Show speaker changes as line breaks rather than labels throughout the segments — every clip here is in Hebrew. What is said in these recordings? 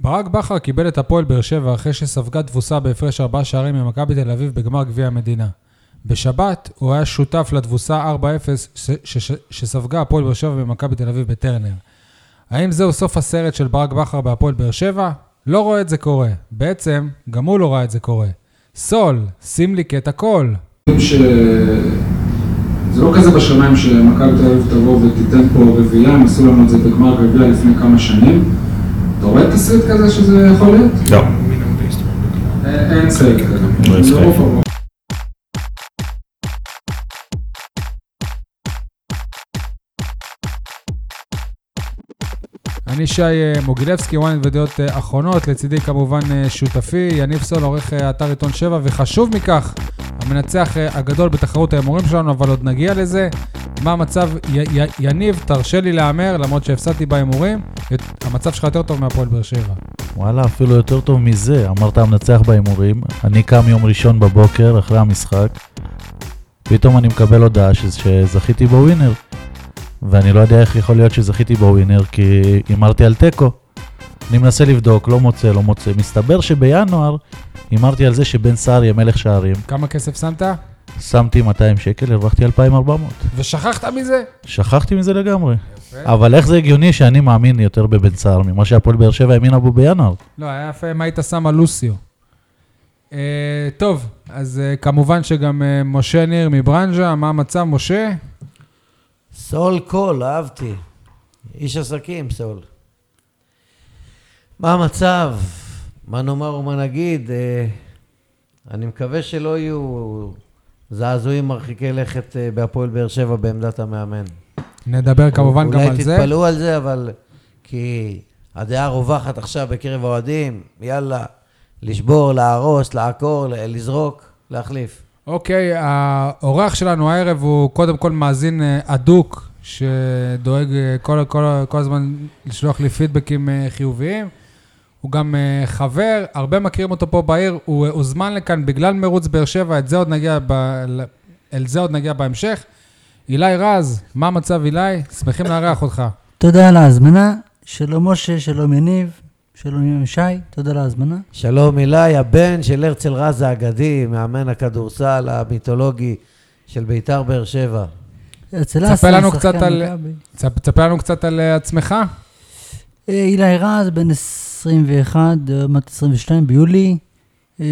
ברק בכר קיבל את הפועל באר שבע אחרי שספגה תבוסה בהפרש ארבעה שערים ממכבי תל אביב בגמר גביע המדינה. בשבת הוא היה שותף לתבוסה 4-0 ש- ש- שספגה הפועל באר שבע ממכבי תל אביב בטרנר. האם זהו סוף הסרט של ברק בכר בהפועל באר שבע? לא רואה את זה קורה. בעצם, גם הוא לא ראה את זה קורה. סול, שים לי קטע קול.
ש... זה לא כזה בשמיים שמכבי תל אביב תבוא ותיתן פה רביעייה, הם עשו לנו את זה בגמר גביע לפני כמה שנים. אתה רואה תסריט כזה שזה יכול להיות?
לא.
אה, אין סרט כזה. לא
אין סרט.
ברוב הרוב.
אני שי אה, מוגילבסקי, וואנט ודעות אה, אחרונות, לצידי כמובן אה, שותפי, יניב סול, עורך אה, אתר עיתון 7, וחשוב מכך, המנצח אה, הגדול בתחרות ההימורים שלנו, אבל עוד נגיע לזה. מה המצב, י- י- יניב, תרשה לי להמר, למרות שהפסדתי בהימורים, יות- המצב שלך יותר טוב מהפועל באר שבע.
וואלה, אפילו יותר טוב מזה. אמרת המנצח בהימורים, אני קם יום ראשון בבוקר, אחרי המשחק, פתאום אני מקבל הודעה ש- שזכיתי בווינר. ואני לא יודע איך יכול להיות שזכיתי בווינר, כי הימרתי על תיקו. אני מנסה לבדוק, לא מוצא, לא מוצא. מסתבר שבינואר הימרתי על זה שבן סער יהיה מלך שערים.
כמה כסף שמת?
שמתי 200 שקל, הרווחתי 2,400.
ושכחת מזה?
שכחתי מזה לגמרי.
יפה.
אבל איך זה הגיוני שאני מאמין יותר בבן סער ממה שהפועל באר שבע האמינה בו בינואר?
לא, היה יפה מה היית שם על לוסיו. אה, טוב, אז אה, כמובן שגם אה, משה ניר מברנז'ה, מה המצב, משה?
סול קול, אהבתי. איש עסקים, סול. מה המצב? מה נאמר ומה נגיד? אה, אני מקווה שלא יהיו זעזועים מרחיקי לכת אה, בהפועל באר שבע בעמדת המאמן.
נדבר כמובן גם על
אולי
זה.
תתפלאו על זה, אבל... כי הדעה רווחת עכשיו בקרב האוהדים, יאללה, לשבור, להרוס, לעקור, ל- לזרוק, להחליף.
אוקיי, האורח שלנו הערב הוא קודם כל מאזין אה, אדוק, שדואג אה, כל, כל, כל הזמן לשלוח לי פידבקים אה, חיוביים. הוא גם אה, חבר, הרבה מכירים אותו פה בעיר, הוא אה, הוזמן לכאן בגלל מרוץ באר שבע, את זה עוד נגיע ב... אל זה עוד נגיע בהמשך. אילי רז, מה המצב אילי? שמחים לארח אותך.
תודה על ההזמנה, שלום משה, שלום יניב, שלום ישי, תודה על ההזמנה.
שלום אילי, הבן של הרצל רז האגדי, מאמן הכדורסל המיתולוגי של בית"ר באר שבע.
אצל
תספר
אסן,
לנו
שחקן
קצת על-
מכבי.
תספ- תספר לנו קצת על אה, עצמך.
אה, אילי רז, בן אה, 21, עוד מעט 22 ביולי, אה,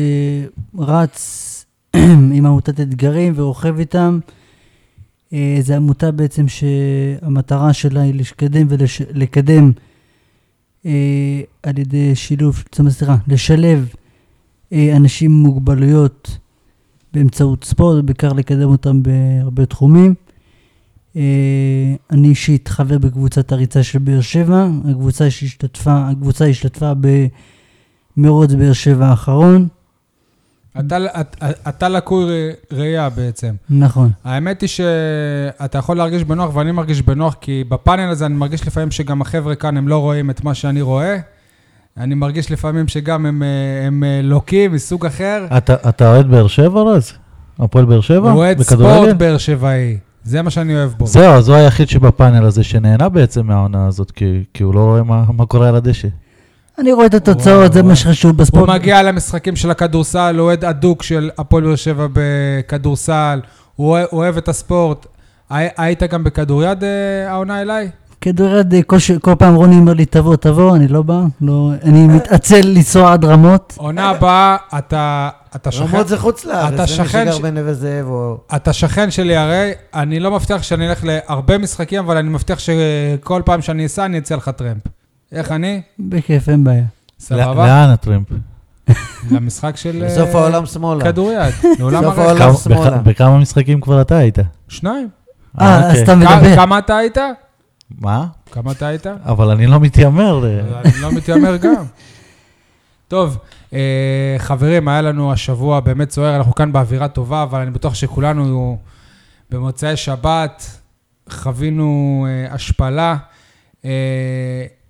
רץ עם עמותת אתגרים ורוכב איתם. אה, זו עמותה בעצם שהמטרה שלה היא לקדם ולקדם אה, על ידי שילוב, זאת סליחה, לשלב אה, אנשים עם מוגבלויות באמצעות ספורט, ובעיקר לקדם אותם בהרבה תחומים. אה, אני אישית חבר בקבוצת הריצה של באר שבע, הקבוצה שהשתתפה, הקבוצה השתתפה במרוץ באר שבע האחרון,
אתה, אתה, אתה לקוי ר- ראייה בעצם.
נכון.
האמת היא שאתה יכול להרגיש בנוח, ואני מרגיש בנוח, כי בפאנל הזה אני מרגיש לפעמים שגם החבר'ה כאן, הם לא רואים את מה שאני רואה. אני מרגיש לפעמים שגם הם, אה, הם אה, לוקים מסוג אחר.
אתה אתה אוהד באר שבע, רז? הפועל באר שבע?
אוהד
בכדורגל?
ספורט באר שבעי, זה מה שאני אוהב בו.
זהו, אז הוא היחיד שבפאנל הזה שנהנה בעצם מהעונה הזאת, כי, כי הוא לא רואה מה, מה קורה על הדשא.
אני רואה את התוצאות, זה
וואו.
מה שחשוב
הוא
בספורט.
מגיע למשחקים של הכדורסל, הוא אוהד אדוק של הפועל באר שבע בכדורסל, הוא אוה- הוא אוהב את הספורט. הי- היית גם בכדוריד אה, העונה אליי?
כדוריד, אה, כל ש- כל פעם רוני אומר לי, תבוא, תבוא, אני לא בא, לא,
אה.
אני מתעצל לנסוע עד רמות.
עונה הבאה, אתה אתה שוכן...
רמות זה חוץ
אתה
לארץ, זה מי
שכן
שגר
ש-
בנווה זאב או...
אתה שכן שלי הרי, אני לא מבטיח שאני אלך להרבה משחקים, אבל אני מבטיח שכל פעם שאני אסע, אני אצא לך טרמפ. איך אני?
בכיף, אין בעיה.
לא-
סבבה?
לאן הטרמפ?
למשחק של... אה,
בסוף העולם שמאלה.
כדוריד. לעולם
בסוף
הרי.
העולם.
כמה-
שמאלה.
בכ- בכמה משחקים כבר אתה היית?
שניים.
אה, אז
אוקיי.
אתה
כ-
מדבר.
כמה אתה היית?
מה?
כמה אתה היית?
אבל אני לא מתיימר. אה.
אני לא מתיימר גם. טוב, אה, חברים, היה לנו השבוע באמת סוער, אנחנו כאן באווירה טובה, אבל אני בטוח שכולנו במוצאי שבת חווינו אה, השפלה. אה,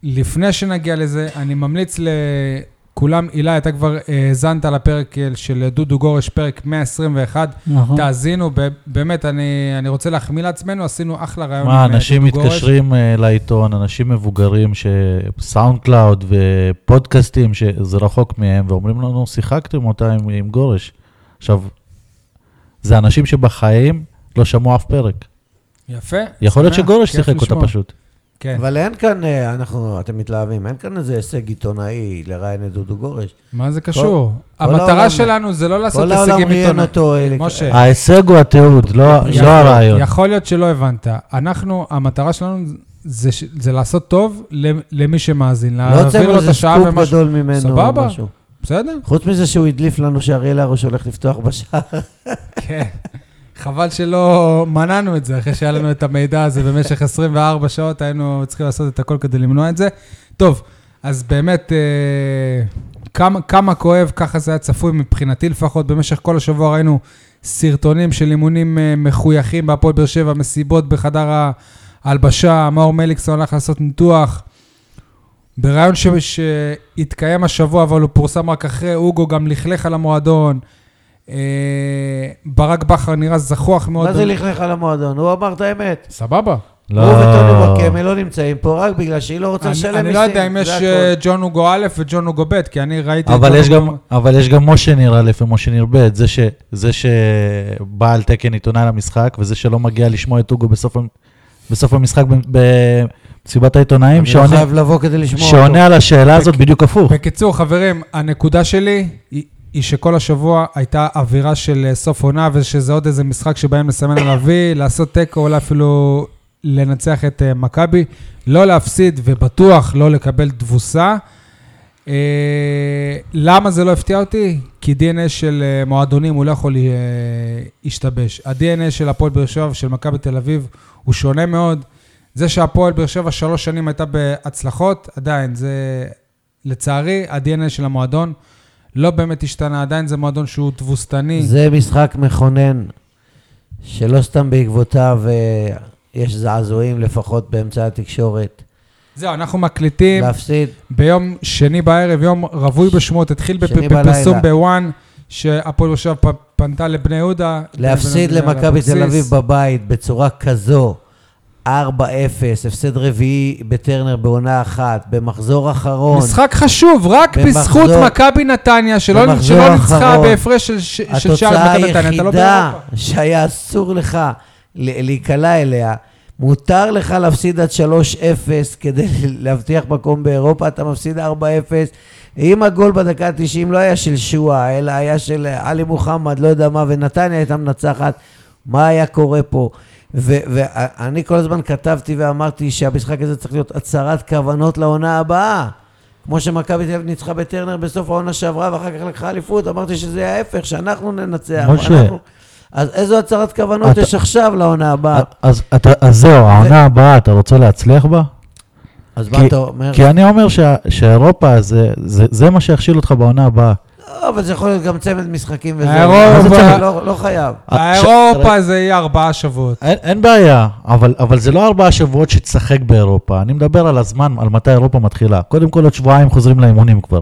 לפני שנגיע לזה, אני ממליץ ל... כולם, הילה, אתה כבר האזנת לפרק אה, של דודו גורש, פרק 121.
אה.
נכון.
תאזינו, ב- באמת, אני, אני רוצה להחמיא לעצמנו, עשינו אחלה רעיון
מה,
עם, אה,
אנשים
דודו גורש.
מתקשרים אה, לעיתון, אנשים מבוגרים שסאונד קלאוד ופודקאסטים, שזה רחוק מהם, ואומרים לנו, שיחקתם אותה עם, עם גורש. עכשיו, זה אנשים שבחיים לא שמעו אף פרק.
יפה.
יכול להיות
שמח,
שגורש
כיף
שיחק אותה
לשמוע.
פשוט.
כן.
אבל אין כאן, אה, אנחנו, אתם מתלהבים, אין כאן איזה הישג עיתונאי לראיין את דודו גורש.
מה זה קשור?
כל
המטרה
העולם-
שלנו זה לא לעשות
כל
הישגים
העולם
עיתונאים.
ראיין אותו. אה, לק-
משה,
ההישג הוא התיעוד, לא
יכול-
לא הרעיון.
יכול להיות שלא הבנת. אנחנו, המטרה שלנו זה ש- זה לעשות טוב למ- למי שמאזין,
לא
להעביר
הוצאנו
לו את
איזה
השעה
סקופ
ומשהו.
גדול ממנו.
סבבה.
או משהו.
בסדר?
חוץ מזה שהוא הדליף לנו שאריאל הרוש הולך לפתוח בשער.
כן. חבל שלא מנענו את זה, אחרי שהיה לנו את המידע הזה במשך 24 שעות, היינו צריכים לעשות את הכל כדי למנוע את זה. טוב, אז באמת, אה, כמה, כמה כואב, ככה זה היה צפוי מבחינתי לפחות. במשך כל השבוע ראינו סרטונים של אימונים אה, מחויכים בהפועל באר שבע, מסיבות בחדר ההלבשה, מאור מליקסון הלך לעשות ניתוח. בריאיון ש- שהתקיים השבוע, אבל הוא פורסם רק אחרי, אוגו גם לכלך על המועדון. אה, ברק בכר נראה זחוח מאוד.
מה זה לכלך על המועדון? הוא אמר את האמת.
סבבה.
לא.
הוא וטוני וואקמה לא נמצאים פה רק בגלל שהיא לא רוצה
אני-
לשלם מיסים.
אני לא יודע אם
זה
יש
הכל.
אה, ג'ון אוגו א' וג'ון אוגו ב', כי אני ראיתי... את
אבל
ג'ון
יש,
אוגו-
גם, אבל יש גם משה ניר א' ומשה ניר ב', זה, ש, זה שבא על תקן עיתונאי למשחק, וזה שלא מגיע לשמוע את אוגו בסוף, המ- בסוף המשחק ב- במסיבת העיתונאים,
אני לא
שעונה,
חייב לבוא כדי לשמוע אותו.
שעונה על השאלה הזאת בדיוק הפוך.
בקיצור, חברים, הנקודה שלי היא, היא שכל השבוע הייתה אווירה של אה, סוף עונה, ושזה עוד איזה משחק שבהם לסמן על אבי, לעשות תיקו, אולי אפילו לנצח את אה, מכבי, לא להפסיד ובטוח לא לקבל תבוסה. אה, למה זה לא הפתיע אותי? כי דנ"א של אה, מועדונים הוא לא יכול אה, להשתבש. הדנ"א של הפועל באר שבע ושל מכבי תל אביב הוא שונה מאוד. זה שהפועל באר שבע שלוש שנים הייתה בהצלחות, עדיין, זה לצערי ה-DNA של המועדון לא באמת השתנה, עדיין זה מועדון שהוא תבוסתני.
זה משחק מכונן, שלא סתם בעקבותיו אה, יש זעזועים לפחות באמצעי התקשורת.
זהו, אנחנו מקליטים
להפסיד,
ביום שני בערב, יום רווי בשמות, התחיל בפ-
שני
בפרסום
בלילה.
בוואן, שהפועל באר שבע פ- פנתה לבני יהודה.
להפסיד
לבני יהודה
למכבי
לאבוקסיס.
תל אביב בבית בצורה כזו, 4-0, הפסד רביעי בטרנר בעונה אחת, במחזור אחרון.
משחק חשוב, רק
במחזור-
בזכות מכבי נתניה, שלא
במחזור
שלא ניצחה
האחרון.
בהפרש של ש- של שער
התוצאה
למכבי נתניה, אתה לא
היחידה
באירופה.
שהיה אסור לך ל- להיקלע אליה, מותר לך להפסיד עד 3-0 כדי להבטיח מקום באירופה, אתה מפסיד 4-0. אם הגול בדקה ה-90 לא היה של שועה, אלא היה של עלי מוחמד, לא יודע מה, ונתניה הייתה מנצחת, מה היה קורה פה? ו- ואני כל הזמן כתבתי ואמרתי שהמשחק הזה צריך להיות הצהרת כוונות לעונה הבאה. כמו שמכבי תל אביב ניצחה בטרנר בסוף העונה שעברה ואחר כך לקחה אליפות, אמרתי שזה ההפך, שאנחנו ננצח.
משה.
אנחנו- אז איזו הצהרת כוונות
אתה-
יש עכשיו לעונה הבאה?
אז, אתה, אז זהו, העונה הבאה, אתה רוצה להצליח בה?
אז מה אתה אומר?
כי אני אומר שה, שאירופה זה, זה, זה מה שיכשיל אותך בעונה הבאה.
לא, אבל זה יכול להיות גם צמד משחקים וזה.
האירופה-
מה זה צמד? לא לא חייב.
האירופה זה יהיה ארבעה שבועות.
אין, אין בעיה, אבל, אבל זה לא ארבעה שבועות שתשחק באירופה. אני מדבר על הזמן, על מתי אירופה מתחילה. קודם כל, עוד שבועיים חוזרים לאימונים כבר.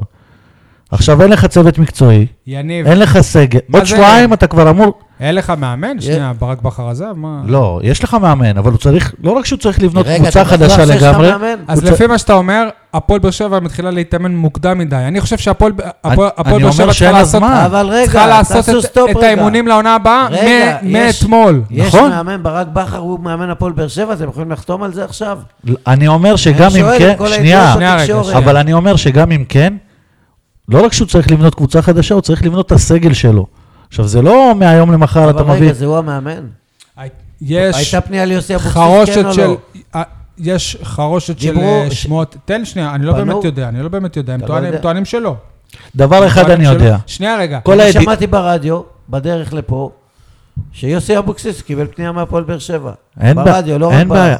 עכשיו אין לך צוות מקצועי,
יניב,
אין לך סגל.
מה
עוד
זה-
שבועיים אתה כבר אמור...
אין לך מאמן? שנייה, ברק בכר עזב? מה?
לא, יש לך מאמן, אבל הוא צריך, לא רק שהוא צריך לבנות
רגע,
קבוצה
אתה בטוח
חדשה
שיש לך
לגמרי,
מאמן?
אז
הוא
לפי מה שאתה אומר, הפועל באר שבע מתחילה להתאמן מוקדם מדי. אני חושב שהפועל הפועל-
אני
הפועל באר
אומר
שבע צריכה
שאין לה
לעשות,
זמן.
אה, אבל
צריכה
רגע,
לעשות
תעשו
את-
סטופ
את
רגע.
האימונים לעונה הבאה
רגע,
מ-
יש-
מאתמול.
יש
נכון.
מאמן, ברק בכר הוא מאמן הפועל באר שבע, אתם יכולים לחתום על זה עכשיו?
אני אומר שגם
אני
אם
שואל,
כן,
כל
שנייה,
הידיעות
שנייה, רגע,
בתקשורת.
שנייה.
אבל אני אומר שגם אם כן, לא רק שהוא צריך לבנות קבוצה חדשה, הוא צריך לבנות את הסגל שלו. עכשיו, זה לא מהיום למחר אתה
אבל רגע,
מביא...
זה הוא המאמן.
יש
הייתה פנייה ליוסי אבוקסיס, כן
חרושת
או
של...
לא?
אה, יש חרושת של
דיברו-
אה, שמועות. תן שנייה, אני לא
פנו?
באמת יודע, אני לא באמת יודע. הם
אתה לא
טוענים-
יודע?
טוענים שלא.
דבר
הם
אחד
טוענים
אני
שלא.
יודע.
שנייה רגע.
כל
אני
הידיע-
שמעתי ברדיו, בדרך לפה, שיוסי אבוקסיס קיבל פנייה מהפועל באר שבע.
אין בעיה,
ברדיו, לא רק
אין בעיה.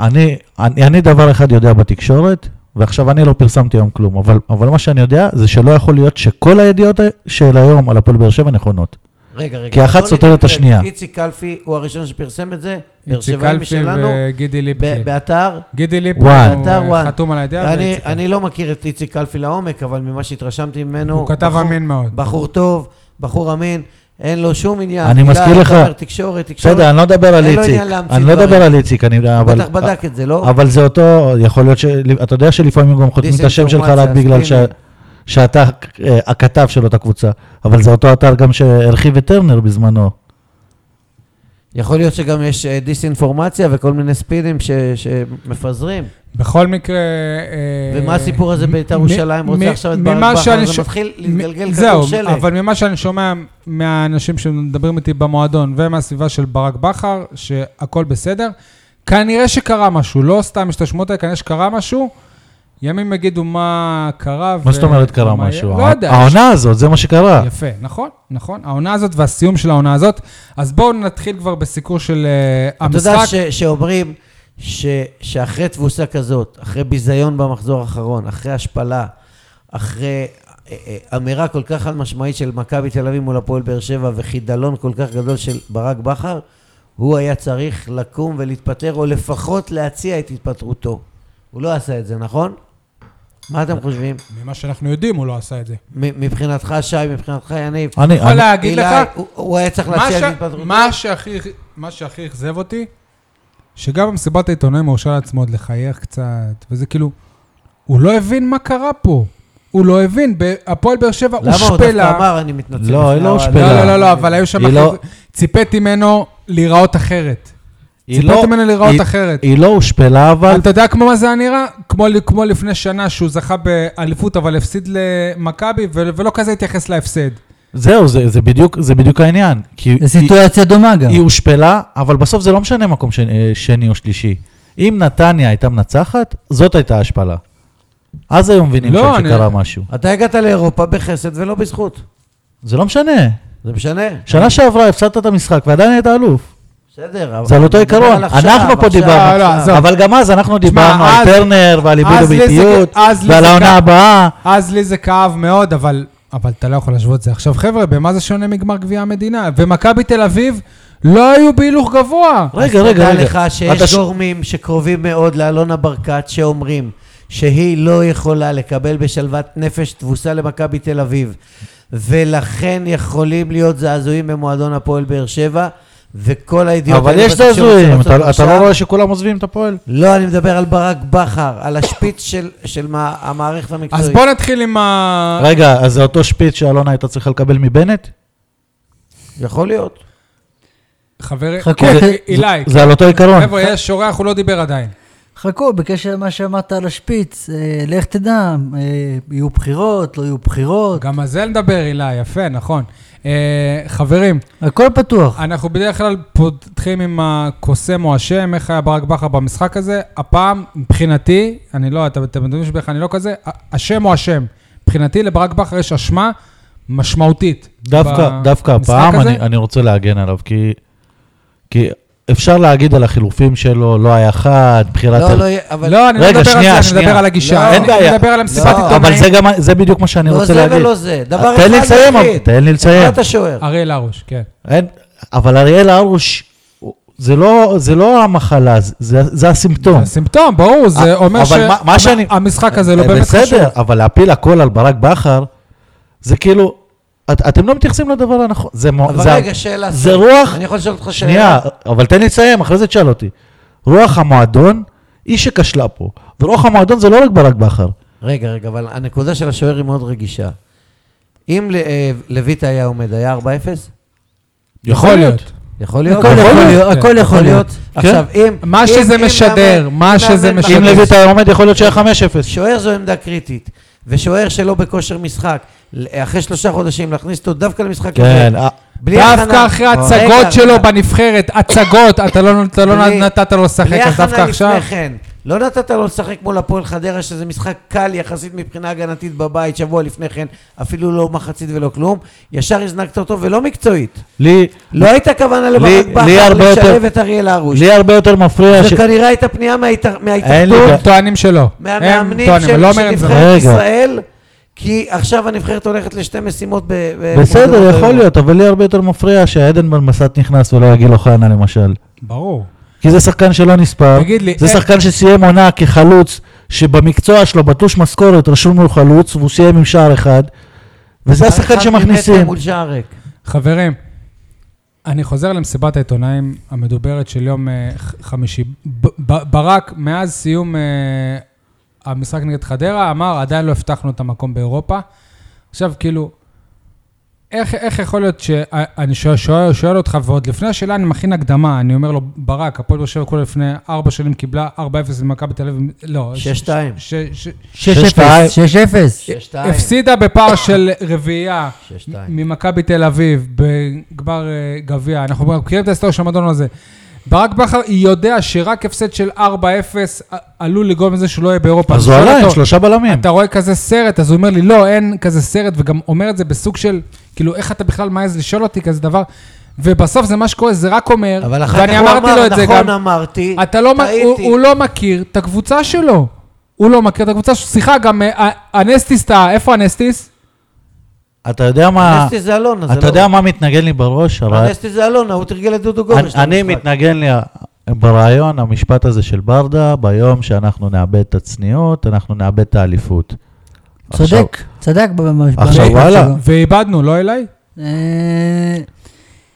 אני, אני, אני דבר אחד יודע בתקשורת, ועכשיו אני לא פרסמתי היום כלום, אבל, אבל מה שאני יודע זה שלא יכול להיות שכל הידיעות ה- של היום על הפועל באר שבע נכונות.
רגע, רגע.
כי אחת
בוא
סותרת את
נתקדם.
השנייה.
איציק קלפי הוא הראשון שפרסם את זה, באר
איציק כן.
שבעי
אלפי
משלנו,
וגידי ליפקין.
ב- באתר.
גידי ליפקין
וואן.
הוא
באתר
אה,
וואן.
חתום על הידיעה.
אני,
ואיציק אלפי.
אני לא מכיר את איציק קלפי לעומק, אבל ממה שהתרשמתי ממנו...
הוא כתב
בחור-
אמין מאוד.
בחור טוב, בחור אמין, אין לו שום עניין.
אני
מילה,
מזכיר לך-
דבר, תקשורת, תקשורת.
בסדר, אני לא מדבר על
אין לו
איציק.
עניין להמציא
אני לא
דברים.
מדבר על איציק, אני... אבל-
בטח בדק את זה, לא?
אבל זה אותו, יכול להיות ש... אתה יודע שלפעמים גם חותמים את השם שלך רק
דיסאינפורמציה,
בגלל ש...
ספינים.
שאתה אה, הכתב של אותה קבוצה, אבל זה אותו אתר גם שהרחיב את טרנר בזמנו.
יכול להיות שגם יש אה, דיסאינפורמציה וכל מיני ספינים ש, שמפזרים.
בכל מקרה... אה,
ומה הסיפור הזה
מ- מ-
בית"ר ירושלים? רוצה
מ-
עכשיו את
ממה
ברק בכר,
שאני
זה
ש-
מתחיל
מ-
להתגלגל כדור שלג.
זהו, אבל ממה שאני שומע מהאנשים שמדברים איתי במועדון ומהסביבה של ברק בכר, שהכל בסדר, כנראה שקרה משהו, לא סתם יש את השמות האלה, כנראה שקרה משהו. ימים יגידו מה קרה.
מה
ו-
זאת אומרת קרה
ומה יהיה.
משהו?
לא
הע-
יודע.
העונה הזאת, זה מה שקרה.
יפה, נכון, נכון. העונה הזאת והסיום של העונה הזאת. אז בואו נתחיל כבר בסיקור של אה,
אתה
המשחק.
יודע ש, שאומרים ש, שאחרי תבוסה כזאת, אחרי ביזיון במחזור האחרון, אחרי השפלה, אחרי אה, אה, אמירה כל כך חד משמעית של מכבי תל אביב מול הפועל באר שבע וחידלון כל כך גדול של ברק בכר, הוא היה צריך לקום ולהתפטר, או לפחות להציע את התפטרותו. הוא לא עשה את זה, נכון? מה אתם חושבים?
ממה שאנחנו יודעים, הוא לא עשה את זה.
מ- מבחינתך, שי, מבחינתך, יניב.
אני,
יכול
אני-
להגיד
אילי,
לך,
הוא- הוא היה צריך
מה
להציע את
ש-
התפטרותו.
מה שהכי- מה שהכי אכזב אותי, שגם במסיבת העיתונאים הוא הרשה לעצמו עוד לחייך קצת, וזה כאילו, הוא לא הבין מה קרה פה. הוא לא הבין, ב- הפועל באר שבע
למה הוא דווקא
הושפלה.
אמר, אני מתנצל.
לא,
בפני
היא לא
האוהדים"?
לא,
הושפלה.
לא, לא, לא, אבל היו שם...
היא לא-
אחרי- ציפיתי ממנו להיראות אחרת.
היא
ציפיתי
לא-
ממנו להיראות
היא-
אחרת.
היא לא הושפלה, אבל...
אתה יודע כמו מה זה היה נראה? כמו, כמו לפני שנה שהוא זכה באליפות, אבל הפסיד למכבי, ו- ולא כזה התייחס להפסד.
זהו, זה זה בדיוק זה בדיוק העניין. כי
זו
היא-
סיטואציה דומה גם.
היא הושפלה, אבל בסוף זה לא משנה מקום שני- אה, שני או שלישי. אם נתניה הייתה מנצחת, זאת הייתה השפלה. אז היו מבינים
לא,
שם
אני-
שקרה משהו.
אתה הגעת לאירופה בחסד ולא בזכות.
זה לא משנה.
זה משנה.
שנה שעברה הפסדת את המשחק ועדיין היית אלוף.
בסדר. אבל-
זה על אותו
אני
עיקרון.
מדבר על עכשיו,
אנחנו פה
עכשיו,
דיברנו.
לא,
עכשיו.
עזוב.
אבל גם אז אנחנו דיברנו על
אז-
טרנר ועל עיבוד
אז לי זה-
הביטיות
אז לי
ועל
זה
העונה
גם-
הבאה.
אז לי זה כאב מאוד, אבל, אבל אתה לא יכול להשוות את זה. עכשיו, חבר'ה, במה זה שונה מגמר גביע המדינה? ומכבי תל אביב לא היו בהילוך גבוה.
רגע,
אז
רגע,
תדע
רגע.
לך
אתה ש-
שיש גורמים שקרובים מאוד לאלונה ברקת שאומרים שהיא לא יכולה לקבל בשלוות נפש תבוסה למכבי תל אביב, ולכן יכולים להיות זעזועים במועדון הפועל באר שבע, וכל הידיעות...
אבל
האלה
יש
בתקשורת
זעזועים.
שרצות
אתה- אתה
עכשיו-
לא רואה שכולם עוזבים את הפועל?
לא, אני מדבר על ברק בכר, על השפיץ של- של מה- המערכת המקצועית.
אז בואו נתחיל עם ה...
רגע, אז זה אותו שפיץ שאלונה הייתה צריכה לקבל מבנט?
יכול להיות.
חבר...
חכו,
כן,
זה-
אילי.
זה נכון. על אותו עיקרון.
חבר'ה, יש אורח, הוא לא דיבר עדיין.
חכו, בקשר למה שאמרת על השפיץ, אה, לך תדע, אה, יהיו בחירות, לא יהיו בחירות,
גם על זה נדבר, אילי, יפה, נכון. אה, חברים,
הכל פתוח.
אנחנו בדרך כלל פותחים עם הקוסם או השם, איך היה ברק בכר במשחק הזה. הפעם, מבחינתי, אני לא, אתם אתם יודעים שבכלל אני לא כזה, ה- השם או השם. מבחינתי לברק בכר יש אשמה משמעותית.
דווקא,
ב-
דווקא
במשחק
הפעם
הזה.
אני, אני רוצה להגן עליו, כי, כי אפשר להגיד על החילופים שלו, לא היה חד, בחירת...
לא,
הר-
לא, יהיה- אבל...
לא, אני לא
רגע,
מדבר על
שנייה,
זה, אני
שנייה.
מדבר על הגישה.
לא,
אני-
אין בעיה.
אני מדבר על המסיבת
לא,
עיתונאים.
אבל זה, גם, זה בדיוק מה שאני רוצה
לא
להגיד.
זה ולא זה, דבר אחד
תן לי לסיים, אבל-
יחיד.
תן לי לסיים.
אתה שוער.
אריאל הרוש, כן.
אין, אבל אריאל הרוש, הוא- זה לא, זה לא המחלה, זה, זה, זה הסימפטום.
זה סימפטום, ברור, זה
א-
אומר
לא. אבל מה- מה שאני-
שהמשחק הזה לא
אה,
באמת חשוב.
בסדר, אבל להפיל הכל על ברק בכר, זה כאילו, את, אתם לא מתייחסים לדבר הנכון. זה, מו-
אבל
זה,
רגע, שאלה.
זה
סתם.
רוח-
אני יכול לשאול אותך שאלה.
שנייה, אבל תן לי לסיים, אחרי זה תשאל אותי. רוח המועדון היא שכשלה פה, ורוח המועדון זה לא רק ברק בכר.
רגע, רגע, אבל הנקודה של השוער היא מאוד רגישה. אם ל- אה, לויטה היה עומד, היה 4-0?
יכול להיות.
יכול להיות.
הכל יכול להיות, הכל יכול להיות.
עכשיו, אם...
מה
אם-
שזה
אם
משדר,
מאמן-
מה
אם
שזה
מאמן
משדר.
כן. אם
מכניס-
לויט היה עומד יכול להיות שהיה 5-0.
שוער זו עמדה קריטית, ושוער שלא בכושר משחק, ל- אחרי שלושה חודשים להכניס אותו דווקא למשחק
כן, אה,
בלי
דווקא
הכנה.
אחרי
רגע,
הצגות שלו
רגע.
בנבחרת, הצגות, אתה לא- אתה לא
בלי-
נתת לו לשחק,
בלי
אז דווקא
הכנה
עכשיו...
לפני כן, לא נתת לו לשחק מול הפועל חדרה, שזה משחק קל יחסית מבחינה הגנתית בבית, שבוע לפני כן, אפילו לא מחצית ולא כלום, ישר הזנקת אותו, ולא מקצועית.
לי
לא הייתה כוונה לברק
לי- לי
בכר
הרבה
לשלב
יותר-
את אריאל הרוש.
לי הרבה יותר מפריע ש...
זו כנראה הייתה פנייה מההתאח-
אין לי
מההתאחדות,
הם טוענים שלא. הם
מהמאמנים
טוענים,
של
אני לא
של
אומר אם זה...
נבחרת
רגע.
ישראל, כי עכשיו הנבחרת הולכת לשתי משימות ב... ב-
בסדר,
מוקדמות
יכול
באירופה.
להיות, אבל לי הרבה יותר מפריע שעדן בן מסת נכנס ולא יגיל אוחנה למשל.
ברור.
כי זה שחקן שלא נספר,
תגיד לי,
זה
איך-
שחקן שסיים עונה כחלוץ, שבמקצוע שלו, בתלוש משכורת, רשום לו חלוץ, והוא סיים עם שער אחד, וזה השחקן
אחד ממטר
שמכניסים.
מול שער ריק.
חברים, אני חוזר למסיבת העיתונאים המדוברת של יום אה, ח- חמישי. ב- ב- ברק, מאז סיום אה, המשחק נגד חדרה, אמר, עדיין לא הבטחנו את המקום באירופה. עכשיו, כאילו, איך, איך יכול להיות ש... אה, אני שואל, שואל, שואל אותך, ועוד לפני השאלה אני מכין הקדמה, אני אומר לו, ברק, הפועל באר שבע כולה לפני ארבע שנים קיבלה 4-0 ממכבי תל אביב, לא,
שש שתיים.
ש- ש-
6-0,
6-2.
6-0.
אה,
שש שתיים.
הפסידה בפער של רביעייה.
שש שתיים.
ממכבי תל אביב, בגמר אה, גביע, אנחנו מכירים את ההיסטוריה של המועדון הזה. ברק בכר יודע שרק הפסד של 4-0 ע- עלול לגרום לזה שהוא לא יהיה באירופה.
אז הוא
אני שואל
עלה עם
אותו,
שלושה בלמים.
אתה רואה כזה סרט, אז הוא אומר לי, לא, אין כזה סרט, וגם אומר את זה בסוג של, כאילו, איך אתה בכלל מעז לשאול אותי כזה דבר? ובסוף זה מה שקורה, זה רק אומר,
אבל אחר כך
ואני
הוא
אמרתי לו
אמר,
את זה
נכון
גם,
אמרתי,
אתה לא, מ- הוא,
טעיתי.
הוא לא מכיר את הקבוצה שלו. הוא לא מכיר את הקבוצה שלו. סליחה, גם אה, אנסטיס, טעה. איפה אנסטיס?
אתה יודע
אה,
מה...
אנסטי זה אלונה, זה לא...
אתה יודע מה מתנגן לי בראש? הרע-
אנסטי זה אלונה, הוא תרגל את דודו
אני-
גורש.
אני
למשחק.
מתנגן לי ברעיון, המשפט הזה של ברדה, ביום שאנחנו נאבד את הצניעות, אנחנו נאבד את האליפות. עכשיו-
צודק, צדק במשפט.
עכשיו, וואלה. אה,
ואיבדנו, לא אליי?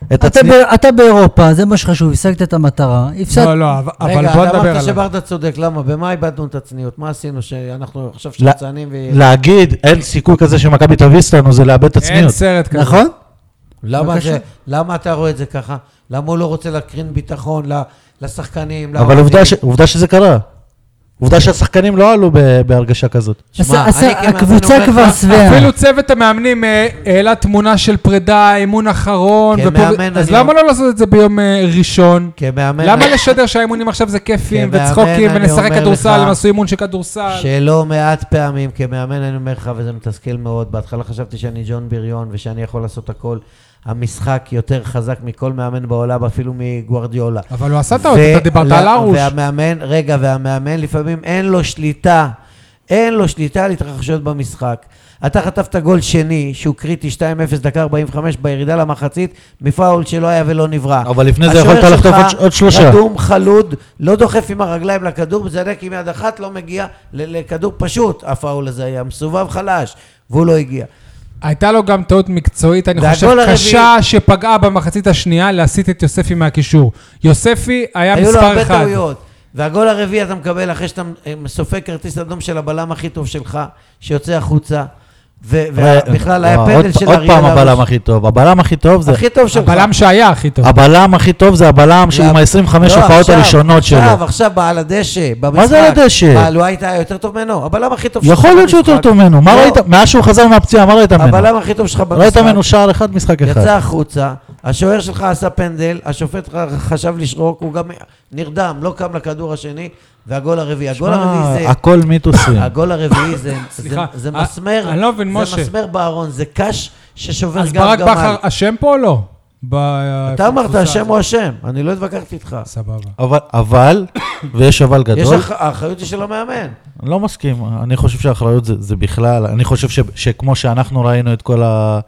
את
אתה
הצניעות...
ב- אתה באירופה, זה מה שחשוב, השגת את המטרה. הפסדת,
לא, לא, אבל- אבל
רגע,
בוא
אתה
נדבר
אמרת
עליו.
שברדה צודק, למה? במה איבדנו את הצניעות? מה עשינו שאנחנו עכשיו
לא-
שחצנים ו...
להגיד, אין סיכוי כזה שמכבי תביס לנו, זה לאבד את
אין
הצניעות.
סרט כזה.
נכון?
למה
בבקשה.
זה, למה אתה רואה את זה ככה? למה הוא לא רוצה להקרין ביטחון ל- לשחקנים?
אבל
לאוהדים?
עובדה ש- עובדה שזה קרה. עובדה שהשחקנים לא עלו ב- בהרגשה כזאת.
שמע,
הס- הס-
אני כמאמן
הקבוצה
אומר לך,
כבר שבעה.
אפילו צוות המאמנים אה, העלה תמונה של פרידה, אימון
כן,
אחרון. ופה-
כמאמן
אז
אני-
למה לא לעשות את זה ביום אה, ראשון?
כמאמן...
למה לשדר שהאימונים עכשיו זה כיפים
כמאמן
וצחוקים
כן, אני
ולשחק
אומר
כדורסל,
לך-
הם עשו אימון של כדורסל?
שלא מעט פעמים, כמאמן אני אומר לך, וזה מתסכל מאוד, בהתחלה חשבתי שאני ג'ון בריון ושאני יכול לעשות הכל. המשחק יותר חזק מכל מאמן בעולם, אפילו מגוורדיולה.
אבל הוא עשה טעות, לא אתה דיברת
ולה-
על ארוש.
לא, והמאמן, רגע, והמאמן לפעמים אין לו שליטה, אין לו שליטה על התרחשויות במשחק. אתה חטפת גול שני, שהוא קריטי 2-0, דקה 45 בירידה למחצית, מפאול שלא היה ולא נברא.
אבל לפני זה
השוער
יכולת לחטוף
שלך
עוד ש- עוד שלושה.
רדום, חלוד, לא דוחף עם הרגליים לכדור, מזנק עם יד אחת, לא מגיע ל- לכדור פשוט, הפאול הזה היה מסובב חלש, והוא לא הגיע. הייתה
הייתה לו גם טעות מקצועית, אני
והגול
חושב,
הרביעי-
קשה, שפגעה במחצית השנייה להסיט את יוספי מהקישור. יוספי היה
היו לו
מספר
הרבה
אחד.
טעויות. והגול הרביעי אתה מקבל אחרי שאתה אה, סופג כרטיס אדום של הבלם הכי טוב שלך, שיוצא החוצה. ו- ובכלל היה
וואו,
פנדל
אה, עוד-
של
עוד
אריאל
פעם
הרוש.
הבלם הכי טוב. הבלם הכי טוב זה...
הכי טוב שלך.
הבלם שהיה הכי טוב.
הבלם הכי טוב זה הבלם
לא,
עם ה-25
לא,
הופעות
עכשיו,
הראשונות שלו.
עכשיו, עכשיו, בעל הדשא, במשחק.
זה על הדשא?
בעל, הוא הייתה יותר טוב ממנו, הבלם הכי טוב
יכול להיות שהוא יותר
במשחק.
טוב ממנו. מה
לא,
ראית? מאז שהוא חזר מהפציעה, מה ראית ממנו?
הבלם הכי טוב שלך
ראית
במשחק.
ממנו שער אחד, משחק אחד.
יצא החוצה, השוער שלך עשה פנדל, השופט ח- חשב לשרוק, הוא גם נרדם, לא קם לכדור השני, והגול הרביעי. הגול הרביעי זה...
שמע, הכל מיתוסים.
הגול הרביעי זה, זה,
כן. סליחה,
זה
אה,
מסמר,
אני לא מבין,
זה
משה.
מסמר בארון, זה קש ששובר
אז
גם
ברק
גמל.
בכר אשם פה או לא? ב-
אתה אמרת,
בקבוצה
השם
הזאת.
הוא השם, אני לא התווכחתי איתך.
סבבה.
אבל, אבל, ויש אבל
יש,
גדול,
אח- האחריות היא של המאמן.
אני לא מסכים, אני חושב שהאחריות זה, זה בכלל, אני חושב ש, שכמו שאנחנו ראינו את כל, ה,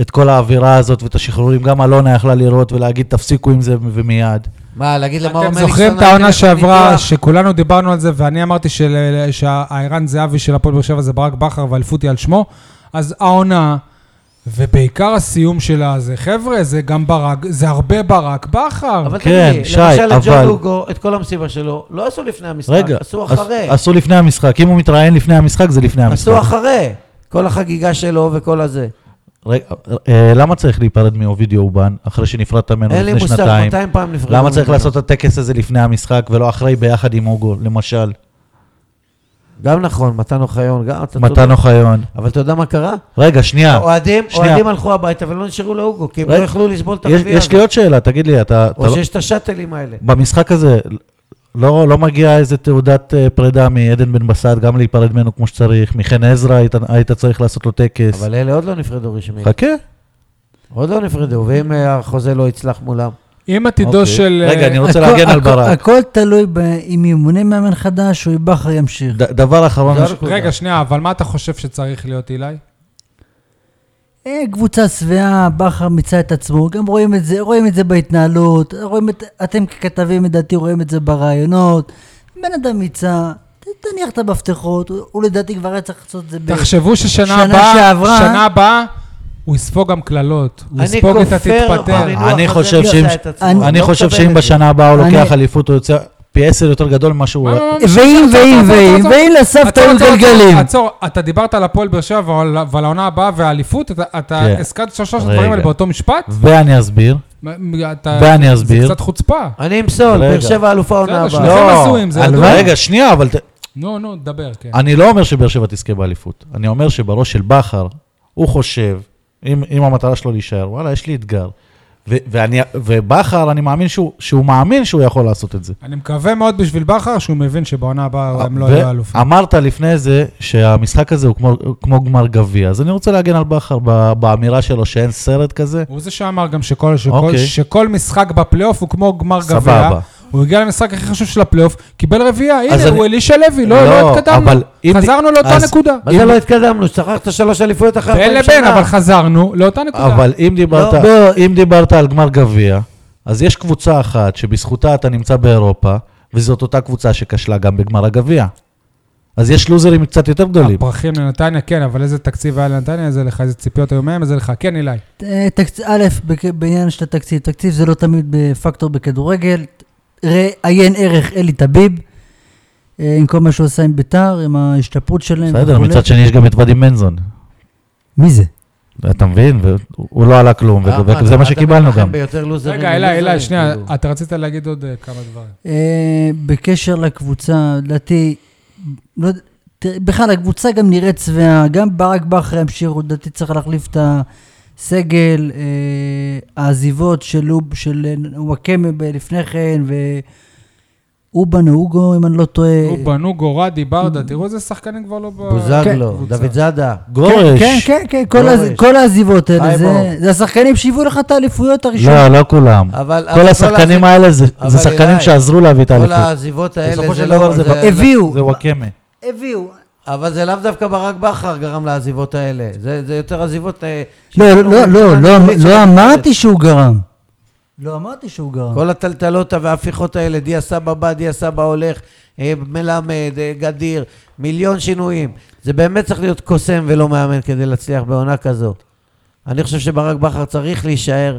את כל האווירה הזאת ואת השחרורים, גם אלונה יכלה לראות ולהגיד תפסיקו עם זה ומיד.
מה, להגיד למאור
אתם
מליקסון...
זוכרים את
אני
העונה
אלך
שעברה, אה,
לניתוח?
שכולנו דיברנו על זה, ואני אמרתי של- שהערן זהבי של הפועל באר שבע זה ברק בכר והאליפות היא על שמו? אז העונה, ובעיקר הסיום שלה זה, חבר'ה, זה גם ברק, זה הרבה ברק בכר.
אבל
כן,
תגיד לי,
שי,
למשל את ג'ון
אבל-
לוגו, את כל המסיבה שלו, לא עשו לפני המשחק,
רגע,
עשו
עש-
אחרי.
עשו לפני המשחק, אם הוא מתראיין לפני המשחק, זה לפני המשחק.
עשו אחרי. כל החגיגה שלו וכל הזה.
כן,
רגע, אה, למה צריך להיפרד מאובידיו אובן, אחרי שנפרדת ממנו
אין לי
לפני
מושג,
שנתיים?
200 פעם נפרדו.
למה צריך
ממנו.
לעשות את הטקס הזה לפני המשחק ולא אחרי ביחד עם אוגו, למשל,
גם נכון, מתן אוחיון, גם אתה צודק. לא,
מתן אוחיון?
אבל אתה יודע מה קרה?
רגע, שנייה.
אוהדים,
אה, שנייה.
אוהדים הלכו הביתה ולא נשארו לאוגו, כי הם לא
רגע,
יכלו לסבול את
יש-
הגביע
יש לי
הזה.
עוד שאלה, תגיד לי, אתה... אתה
או
לא-
שיש את השאטלים האלה.
במשחק הזה לא, לא מגיעה איזה תעודת אה, פרידה מעדן בן בסט, גם להיפרד ממנו כמו שצריך, מחן עזרא היית, היית צריך לעשות לו טקס.
אבל אלה עוד לא נפרדו רשמית.
חכה,
עוד לא נפרדו, ואם אה, החוזה לא יצלח מולם.
אם עתידו
אוקיי.
של...
רגע,
אה,
אני רוצה
הכל-
להגן על
הכל-
ברק.
הכל תלוי ב- אם ימונה מאמן חדש או אם בכר ימשיך.
ד- דבר אחרון,
זו
מש-
הנקודה.
לא.
רגע, שנייה, אבל מה אתה חושב שצריך להיות, אילי?
אה, קבוצה שבעה, בכר מיצה את עצמו, גם רואים את זה, רואים את זה בהתנהלות, רואים את, אתם ככתבים לדעתי רואים את זה ברעיונות, בן אדם מיצה, ת- תניח את המפתחות, הוא, הוא לדעתי כבר היה צריך לעשות את זה ב...
תחשבו ששנה
שנה
הבאה,
שעברה-
שנה הבאה, הוא יספוג גם קללות. הוא
אני
יספוג את
כופר
התתפטר.
במינוח
אני
הזה,
חושב
מי
שאם-
עשה את עצמו?
אני
אני
לא
חושב
מקבל
שאם
את זה.
בשנה הבאה הוא
אני-
לוקח אליפות, הוא יוצא פי עשר יותר גדול ממה שהוא...
מה, מה,
לא
מה,
ואם,
עצור,
ואם,
עצור,
ואם,
עצור,
ואם לסבתא
עצור,
היו
עצור,
גלגלים.
עצור, אתה דיברת על הפועל באר שבע ועל ועל העונה הבאה והאליפות, אתה- אתה
כן.
הזכרת שלושה
רגע.
הדברים האלה באותו משפט?
ואני אסביר.
מ- מ- אתה-
ואני
זה
אסביר.
קצת חוצפה.
אני אמסול,
רגע.
באר שבע אלופה עונה
בסדר,
הבאה.
שניכם עשו עם זה,
על-
ידוע.
לא, רגע, שנייה, אבל ת-
נו, נו, דבר, כן.
אני לא אומר שבאר שבע תזכה באליפות. אני אומר שבראש של בכר, הוא חושב, אם אם המטרה שלו להישאר, וואלה, יש לי אתגר. ו- ואני- ובכר, אני מאמין שהוא- שהוא מאמין שהוא יכול לעשות את זה.
אני מקווה מאוד בשביל בכר שהוא מבין שבעונה הבאה הם לא
ו-
יהיו אלופים.
אמרת לפני זה שהמשחק הזה הוא כמו, כמו גמר גביע, אז אני רוצה להגן על בכר ב- באמירה שלו שאין סרט כזה.
הוא זה שאמר גם שכל, שכל,
אוקיי.
שכל משחק בפלייאוף הוא כמו גמר גביע.
סבבה.
הוא הגיע למשחק הכי חשוב של הפלייאוף, קיבל רביעייה, הנה,
אז
אני...
אני-
הוא אלישע לוי, לא,
לא,
לא, התקדמנו.
אבל אם-
חזרנו לאותה
אז-
נקודה.
מה זה לא התקדמנו? שכחת שלוש אליפויות אחרי
בין
40 שנה.
לבין, אבל חזרנו לאותה נקודה.
אבל אם דיברת,
לא,
אם דיברת על גמר גביע, אז יש קבוצה אחת שבזכותה אתה נמצא באירופה, וזאת אותה קבוצה שכשלה גם בגמר הגביע. אז יש לוזרים קצת יותר גדולים.
הפרחים לנתניה, כן, אבל איזה תקציב היה לנתניה, איזה לך, איזה ציפיות היו מהם, איזה לך, כן, אילי.
אה, תקצ- א', בק- בעניין של התקציב, תקציב זה לא תמיד בפקטור בכדורגל. ראה- עיין ערך אלי טביב, אה, עם כל מה שהוא עשה עם ביתר, עם ההשתפרות שלהם.
בסדר,
וכולי.
מצד שני יש גם את ואדי מנזון.
מי זה?
אתה מבין? והוא- הוא לא עלה כלום,
אה, מה,
וזה מה
אתה
שקיבלנו
מתנחם
גם.
ביותר לוזרים
רגע, אילי,
מלוזרים,
אילי, שנייה,
כאילו.
אתה רצית להגיד עוד אה, כמה דברים.
אה, בקשר לקבוצה, לדעתי, לא, יודע- תראה, בכלל הקבוצה גם נראית שבעה, גם ברק בכר ימשיך, הוא לדעתי צריך להחליף את הסגל, אה, העזיבות של לוב, של אה, וואקמה ב- לפני כן, ואובן או אוגו, אם אני לא טועה.
אה,
הוא בנו גורדי, ברדה, תראו איזה שחקנים כבר לא ב...
בוזגלו,
קבוצה.
דוד זאדה.
גורש.
כן, כן, כן, כל
גורש.
הז- כל העזיבות האלה,
חיים
זה-
אור.
זה השחקנים שהביאו לך את האליפויות
כן,
הראשונות.
לא, לא כולם.
אבל... אבל
כל השחקנים
הזיב-
האלה זה
אבל
זה שחקנים
אליי,
שעזרו להביא את
כל
האליפות.
העזיבות האלה
בסופו
זה
של
לא...
דבר זה
זה-
בא-
הביאו,
זה וואקמה.
הביאו.
אבל זה לאו דווקא ברק בכר גרם לעזיבות האלה. זה זה יותר עזיבות... אה,
לא,
של-
לא, לא, לא,
של-
לא אמרתי שהוא גרם. לא אמרתי שהוא גרם.
כל הטלטלות וההפיכות האלה, דיה סבא בא, דיה סבא הולך, אה, מלמד, אה, גדיר, מיליון שינויים. זה באמת צריך להיות קוסם ולא מאמן כדי להצליח בעונה כזו. אני חושב שברק בכר צריך להישאר,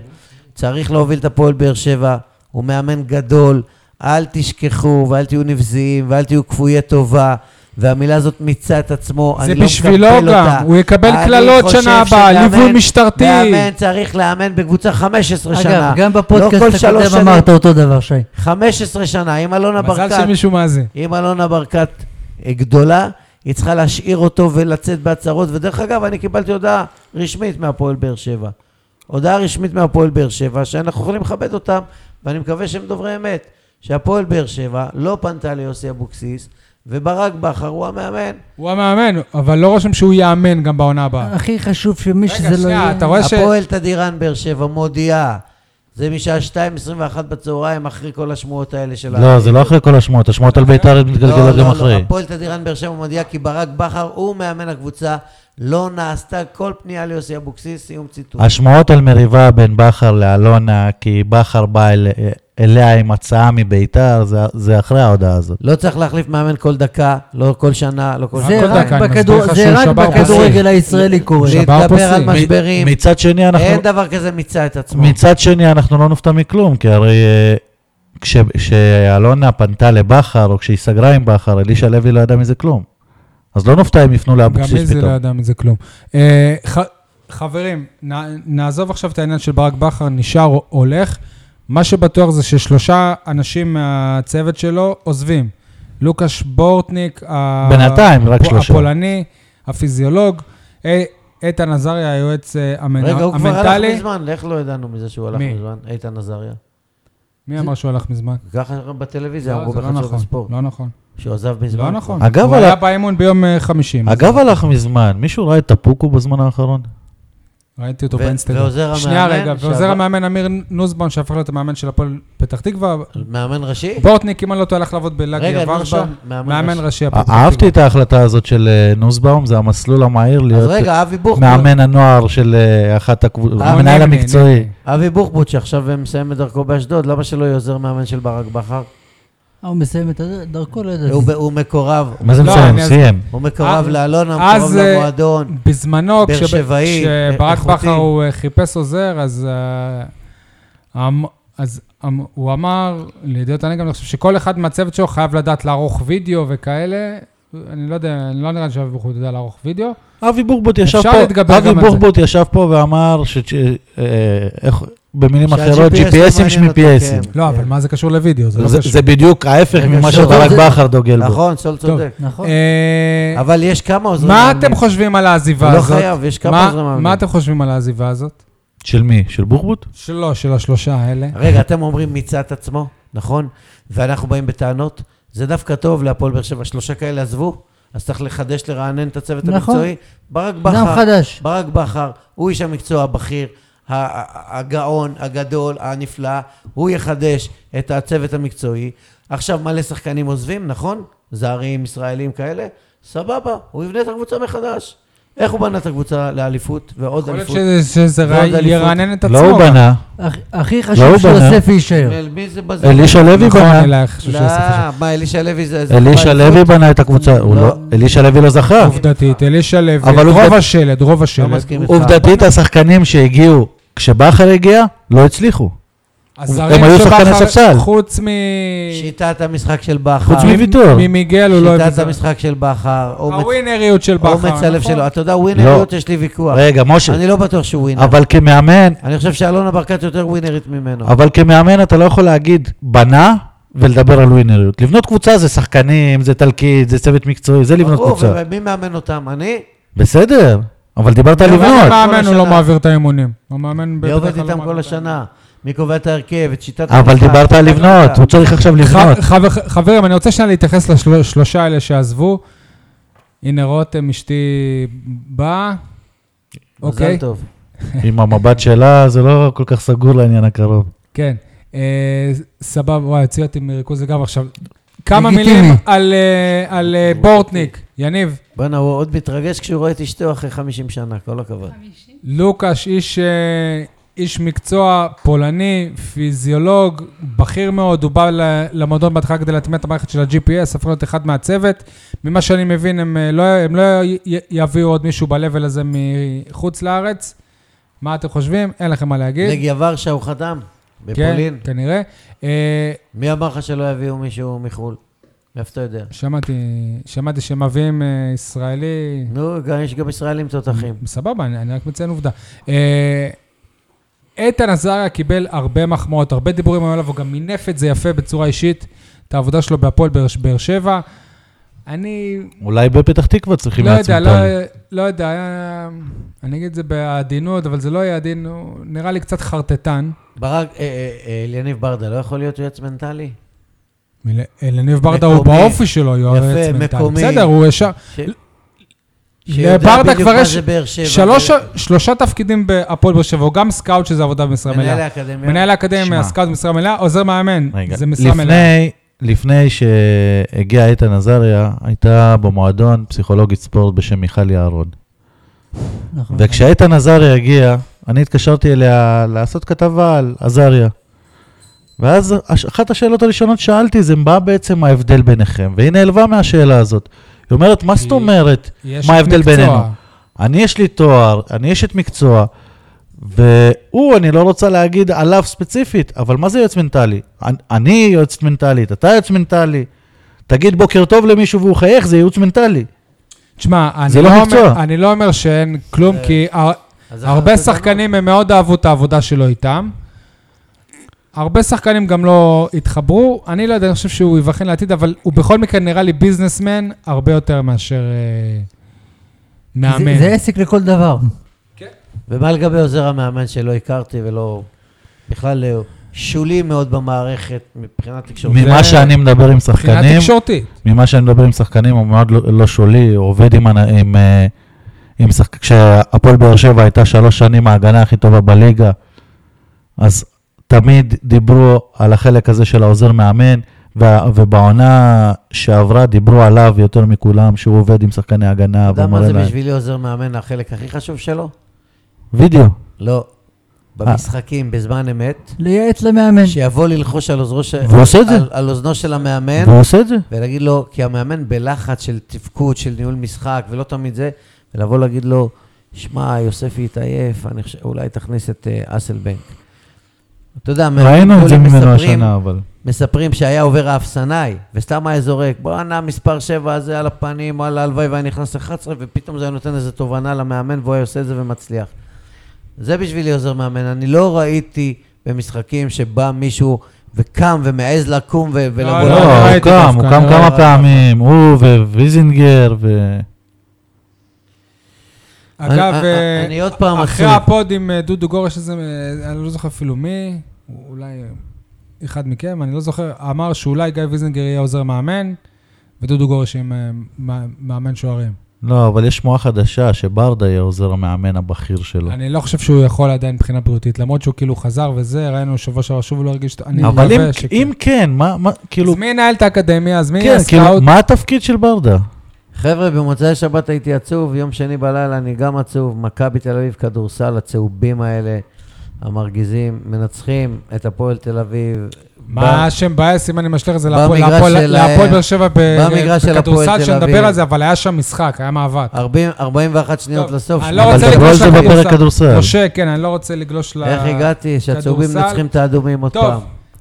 צריך להוביל את הפועל באר שבע, הוא מאמן גדול, אל תשכחו ואל תהיו נבזיים ואל תהיו כפויי טובה. והמילה הזאת מיצה את עצמו,
זה
אני לא
בשבילו
מקבל
גם,
אותה.
הוא יקבל
אני
קללות
חושב
שנה הבאה,
שמאמן-
ליווי משטרתי.
מאמן צריך לאמן בקבוצה 15 שנה.
אגב, גם
לא כל
בפודקאסט
שלוש
הקודם
שנים.
אמרת אותו דבר, שי.
15 שנה, אם אלונה
מזל
ברקת,
שמישהו מאזין.
אם אלונה ברקת אה, גדולה, היא צריכה להשאיר אותו ולצאת בהצהרות. ודרך אגב, אני קיבלתי הודעה רשמית מהפועל באר שבע. הודעה רשמית מהפועל באר שבע, שאנחנו יכולים לכבד אותם, ואני מקווה שהם דוברי אמת. שהפועל באר שבע לא פנתה ליוסי אבוקסיס, וברק בכר הוא המאמן.
הוא המאמן, אבל לא רושם שהוא יאמן גם בעונה הבאה.
הכי חשוב שמי שזה לא
רגע,
יהיה...
שנייה, אתה רואה ש...
הפועל תדירן באר שבע מודיעה. זה משעה 2.21 בצהריים, אחרי כל השמועות האלה של
לא, זה לא אחרי כל השמועות, השמועות על בית"ר מתגלגלות גם
לא,
אחרי.
הפועל תדירן באר שבע מודיע כי ברק בכר הוא מאמן הקבוצה, לא נעשתה כל פנייה ליוסי אבוקסיס, סיום ציטוט.
השמועות על מריבה בין בכר לאלונה, כי בכר בא אל- אליה עם הצעה מביתר, זה- זה אחרי ההודעה הזאת.
לא צריך להחליף מאמן כל דקה, לא כל שנה, לא כל
רק
זה
כל
רק
דקה, אני
בכדור-
מסביר לך
זה
שהוא
רק
שבר
בכדורגל
פסים.
הישראלי קורה.
שבר
להתגבר
פוסים.
על משברים,
מצד שני, אנחנו...
אין דבר כזה מיצה את עצמו.
מצד שני, אנחנו לא נופתע מכלום, כי הרי אה, כש- כשאלונה פנתה לבכר, או כשהיא סגרה עם בכר, אלישע לוי לא ידע מזה כלום. אז לא נופתע אם יפנו
גם
לאבוקסיס
איזי לא
פתאום.
ידע מזה כלום. אה, ח- חברים, נע- נעזוב עכשיו את העניין של ברק בכר, נשאר או הולך. מה שבטוח זה ששלושה אנשים מהצוות שלו עוזבים. לוקאש בורטניק, ה-
בינתיים, רק
הפו-
שלושה.
הפולני, הפיזיולוג, אה, איתן עזריה, היועץ אה, המנ-
רגע, הוא כבר הלך
המנטלי.
מזמן, איך לא ידענו מזה שהוא הלך
מי?
מזמן? איתן עזריה.
מי אמר שהוא הלך מזמן?
ככה בטלוויזיה אמרו
זה לא
בחדשות
נכון,
הספורט,
לא נכון.
שהוא עזב מזמן.
לא נכון.
אגב,
הוא
אבל-
היה באימון ביום אה, חמישי. מה זה?
אגב, הלך מזמן, מישהו ראה את טפוקו בזמן האחרון?
ראיתי אותו
ו-
באינסטגרם.
ועוזר
שנייה
המאמן
רגע,
שעבר-
ועוזר המאמן אמיר נוסבאום, שהפך להיות המאמן של הפועל פתח תקווה.
מאמן ראשי?
בורטניק, אם אני לא טועה, הלך לעבוד בלאגיה
רגע,
ורשה.
נוסבאום, מאמן
מאמן
ראשי.
ראשי הפועל פתח תקווה.
אהבתי את ההחלטה הזאת של אה, נוסבאום, זה המסלול המהיר
אז
להיות
רגע, אבי בוחבוט.
מאמן הנוער של אה, אחת הקבוצות,
אה,
המנהל
נמני,
המקצועי.
נמני.
אבי בוחבוט, שעכשיו מסיים את דרכו באשדוד, למה שלא יהיה עוזר מאמן של ברק בכר?
אה, הוא מסיים את הדרך, דרכו, לא
הוא ב-
ידעתי.
הוא מקורב,
מה זה
לא,
מסיים?
אני אז-
סיים.
הוא מקורב
אה,
לאלונה, הוא
אז,
מקורב
אה,
למועדון.
בזמנו,
באר
כשב-
שבעי,
כשברק
איכותי.
בכר הוא אה, חיפש עוזר, אז אה, המ- אז המ- הוא אמר, לידיעות אני גם חושב שכל אחד מהצוות שלו חייב לדעת לערוך וידאו וכאלה. אני לא יודע, אני לא נראה לי שאבי בוחבוט יודע לערוך וידאו.
אבי בוחבוט
אפשר
ישב
להתגבר
פה, אבי
גם על זה.
בוחבוט ישב פה ואמר ש... ש- אה, איך- במילים אחרות,
שה-
GPSים
לא מעניין אותו,
שמ-PSים.
כן,
לא,
כן.
אבל מה זה קשור לוידאו? זה לא
זה-
קשור.
זה בדיוק ההפך
רגע,
ממה
שוב,
שברק
זה-
בכר דוגל בו.
נכון, סול צודק.
נכון.
אה,
אבל יש כמה עוזרים
מה
מאמנים.
אתם חושבים על העזיבה
הוא לא
הזאת?
חייב, יש כמה
מה-
עוזרי מאמנים.
מה אתם חושבים על העזיבה הזאת?
של מי? של בוחבוט?
שלא, של השלושה האלה.
רגע, אתם אומרים מיצה את עצמו, נכון? ואנחנו באים בטענות. זה דווקא טוב להפועל באר שבע. שלושה כאלה עזבו, אז צריך לחדש, לרענן את הצוות
נכון.
המקצועי. ברק
דם
בכר,
חדש.
ברק בכר, הוא איש המקצוע הבכיר, ה- ה- הגאון, הגדול, הנפלא, הוא יחדש את הצוות המקצועי. עכשיו מלא שחקנים עוזבים, נכון? זרים, ישראלים כאלה, סבבה, הוא יבנה את הקבוצה מחדש. איך הוא בנה את הקבוצה לאליפות ועוד
יכול להיות
אליפות?
שזה- שזה
ועוד
רע-
אליפות.
ירענן את עצמו.
לא
גם.
הוא בנה,
נכון,
הכ- הכי
הוא
חשוב
בנה.
שיוסף יישאר.
אל- מי זה בזה?
כן. אלישע לוי
נכון,
בנה.
אלה חשוב
לא,
שיוסף חשוב.
מה, אלישע לוי זה... זה
אלישע
באליפות?
לוי בנה את הקבוצה, הוא
לא.
לא- אלישע לוי לא זכה.
עובדתית, אלישע לוי,
אבל
רוב
עובדת-
השלד, רוב השלד.
לא מסכים איתך.
עובדתית השחקנים שהגיעו כשבכר הגיע, לא הצליחו.
הזרים
הם היו
שבכר-
שחקני ספסל.
חוץ מ...
שיטת המשחק של בכר.
חוץ מ- ויטור.
ממיגל הוא לא... הביא
שיטת
זר.
המשחק של בכר. אומץ-
הווינריות של בכר.
אומץ הלב
נכון.
שלו. אתה יודע, ווינריות
לא.
יש לי ויכוח.
רגע, משה,
אני לא בטוח שהוא ווינר.
אבל כמאמן,
אני חושב שאלונה ברקת יותר ווינרית ממנו.
אבל כמאמן אתה לא יכול להגיד בנה ולדבר על ווינריות. לבנות קבוצה זה שחקנים, זה תלקיד, זה צוות מקצועי, זה לבנות
ברור,
קבוצה.
ומי מאמן אותם? אני?
בסדר, אבל דיברת על
אבל
גם
לבנות.
המאמן הוא לא
השנה.
מעביר את האימונים. המאמן
מי
בדרך כלל
עובד
לא
איתם
מעביר
כל
את האימונים.
השנה? מי קובע את ההרכב? את שיטת המשחק?
אבל דיברת על לבנות, הוא צריך עכשיו לבנות.
ח- חבר- חברים, אני רוצה שנייה להתייחס לשלושה האלה שעזבו. הנה רותם, אשתי באה.
מזל
אוקיי.
טוב.
עם המבט שלה, זה לא כל כך סגור לעניין הקרוב.
כן. אה, סבבה, וואי, הוציא אותי מריכוז לגמרי עכשיו. כמה
לגיטימי.
מילים על, אה, על אה, בורטניק. יניב,
בואנה, הוא עוד מתרגש כשהוא רואה את אשתו אחרי 50 שנה, כל הכבוד.
לוקאש, איש, אה, איש מקצוע פולני, פיזיולוג, בכיר מאוד, הוא בא ל- למועדון בהתחלה כדי להטמיע את המערכת של ה-GPS, הפך להיות אחד מהצוות. ממה שאני מבין, הם אה, לא, הם לא י- י- יביאו עוד מישהו ב-level הזה מחוץ לארץ. מה אתם חושבים? אין לכם מה להגיד.
נגיה ורשה הוא חתם,
כן,
בפולין.
כנראה. אה,
מי אמר לך שלא יביאו מישהו מחו"ל? מאיפה אתה יודע?
שמעתי, שמעתי שמביאים אה, ישראלי,
נו, גם- יש גם ישראלים תותחים.
סבבה, אני, אני רק מציין עובדה. אה, איתן עזריה קיבל הרבה מחמאות, הרבה דיבורים היו עליו, הוא גם מינף את זה יפה בצורה אישית, את העבודה שלו בהפועל באר באר שבע. אני
אולי בפתח תקווה צריכים
לא
לעצום
יודע,
את
לא,
העין.
לא יודע, אה, אני אגיד את זה בעדינות, אבל זה לא יהיה עדין, הוא נראה לי קצת חרטטן.
ברק, אה, אה, אה, אליניב ברדה לא יכול להיות יועץ מנטלי?
מל- אלניב ברדה הוא
מקומי.
באופי שלו, יועץ מנטלי.
מקומי.
בסדר, הוא ישר.
ש- שיודע
לברדה
בדיוק
כבר
מה
יש
זה באר שבע.
שלוש,
ו-
שלושה תפקידים בהפועל באר שבע, הוא גם סקאוט שזה עבודה במשרה
מנהל
מלאה.
האקדמיה.
מנהל האקדמיה,
שמע.
סקאוט במשרה מלאה, עוזר מאמן,
רגע,
כן, זה משרה מלאה.
לפני, לפני שהגיע איתן עזריה, הייתה במועדון פסיכולוגית ספורט בשם מיכל יערון.
נכון.
וכשאיתן עזריה הגיע, אני התקשרתי אליה לעשות כתבה על עזריה. ואז הש- אחת השאלות הראשונות שאלתי זה מה בעצם ההבדל ביניכם, והיא נעלבה מהשאלה הזאת. היא אומרת, מה זאת
היא-
אומרת?
יש
מה ההבדל
מקצוע.
בינינו? אני יש לי תואר, אני אשת מקצוע, והוא, אני לא רוצה להגיד עליו ספציפית, אבל מה זה יועץ מנטלי? אני- אני יועץ מנטלית, אתה יועץ מנטלי. תגיד בוקר טוב למישהו והוא חייך, זה ייעוץ מנטלי.
תשמע,
זה
אני
לא
לא
מקצוע.
אומר- אני לא אומר שאין כלום, כי הר-
אז זה
הרבה
החלטות
שחקנים, הם מאוד אהבו את העבודה שלו איתם. הרבה שחקנים גם לא התחברו, אני לא יודע, אני חושב שהוא ייבחן לעתיד, אבל הוא בכל מקרה נראה לי ביזנסמן הרבה יותר מאשר אה, מאמן.
זה- זה עסק לכל דבר.
הבנות. ומה לגבי עוזר המאמן שלא הכרתי ולא... בכלל אה, שולי מאוד במערכת מבחינת תקשורת.
ממה
זה-
שאני מדבר עם
מבחינה
שחקנים,
תקשורתית.
ממה שאני מדבר עם שחקנים הוא מאוד לא לא שולי, הוא עובד עם, הנ- עם, אה, עם שחק... כשהפועל באר שבע הייתה שלוש שנים ההגנה הכי טובה בליגה, אז תמיד דיברו על החלק הזה של העוזר מאמן, וה- ובעונה שעברה דיברו עליו יותר מכולם, שהוא עובד עם שחקני הגנה
אתה יודע מה
ומראה
זה
להם.
בשבילי עוזר מאמן החלק הכי חשוב שלו?
וידאו. אה.
לא. במשחקים, בזמן אמת,
לייעץ למאמן.
שיבוא ללחוש על עוזרו של...
והוא עושה את זה.
על- על אוזנו של המאמן,
והוא עושה את זה.
ולהגיד לו, כי המאמן בלחץ של תפקוד, של ניהול משחק, ולא תמיד זה, ולבוא להגיד לו, שמע, יוספי התעייף, אני חושב, אולי תכניס את אה, אסלבנק. אתה יודע,
ראינו את זה
המאמנים
ממנו
מספרים-
השנה, אבל.
מספרים שהיה עובר האפסנאי, וסתם היה זורק, בואנה, מספר 7 הזה על הפנים, וואלה, הלוואי והיה נכנס 11, ופתאום זה היה נותן איזו תובנה למאמן, והוא היה עושה את זה ומצליח. זה בשבילי עוזר מאמן. אני לא ראיתי במשחקים שבא מישהו וקם ומעז לקום ו- ולבוא...
לא,
לא,
לא
הוא
ראיתי
קם,
דווקא,
הוא
לא
קם
ראיתי.
כמה פעמים, הוא וויזינגר, ו...
אגב,
אני-
אה,
אני עוד פעם
אחרי
עצוב.
הפוד עם אה, דודו גורש הזה, אה, אני לא זוכר אפילו מי, אולי אה, אחד מכם, אני לא זוכר, אמר שאולי גיא ויזנגר יהיה עוזר מאמן, ודודו גורש יהיה אה, מא- מאמן שוערים.
לא, אבל יש שמועה חדשה שברדה יהיה עוזר המאמן הבכיר שלו.
אני לא חושב שהוא יכול עדיין מבחינה בריאותית, למרות שהוא כאילו חזר וזה, ראינו שבוע שעבר שוב הוא לא הרגיש... טוב. אני
אבל אם-
מקווה שכן.
אם כן, מה, מה- כאילו,
אז מי ינהל את האקדמיה? אז מי לא, יהיה
כן, כאילו,
הסקאוט?
מה התפקיד של ברדה?
חבר'ה, במוצאי שבת הייתי עצוב, יום שני בלילה אני גם עצוב. מכבי תל אביב, כדורסל, הצהובים האלה, המרגיזים, מנצחים את הפועל תל אביב.
מה שמבאס, אם אני משליך את זה להפועל
במגרש
להפועל-
של ה-
להפועל באר שבע ב-
במגרש של הפועל
בכדורסל,
תל
שנדבר
אביב.
על זה, אבל היה שם משחק, היה מאבק.
40, 41 שניות
טוב,
לסוף.
אני לא
אבל
רוצה
אבל דברו על
לגלוש
זה בפרק
לכדורסל.
כדורסל.
משה, כן, אני לא רוצה לגלוש ל...
איך הגעתי? שהצהובים
כדורסל.
מנצחים את האדומים עוד
טוב.
פעם.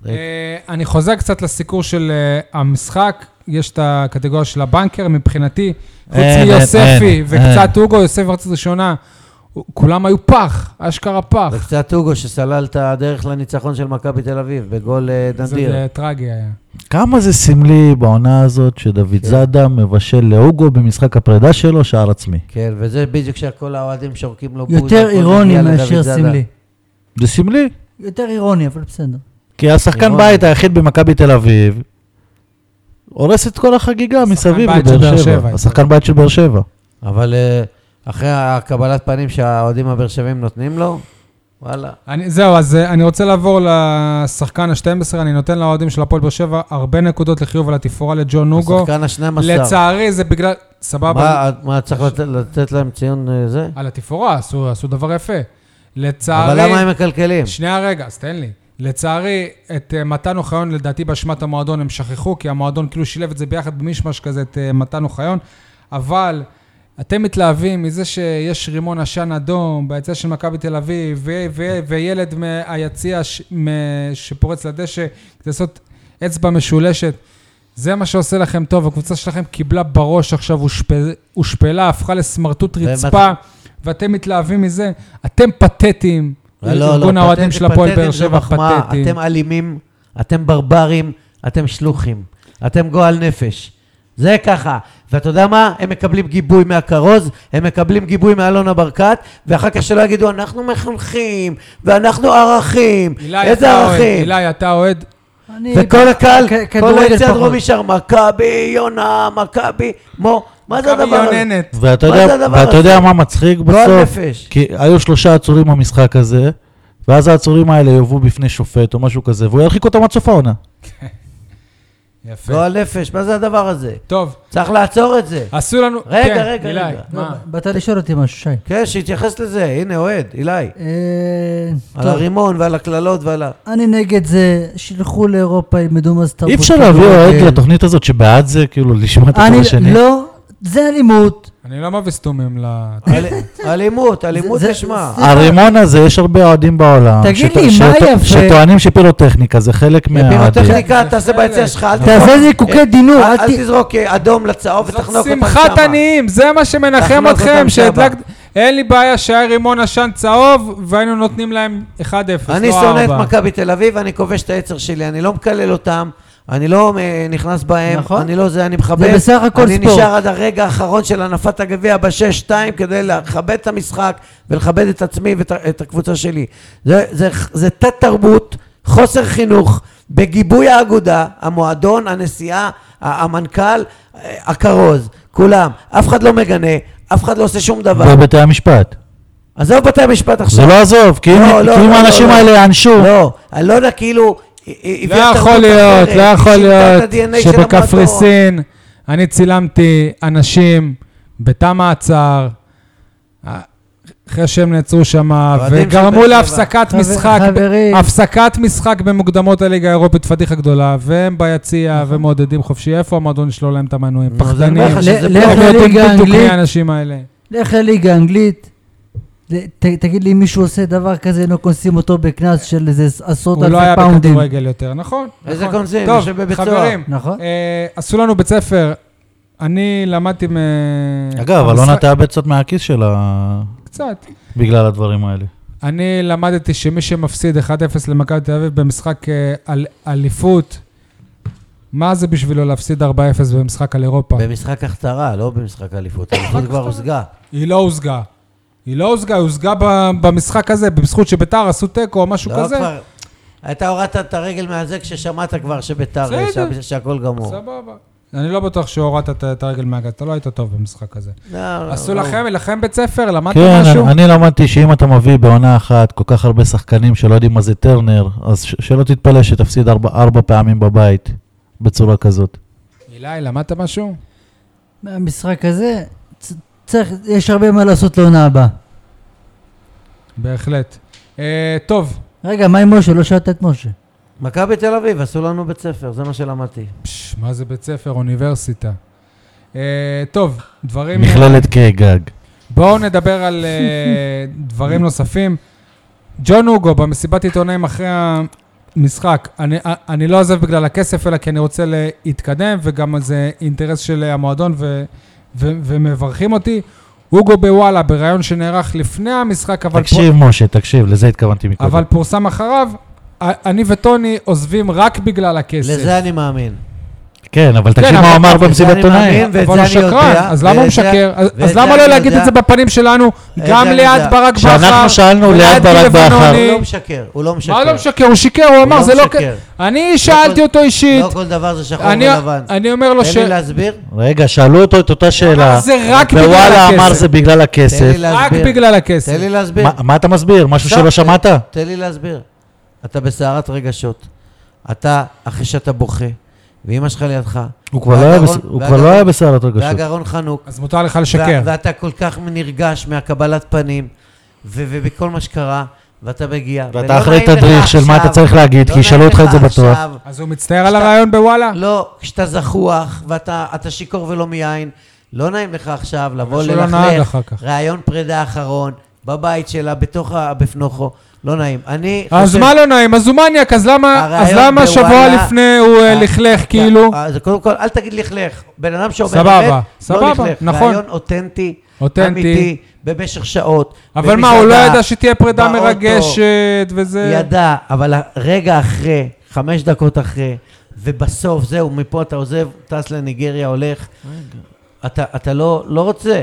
אה, אני חוזר קצת לסיקור של אה, המשחק. יש את הקטגוריה של הבנקר, מבחינתי, חוץ
אין,
מיוספי
אין, אין,
וקצת אוגו, יוספי ארצות ראשונה, הוא- כולם היו פח, אשכרה פח.
וקצת אוגו שסלל את הדרך לניצחון של מכבי תל אביב בגול אה,
זה
נדיר.
זה טרגי היה.
כמה זה סמלי בעונה הזאת
כן.
שדוד זאדה מבשל להוגו במשחק הפרידה שלו שער עצמי.
כן, וזה בדיוק כשכל האוהדים שורקים לו בוז.
יותר
הכל
אירוני
מגיע לדוד
מאשר
זאדה.
סמלי.
זה סמלי,
יותר אירוני, אבל בסדר.
כי השחקן
נכון.
אירוני.
בית היחיד במכבי תל אביב הורס את כל החגיגה מסביב
בית של באר
לבאר
שבע.
שבע. השחקן בית של באר שבע.
אבל אה, אחרי הקבלת פנים שהאוהדים הבאר שבעים נותנים לו, וואלה.
אני, זהו, אז אה, אני רוצה לעבור לשחקן ה-12, אני נותן לאוהדים של הפועל באר שבע הרבה נקודות לחיוב על התפאורה לג'ון נוגו.
השחקן השנים עשר.
לצערי זה בגלל, סבבה,
מה- מה, צריך לתת- לתת להם ציון אה, זה?
על התפאורה, עשו, עשו דבר יפה. לצערי...
אבל למה הם מקלקלים?
שנייה רגע, אז תן לי. לצערי, את אה, מתן אוחיון, לדעתי באשמת המועדון, הם שכחו, כי המועדון כאילו שילב את זה ביחד במישמש כזה, את אה, מתן אוחיון, אבל אתם מתלהבים מזה שיש רימון עשן אדום ביציע של מכבי תל אביב, ו- ו- וילד מהיציע ש- מ- שפורץ לדשא, כדי לעשות אצבע משולשת. זה מה שעושה לכם טוב, הקבוצה שלכם קיבלה בראש עכשיו, הושפ- הושפלה, הפכה לסמרטוט
ומת-
רצפה, ואתם מתלהבים מזה. אתם פתטיים.
לא, לא,
אה, ארגון האוהדים
פתטי-
של הפועל
פתטי
באר
זה
שבע
מחמאה.
פתטי.
אתם אלימים, אתם ברברים, אתם שלוחים, אתם גועל נפש. זה ככה. ואתה יודע מה? הם מקבלים גיבוי מהכרוז, הם מקבלים גיבוי מאלונה ברקת, ואחר כך שלא יגידו, אנחנו מחנכים, ואנחנו ערכים.
אילי,
איזה
אתה אוהד,
ערכים?
אילי, אתה אוהד.
אני-
וכל הקהל,
כ-
כל
כדורגל
היציע
פחות.
הדרומי שר, מכבי, יונה, מכבי, מו, מה זה
מכבי
הדבר הזה?
יוננת.
ואתה
מה
יודע,
זה הדבר
ואתה
הזה?
יודע מה
לא
מצחיק
גועל
בסוף?
נפש.
כי היו שלושה עצורים במשחק הזה, ואז העצורים האלה יובאו בפני שופט או משהו כזה, והוא ירחיק אותם עד סוף העונה.
יפה.
גועל נפש, מה זה הדבר הזה?
טוב,
צריך לעצור את זה.
עשו לנו...
רגע,
כן,
רגע,
אילי,
רגע.
לא,
מה?
באת לשאול אותי משהו, שי.
כן, שיתייחס לזה, הנה אוהד, אילי.
אה,
על
טוב,
הרימון ועל הקללות ועל ה...
אני נגד זה, שילכו לאירופה, ילמדו מה זה תרבות.
אי אפשר להביא
כדורגל.
כן.
אוהד לתוכנית הזאת שבעד זה, כאילו, לשמוע את הצד השני.
אני, לא, זה אלימות.
אני לא מביא סתומים ל...
לא, אל- אלימות, אלימות
זה-
נשמע.
זה-
הרימון הזה, יש הרבה אוהדים בעולם.
תגיד
שטוע-
לי, מה
שטוע-
יפה?
שטוענים שפירוטכניקה זה חלק
אה,
מהאוהדים.
פירוטכניקה, אה, תעשה ביציע שלך, אל תזרוק- אה,
תעשה זיקוקי דינור,
אל-
אל
אל
ת...
תזרוק אה, אדום לצהוב
זאת
ותחנוק אותם
שמחת
שמה.
עניים, זה מה שמנחם
תחנוק
אתכם,
אותם שמה.
שהדלקת... אין לי בעיה שהיה רימון עשן צהוב, והיינו נותנים להם 1-0, לא 4.
אני שונא את מכבי תל אביב, אני כובש את היצר שלי, אני לא מקלל אותם, אני לא אה, נכנס בהם,
נכון.
אני לא זה, אני מכבד.
זה בסך הכל
אני
ספורט.
נשאר עד הרגע האחרון של הנפת הגביע בשש, שתיים, כדי לכבד את המשחק ולכבד את עצמי ואת ה- את הקבוצה שלי. זה- זה- זה תת-תרבות, חוסר חינוך, בגיבוי האגודה, המועדון, הנסיעה, ה- המנכ"ל, אה, הכרוז, כולם. אף אחד לא מגנה, אף אחד לא עושה שום דבר.
בבתי המשפט.
עזוב בתי המשפט עכשיו.
זה לא עזוב, כי אם
לא, לא,
כי אם
לא,
האנשים
לא, לא.
האלה יענשו,
לא, אלונה כאילו... היא- היא
לא
הביאה
יכול
תרבות
להיות,
אחרת,
לא
היא
יכול
שינתה את
להיות
ה-DNA של המועדון.
שבקפריסין אני צילמתי אנשים בתא מעצר, אה, אחרי שהם נעצרו שם,
אוהדים של באר
וגרמו
שבע.
להפסקת
חבר-
משחק,
חברים.
הפסקת משחק במוקדמות הליגה האירופית, פדיחה גדולה, והם ביציע ומעודדים חופשי. איפה המועדון שלו להם את המנויים?
נו, אז נכון. אני
פחדנים.
אומר לך שזה
ל-
פה.
איך
לך
יודעים
לליגה
בדיוק מי
האנגלית.
האנשים האלה?
לך לליגה האנגלית, ת- תגיד לי, אם מישהו עושה דבר כזה, לא קונסים אותו בקנס של איזה עשרות
הוא לא היה
אלפי פאונדים.
בכדורגל יותר, נכון.
איזה
נכון.
קונסים?
טוב,
יושב בבית סוהר.
חברים,
נכון.
אה, עשו לנו בית ספר. אני למדתי מ...
אגב, לא אלונה
המשחק-
תאבד קצת מהכיס שלה
קצת.
בגלל הדברים האלה.
אני למדתי שמי שמפסיד 1-0 למכבי תל אביב במשחק אה, על אליפות, מה זה בשבילו להפסיד 4-0 במשחק על אירופה?
במשחק הכתרה, לא במשחק אליפות.
אה,
אליפות כבר הושגה.
היא לא הושגה. היא לא הושגה, היא הושגה ב- במשחק הזה, בזכות שביתר עשו תיקו או משהו
לא
כזה.
כבר... אתה הורדת את הרגל מהזה כששמעת כבר שביתר, אה,
בסדר.
שה- שהכל גמור.
סבבה. אני לא בטוח שהורדת את- את הרגל מהגז, אתה לא היית טוב במשחק הזה.
לא, לא,
עשו
לא.
לכם, לכם בית ספר? למדת
כן,
משהו?
אני- אני למדתי שאם אתה מביא בעונה אחת כל כך הרבה שחקנים שלא יודעים מה זה טרנר, אז ש- שלא תתפלא שתפסיד ארבע ארבע פעמים בבית בצורה כזאת.
אילי, למדת משהו?
מהמשחק הזה, צ- צריך, יש הרבה מה לעשות לעונה הבאה.
בהחלט. אה, טוב,
רגע, מה עם משה? לא שאלת את משה.
מכבי תל אביב, עשו לנו בית ספר, זה מה שלמדתי.
פש, מה זה בית ספר? אוניברסיטה. אה, טוב, דברים...
מכללת קיי גג.
בואו נדבר על אה, דברים נוספים. ג'ון הוגו במסיבת עיתונאים אחרי המשחק, אני, אני לא עוזב בגלל הכסף, אלא כי אני רוצה להתקדם, וגם זה אינטרס של המועדון, ו, ו, ומברכים אותי. הוגו בוואלה, בריאיון שנערך לפני המשחק, אבל... פו-
תקשיב, משה, תקשיב, לזה התכוונתי מקודם.
אבל פורסם אחריו, אני וטוני עוזבים רק בגלל הכסף.
לזה אני מאמין.
כן, אבל תקשיב
אבל-
מה הוא אמר
לזה
במסיבת
אני
עיתונאים.
מאמין, ואת זה
אבל הוא
אני
שקרן,
יודע,
אז למה הוא
ואת זה-
משקר? אז-
ואת
אז
זה
למה
אני
לא להגיד
יודע.
את זה בפנים שלנו?
ואת
גם
זה אני
ליד
יודע.
ברק בכר,
כשאנחנו שאלנו
וליד
ליד ברק
גיל
בכר.
לבנוני.
הוא לא משקר, הוא לא משקר.
מה לא משקר? הוא שיקר, הוא אמר,
לא
זה לא...
משקר.
כ- אני שאלתי אותו אישית,
לא כל דבר זה שחור
אני-
ולבן.
אני לא אומר לו ש...
תן לי להסביר.
רגע, שאלו אותו את אותה שאלה.
זה רק בגלל
ווואלה
הכסף.
אמר זה בגלל
תן
הכסף.
לי
רק
להסביר.
בגלל הכסף.
תן לי להסביר.
מה- מה אתה מסביר? משהו
סתם,
שלא שמעת?
תן- תן לי להסביר. אתה בסערת רגשות. אתה, אחרי שאתה בוכה, ואימא שלך לידך.
הוא כבר לא היה
והגרון-
בס- הוא כבר
והגרון-
לא היה בסערת רגשות.
והגרון חנוק.
אז מותר לך
ו-
לשקר.
ואתה כל כך נרגש מהקבלת פנים, ו- ובכל מה שקרה, ואתה מגיע.
ואתה
ולא
אחרי
נעים לך
תדריך של מה אתה
עכשיו,
צריך להגיד,
לא
כי ישאלו
נעים
אותך את זה
לך
בטוח.
עכשיו,
אז הוא מצטער על הרעיון בוואלה?
לא, כשאתה זחוח ואתה אתה שיכור ולא מיין, לא נעים לך עכשיו לבוא
שלא לא נהג
ללכלך,
אחר כך.
ראיון פרידה אחרון, בבית שלה, בתוך ה... בפנוכו, לא נעים. אני
אז
חושב-
מה לא נעים? אז הוא מניאק, אז למה אז
הרעיון
למה שבוע
בוואלה-
לפני הוא אה,
אה,
לכלך
אתה-
כאילו?
אה, אז קודם כל, אל תגיד לכלך. בן אדם שאומר
סבבה,
אמת,
סבבה,
לא לכלך.
נכון.
רעיון אותנטי,
אותנטי.
אמיתי, במשך שעות.
אבל מה, הוא לא
במסעדה,
ידע שתהיה פרידה אה,
באוטו.
מרגשת וזה...
ידע, אבל רגע אחרי, חמש דקות אחרי, ובסוף, זהו, מפה אתה עוזב, טס לניגריה, הולך. אתה, אתה לא, לא רוצה,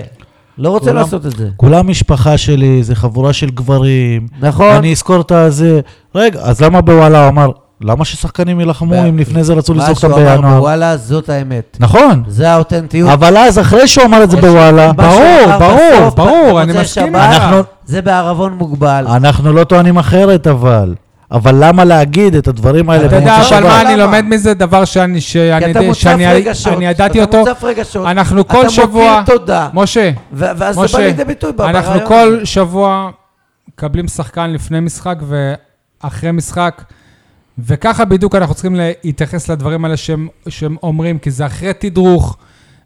לא רוצה
כולם-
לעשות את זה.
כולם משפחה שלי, זה חבורה של גברים.
נכון.
אני אזכור את הזה. רגע, אז למה בוואלה הוא אמר, למה ששחקנים יילחמו אם לפני זה רצו לזרוק אותם
מה שהוא אמר,
בינואר?
וואלה, זאת האמת.
נכון,
זה האותנטיות.
אבל אז אחרי שהוא אמר את זה
יש-
בוואלה,
מה שהוא
ברור,
אמר
ברור,
בסוף,
ברור,
במוצאי
אני מסכים
שבת,
איתך.
אנחנו-
זה בערבון מוגבל.
אנחנו לא טוענים אחרת אבל. אבל למה להגיד את הדברים האלה
אתה יודע,
במוצאי
אבל מה
שבת?
אני
למה?
לומד מזה? דבר שאני, שאני,
כי אתה מוצף
שאני,
רגשות.
אני ידעתי
אתה
אותו.
מוצף רגשות.
אנחנו
אתה
כל
מוקיר
שבוע,
תודה.
משה,
ו- ואז זה בא
משה,
לידי ביטוי ב-
אנחנו
ברעיון
כל
הזה.
שבוע מקבלים שחקן לפני משחק ואחרי משחק, וככה בדיוק אנחנו צריכים להתייחס לדברים האלה שהם, שהם אומרים, כי זה אחרי תדרוך,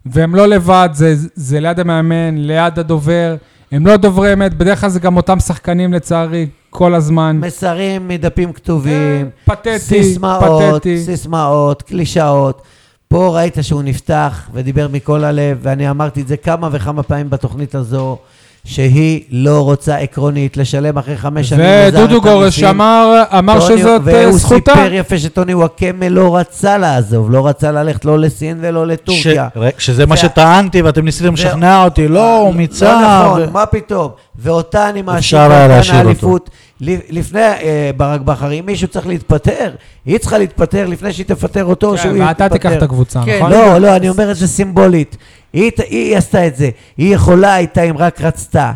והם לא לבד, זה, זה ליד המאמן, ליד הדובר, הם לא דוברי אמת, בדרך כלל זה גם אותם שחקנים לצערי כל הזמן.
מסרים מדפים כתובים,
אה, פתטי,
סיסמאות,
פתטי.
סיסמאות, קלישאות. פה ראית שהוא נפתח ודיבר מכל הלב, ואני אמרתי את זה כמה וכמה פעמים בתוכנית הזו, שהיא לא רוצה עקרונית לשלם אחרי חמש שנים. לזר
ודודו
את
גורש
המיסים.
אמר, אמר
טוני-
שזאת אה, זכותה.
והוא סיפר יפה שטוני וואקמה לא רצה לעזוב, לא רצה ללכת לא לסין ולא
ש-
לטורקיה.
רק- שזה מה
זה-
שטענתי ואתם ניסיתם לשכנע אותי, לא, הוא מיצה.
לא אה, נכון,
ו-
מה פתאום? ואותה אני מאשים
אפשר היה
כאן
להשאיר אותו.
האליפות. ל- לפני אה, ברק בכר, אם מישהו צריך להתפטר, היא צריכה להתפטר לפני שהיא תפטר אותו, או
כן,
שהוא יתפטר.
ואתה תיקח את הקבוצה,
כן,
נכון?
לא, לא, אני אומר את זה סימבולית. היא, ת- היא עשתה את זה. היא יכולה הייתה אם רק רצתה.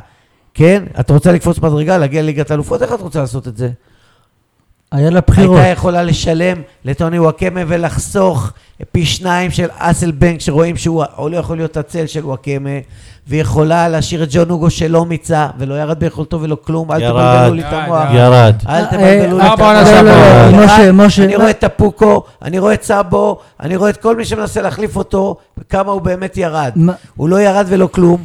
כן? את רוצה לקפוץ מדרגה, להגיע לליגת אלופות? איך את רוצה לעשות את זה?
היה לה בחירות.
הייתה יכולה לשלם לטוני וואקמה ולחסוך פי שניים של אסלבנק, שרואים שהוא הוא לא יכול להיות הצל של וואקמה, ויכולה להשאיר את ג'ון אוגו שלא מיצה, ולא ירד ביכולתו ולא כלום, אל
ירד.
תבלבלו לי את
ירד,
המוח.
אה, ירד.
ירד.
אל
אה,
תבלבלו לי
אה,
את
בואנה,
המוח. אה,
לא, לא,
לא,
אני
משה,
רואה-
משה.
אני רואה את טפוקו, אני רואה את סאבו, אני רואה את כל מי שמנסה להחליף אותו, כמה הוא באמת ירד.
מה-
הוא לא ירד ולא כלום,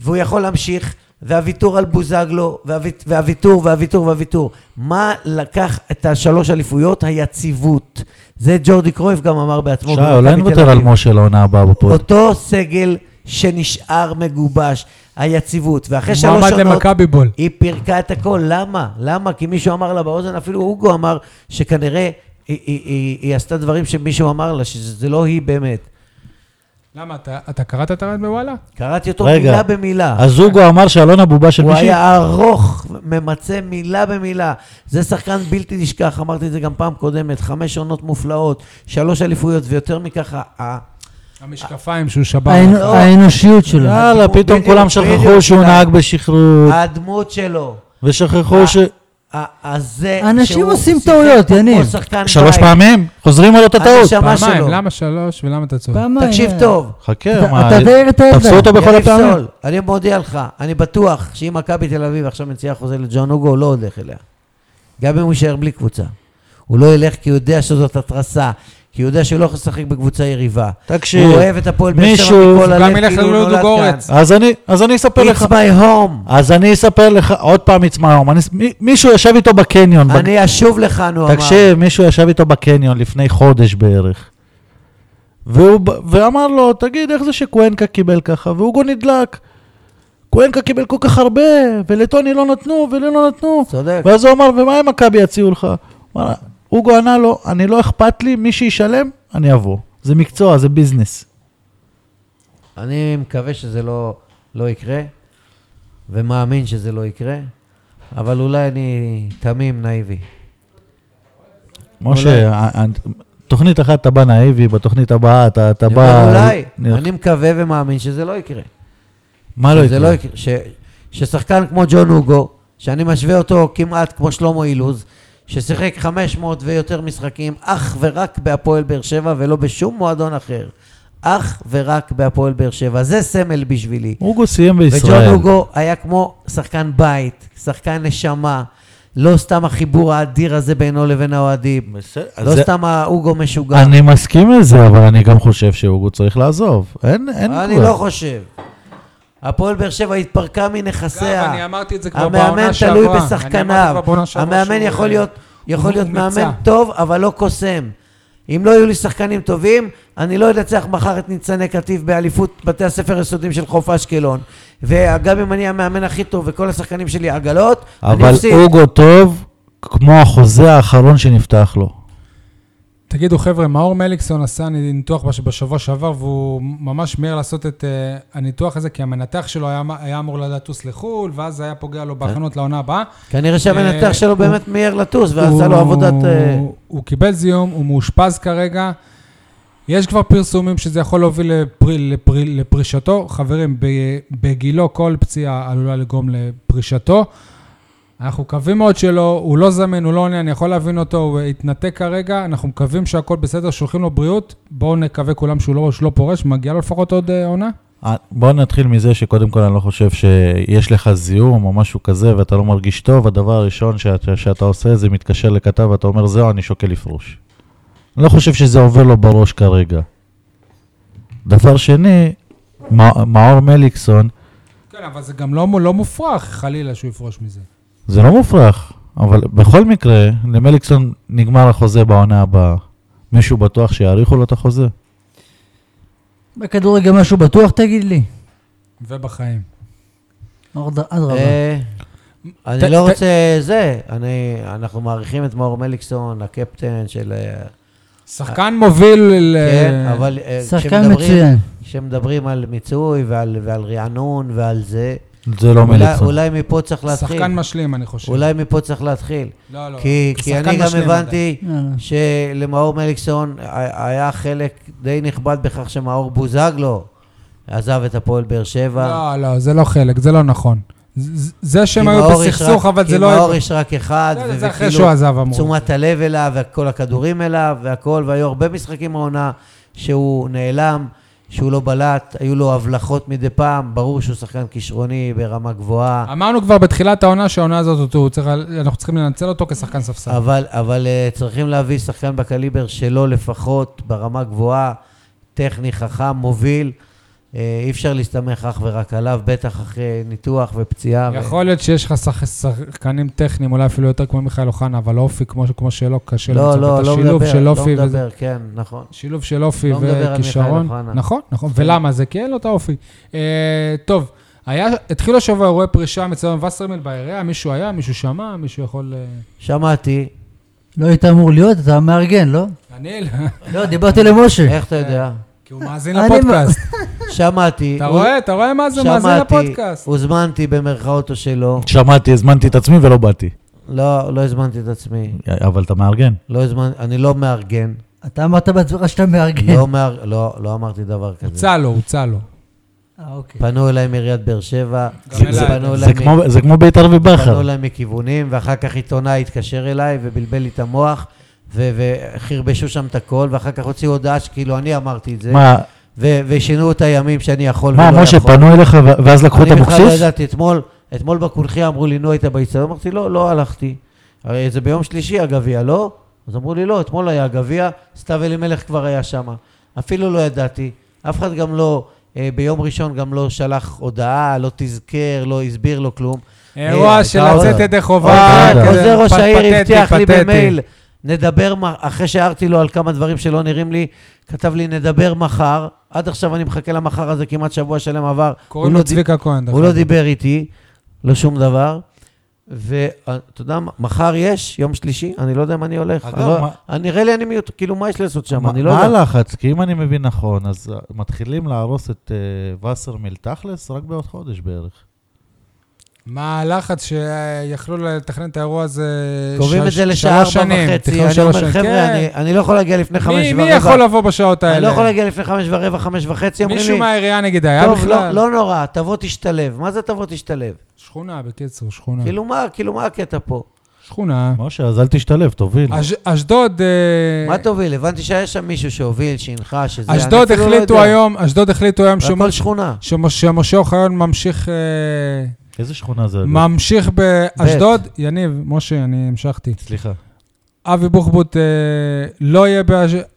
והוא יכול להמשיך, והוויתור על בוזגלו, והוויט- והוויתור, והוויתור, והוויתור. מה לקח את השלוש אליפויות? היציבות. זה ג'ורדי קרויף גם אמר בעצמו.
שי,
במכבי
אולי
תל
נוותר על
אביב.
משה לעונה הבאה בפוד.
אותו סגל שנשאר מגובש, היציבות. ואחרי שלוש
מועמד
עונות...
למכבי בול.
היא פירקה את הכל, למה? למה? כי מישהו אמר לה באוזן, אפילו אוגו אמר שכנראה היא, היא, היא, היא עשתה דברים שמישהו אמר לה, שזה לא היא באמת.
למה, אתה- אתה קראת את הרעיון בוואלה?
קראתי אותו
רגע,
מילה במילה.
אז זוגו אמר שאלונה בובה של
הוא
מישהי?
היה ארוך, ממצה מילה במילה. זה שחקן בלתי נשכח, אמרתי את זה גם פעם קודמת, חמש עונות מופלאות, שלוש אליפויות ויותר מכך, ה- ה-
המשקפיים שהוא
אה,
שבר.
האנ-
לך.
האנושיות שלו.
יאללה,
הדיבור,
פתאום
בדיוק,
כולם
בדיוק,
שכחו שהוא
שי.
נהג בשכרות,
הדמות שלו, אה,
ושכחו ש...
ה- הזה
אנשים
שהוא
עושים
שיחק
טעויות,
פה
יניב.
כמו שחקן
שלוש
בית.
פעמים? חוזרים על אותה טעות.
הנשמה
פעמיים,
שלו.
למה שלוש ולמה אתה צודק?
פעמיים.
תקשיב
אה.
טוב,
חכה,
אתה-
מה...
אתה די את
תפסו אותו בכל
יניב
הפעמים.
סול, אני מודיע לך, אני בטוח שאם מכבי תל אביב עכשיו מציעה חוזה לג'ון אוגו, הוא לא הולך אליה. גם אם הוא יישאר בלי קבוצה. הוא לא ילך כי הוא יודע שזאת התרסה, כי הוא יודע שהוא לא יכול לשחק בקבוצה יריבה.
תקשיב,
הוא אוהב את הפועל באר שבע
מישהו-
מכל
הוא גם
הלב,
ילך
כאילו הוא
ללודו
נולד כאן.
גורץ.
אז אני, אז אני אספר
It's
לך,
my home.
אז אני אספר לך עוד פעם it's my home. אני, מי- מישהו ישב איתו בקניון, בג-
אני לא אשוב לכאן, הוא אמר.
תקשיב, מישהו ישב איתו בקניון לפני חודש בערך, והוא, ב- ואמר לו, תגיד, איך זה שקוונקה קיבל ככה? והוגו נדלק. קוונקה קיבל כל כך הרבה, ולטוני לא נתנו, ולי לא נתנו.
צודק.
ואז הוא אמר, ומה אם מכבי יציעו לך? הוא אמר, הוגו ענה לו, אני לא אכפת לי, מי שישלם, אני אבוא. זה מקצוע, זה ביזנס.
אני מקווה שזה לא, לא יקרה, ומאמין שזה לא יקרה, אבל אולי אני תמים נאיבי.
משה, ה- ה- תוכנית אחת אתה בא נאיבי, בתוכנית הבאה אתה אתה
אני אומר,
בא...
אולי,
נלך-
אני מקווה ומאמין שזה לא יקרה.
מה לא
שזה לא
יקרה?
יקרה. ש- ששחקן כמו ג'ון הוגו, שאני משווה אותו כמעט כמו שלמה אילוז, ששיחק 500 ויותר משחקים אך ורק בהפועל באר שבע ולא בשום מועדון אחר. אך ורק בהפועל באר שבע. זה סמל בשבילי.
הוגו סיים
וג'ון
בישראל.
הוגו היה כמו שחקן בית, שחקן נשמה. לא סתם החיבור האדיר הזה בינו לבין האוהדים.
אז
לא
זה-
סתם ההוגו משוגע.
אני מסכים לזה, אבל אני גם חושב שהוגו צריך לעזוב. אין אין
אני
כבר.
לא חושב. הפועל באר שבע התפרקה מנכסיה.
אגב, אני אמרתי את זה כבר
המאמן
בעונה שעברה.
תלוי
אני אמרתי כבר
בשחקניו.
בעונה שעברה
המאמן
שהוא- אה,
יכול להיות, יכול להיות
מומצא.
מאמן טוב, אבל לא קוסם. אם לא יהיו לי שחקנים טובים, אני לא אנצח מחר את ניצני קטיף באליפות בתי הספר היסודיים של חוף אשקלון. וגם אם אני המאמן הכי טוב וכל השחקנים שלי עגלות, אני
אבל
אפסיד.
הוגו טוב כמו החוזה האחרון שנפתח לו.
תגידו, חבר'ה, מאור מליקסון עשה ניתוח בש- בשבוע שעבר, והוא ממש מיהר לעשות את אה, הניתוח הזה, כי המנתח שלו היה אמ- היה אמור לטוס לחו"ל, ואז זה היה פוגע
כן.
לו בהכנות לעונה הבאה.
כנראה
אה,
שהמנתח שלו
הוא-
באמת מיהר לטוס, ועשה לו
הוא-
עבודת... אה,
הוא קיבל זיהום, הוא מאושפז כרגע. יש כבר פרסומים שזה יכול להוביל לפר, לפר, לפרישתו. חברים, ב, בגילו כל פציעה עלולה לגרום לפרישתו. אנחנו מקווים מאוד שלא, הוא לא זמין, הוא לא עונה, אני יכול להבין אותו, הוא התנתק כרגע, אנחנו מקווים שהכל בסדר, שולחים לו בריאות. בואו נקווה כולם שהוא לא, שהוא לא פורש, מגיע לו לפחות עוד אה, עונה.
אה, בוא נתחיל מזה שקודם כל אני לא חושב שיש לך זיהום או משהו כזה ואתה לא מרגיש טוב, הדבר הראשון שאתה, שאתה עושה זה מתקשר לכתב ואתה אומר זהו, אני שוקל לפרוש. אני לא חושב שזה עובר לו בראש כרגע. דבר שני, מא- מאור מליקסון,
כן, אבל זה גם לא, מו- לא מופרך, חלילה, שהוא יפרוש מזה.
זה לא מופרך, אבל בכל מקרה, למליקסון נגמר החוזה בעונה הבאה. מישהו בטוח שיאריכו לו את החוזה?
בכדורגל משהו בטוח, תגיד לי.
ובחיים.
אור- אדרבה.
אה,
ת-
אני לא
ת-
רוצה זה, אני, אנחנו מעריכים את מאור מליקסון, הקפטן של... אה,
שחקן מוביל ל...
כן, אבל אה,
שחקן
כשמדברים-
מצוין.
כשמדברים על מיצוי ועל, ועל רענון ועל זה,
זה לא
אולי-
מליקסון.
אולי מפה צריך להתחיל.
שחקן משלים, אני חושב.
אולי מפה צריך להתחיל.
לא, לא.
כי, כי
שחקן
אני גם
משלים
הבנתי
יאללה.
שלמאור מליקסון ה- היה חלק די נכבד בכך שמאור בוזגלו עזב את הפועל באר שבע.
לא, לא, זה לא חלק, זה לא נכון. ז- ז- זה
כי
שהם היו
מאור יש
בסכסוך,
רק-
אבל זה
כי
לא...
מאור יש רק אחד,
זה- זה אחרי שהוא
וכאילו
עזב, אמרו.
תשומת הלב אליו, וכל הכדורים אליו, והכל, והיו הרבה משחקים העונה שהוא נעלם, שהוא לא בלט, היו לו הבלחות מדי פעם, ברור שהוא שחקן כישרוני ברמה גבוהה.
אמרנו כבר בתחילת העונה שהעונה הזאת, הוא צריך- אנחנו צריכים לנצל אותו כשחקן ספסל.
אבל, אבל אה, צריכים להביא שחקן בקליבר שלו לפחות, ברמה גבוהה, טכני, חכם, מוביל. אה, אי אפשר להסתמך אך ורק עליו, בטח אחרי ניתוח ופציעה.
יכול להיות שיש לך שח- שחקנים טכניים, אולי אפילו יותר כמו מיכאל אוחנה, אבל אופי, כמו ש- כמו שלא, קשה
ו... לא,
למצוא
לא,
את
לא
השילוב
מדבר,
של
לא
אופי. וזה-
מדבר, כן, נכון.
שילוב של אופי
לא מדבר על מיכאל
וכישרון.
אוחנה.
נכון, נכון. ולמה זה? כי אין לו את האופי. אה, טוב, היה, התחילו השבוע אירועי פרישה מצלם וסרמיל בעירייה, מישהו היה, מישהו שמע, מישהו יכול... אה,
שמעתי,
לא היית אמור להיות, אתה המארגן, לא?
אני, לא,
לא, דיברתי
אה.
למשה.
איך אתה יודע?
כי הוא מאזין
אני-
לפודקאסט.
שמעתי.
אתה
הוא-
רואה, אתה רואה מה זה מאזין
שמעתי,
לפודקאסט.
הוזמנתי במרכאות או שלא.
שמעתי, הזמנתי את עצמי ולא באתי.
לא, לא הזמנתי את עצמי.
אבל אתה מארגן.
לא הזמנתי, אני לא מארגן.
אתה אמרת בעצמך שאתה מארגן.
לא מאר- לא, לא אמרתי דבר כזה.
הוצע לו, הוצע לו.
אה, אוקיי.
פנו אליי מעיריית באר שבע,
גם אליי.
זה פנו
זה
אליי מ-
כמו- זה כמו ביתר
פנו
ובכר.
אליי מכיוונים, ואחר כך עיתונאי התקשר אליי ובלבל לי את המוח, ו- וחרבשו שם את הכל, ואחר כך הוציאו הודעה שכאילו אני אמרתי את זה,
מה,
ו- ושינו את הימים שאני יכול ולא
מה,
לא יכול.
משה, פנו אליך ו- ואז לקחו את
אני בכלל לא
אבוקסיס?
ידעתי, אתמול, אתמול בקונחייה אמרו לי, נו, היית באיצטדיון? אמרתי, לא, לא הלכתי. הרי זה ביום שלישי הגביע, לא? אז אמרו לי, לא, אתמול היה הגביע, סתיו אלימלך כבר היה שם. אפילו לא ידעתי. אף אחד גם לא, אה, ביום ראשון גם לא שלח הודעה, לא תזכר, לא הסביר לו כלום.
אירוע
אה,
של
הייתה
לצאת
עוד-
ידי חובה.
עוזר
אה,
כזה
עוזר ראש העיר
פטפטי,
הבטיח לי
פתטי.
במייל, נדבר, מח- אחרי שהערתי לו על כמה דברים שלא נראים לי, כתב לי, נדבר מחר. עד עכשיו אני מחכה למחר הזה, כמעט שבוע שלם עבר.
קוראים
הוא
לו
לא דיבר-
צביקה כהן. דרך
הוא לא
אגב.
דיבר איתי, לא שום דבר. ואתה יודע, מה, מחר יש, יום שלישי, אני לא יודע מה אני הולך.
אגב,
אני לא-
מה-
אני- נראה לי אני מיעוט, כאילו, מה יש לעשות שם? אני לא
מה
יודע.
הלחץ? כי אם אני מבין נכון, אז אה, מתחילים להרוס את אה, וסרמיל תכלס רק בעוד חודש בערך.
מה הלחץ שיכלו לתכנן את האירוע הזה
קובעים
ש-
את זה
שלוש
לשעה ארבע
שנים,
וחצי,
תכנון
אני
שלוש
אומר,
שנים.
חבר'ה,
כן.
אני- אני לא יכול להגיע לפני חמש
מי,
ורבע.
מי יכול לבוא בשעות האלה?
אני לא יכול להגיע לפני חמש ורבע, חמש וחצי, אומרים
מישהו
לי,
מהעירייה נגיד היה
טוב,
בכלל?
לא- לא נורא, תבוא תשתלב. מה זה תבוא תשתלב?
שכונה, בקיצור, שכונה.
כאילו מה, כאילו מה הקטע פה?
שכונה.
אה.
משה, אז אל תשתלב, תוביל.
אש- אשדוד... אה,
מה תוביל? הבנתי שהיה שם מישהו שהוביל, שהנחה, שזה... אני
אשדוד
אפילו לא
החליטו
יודע.
היום, אשדוד החליטו היום
זה
שמ-
הכל שכונה.
שמ- שמשה אוחיון ממשיך אה,
איזה שכונה
לא,
זה? אגב?
ממשיך באשדוד. יניב, משה, אני המשכתי.
סליחה.
אבי בוחבוט אה, לא יהיה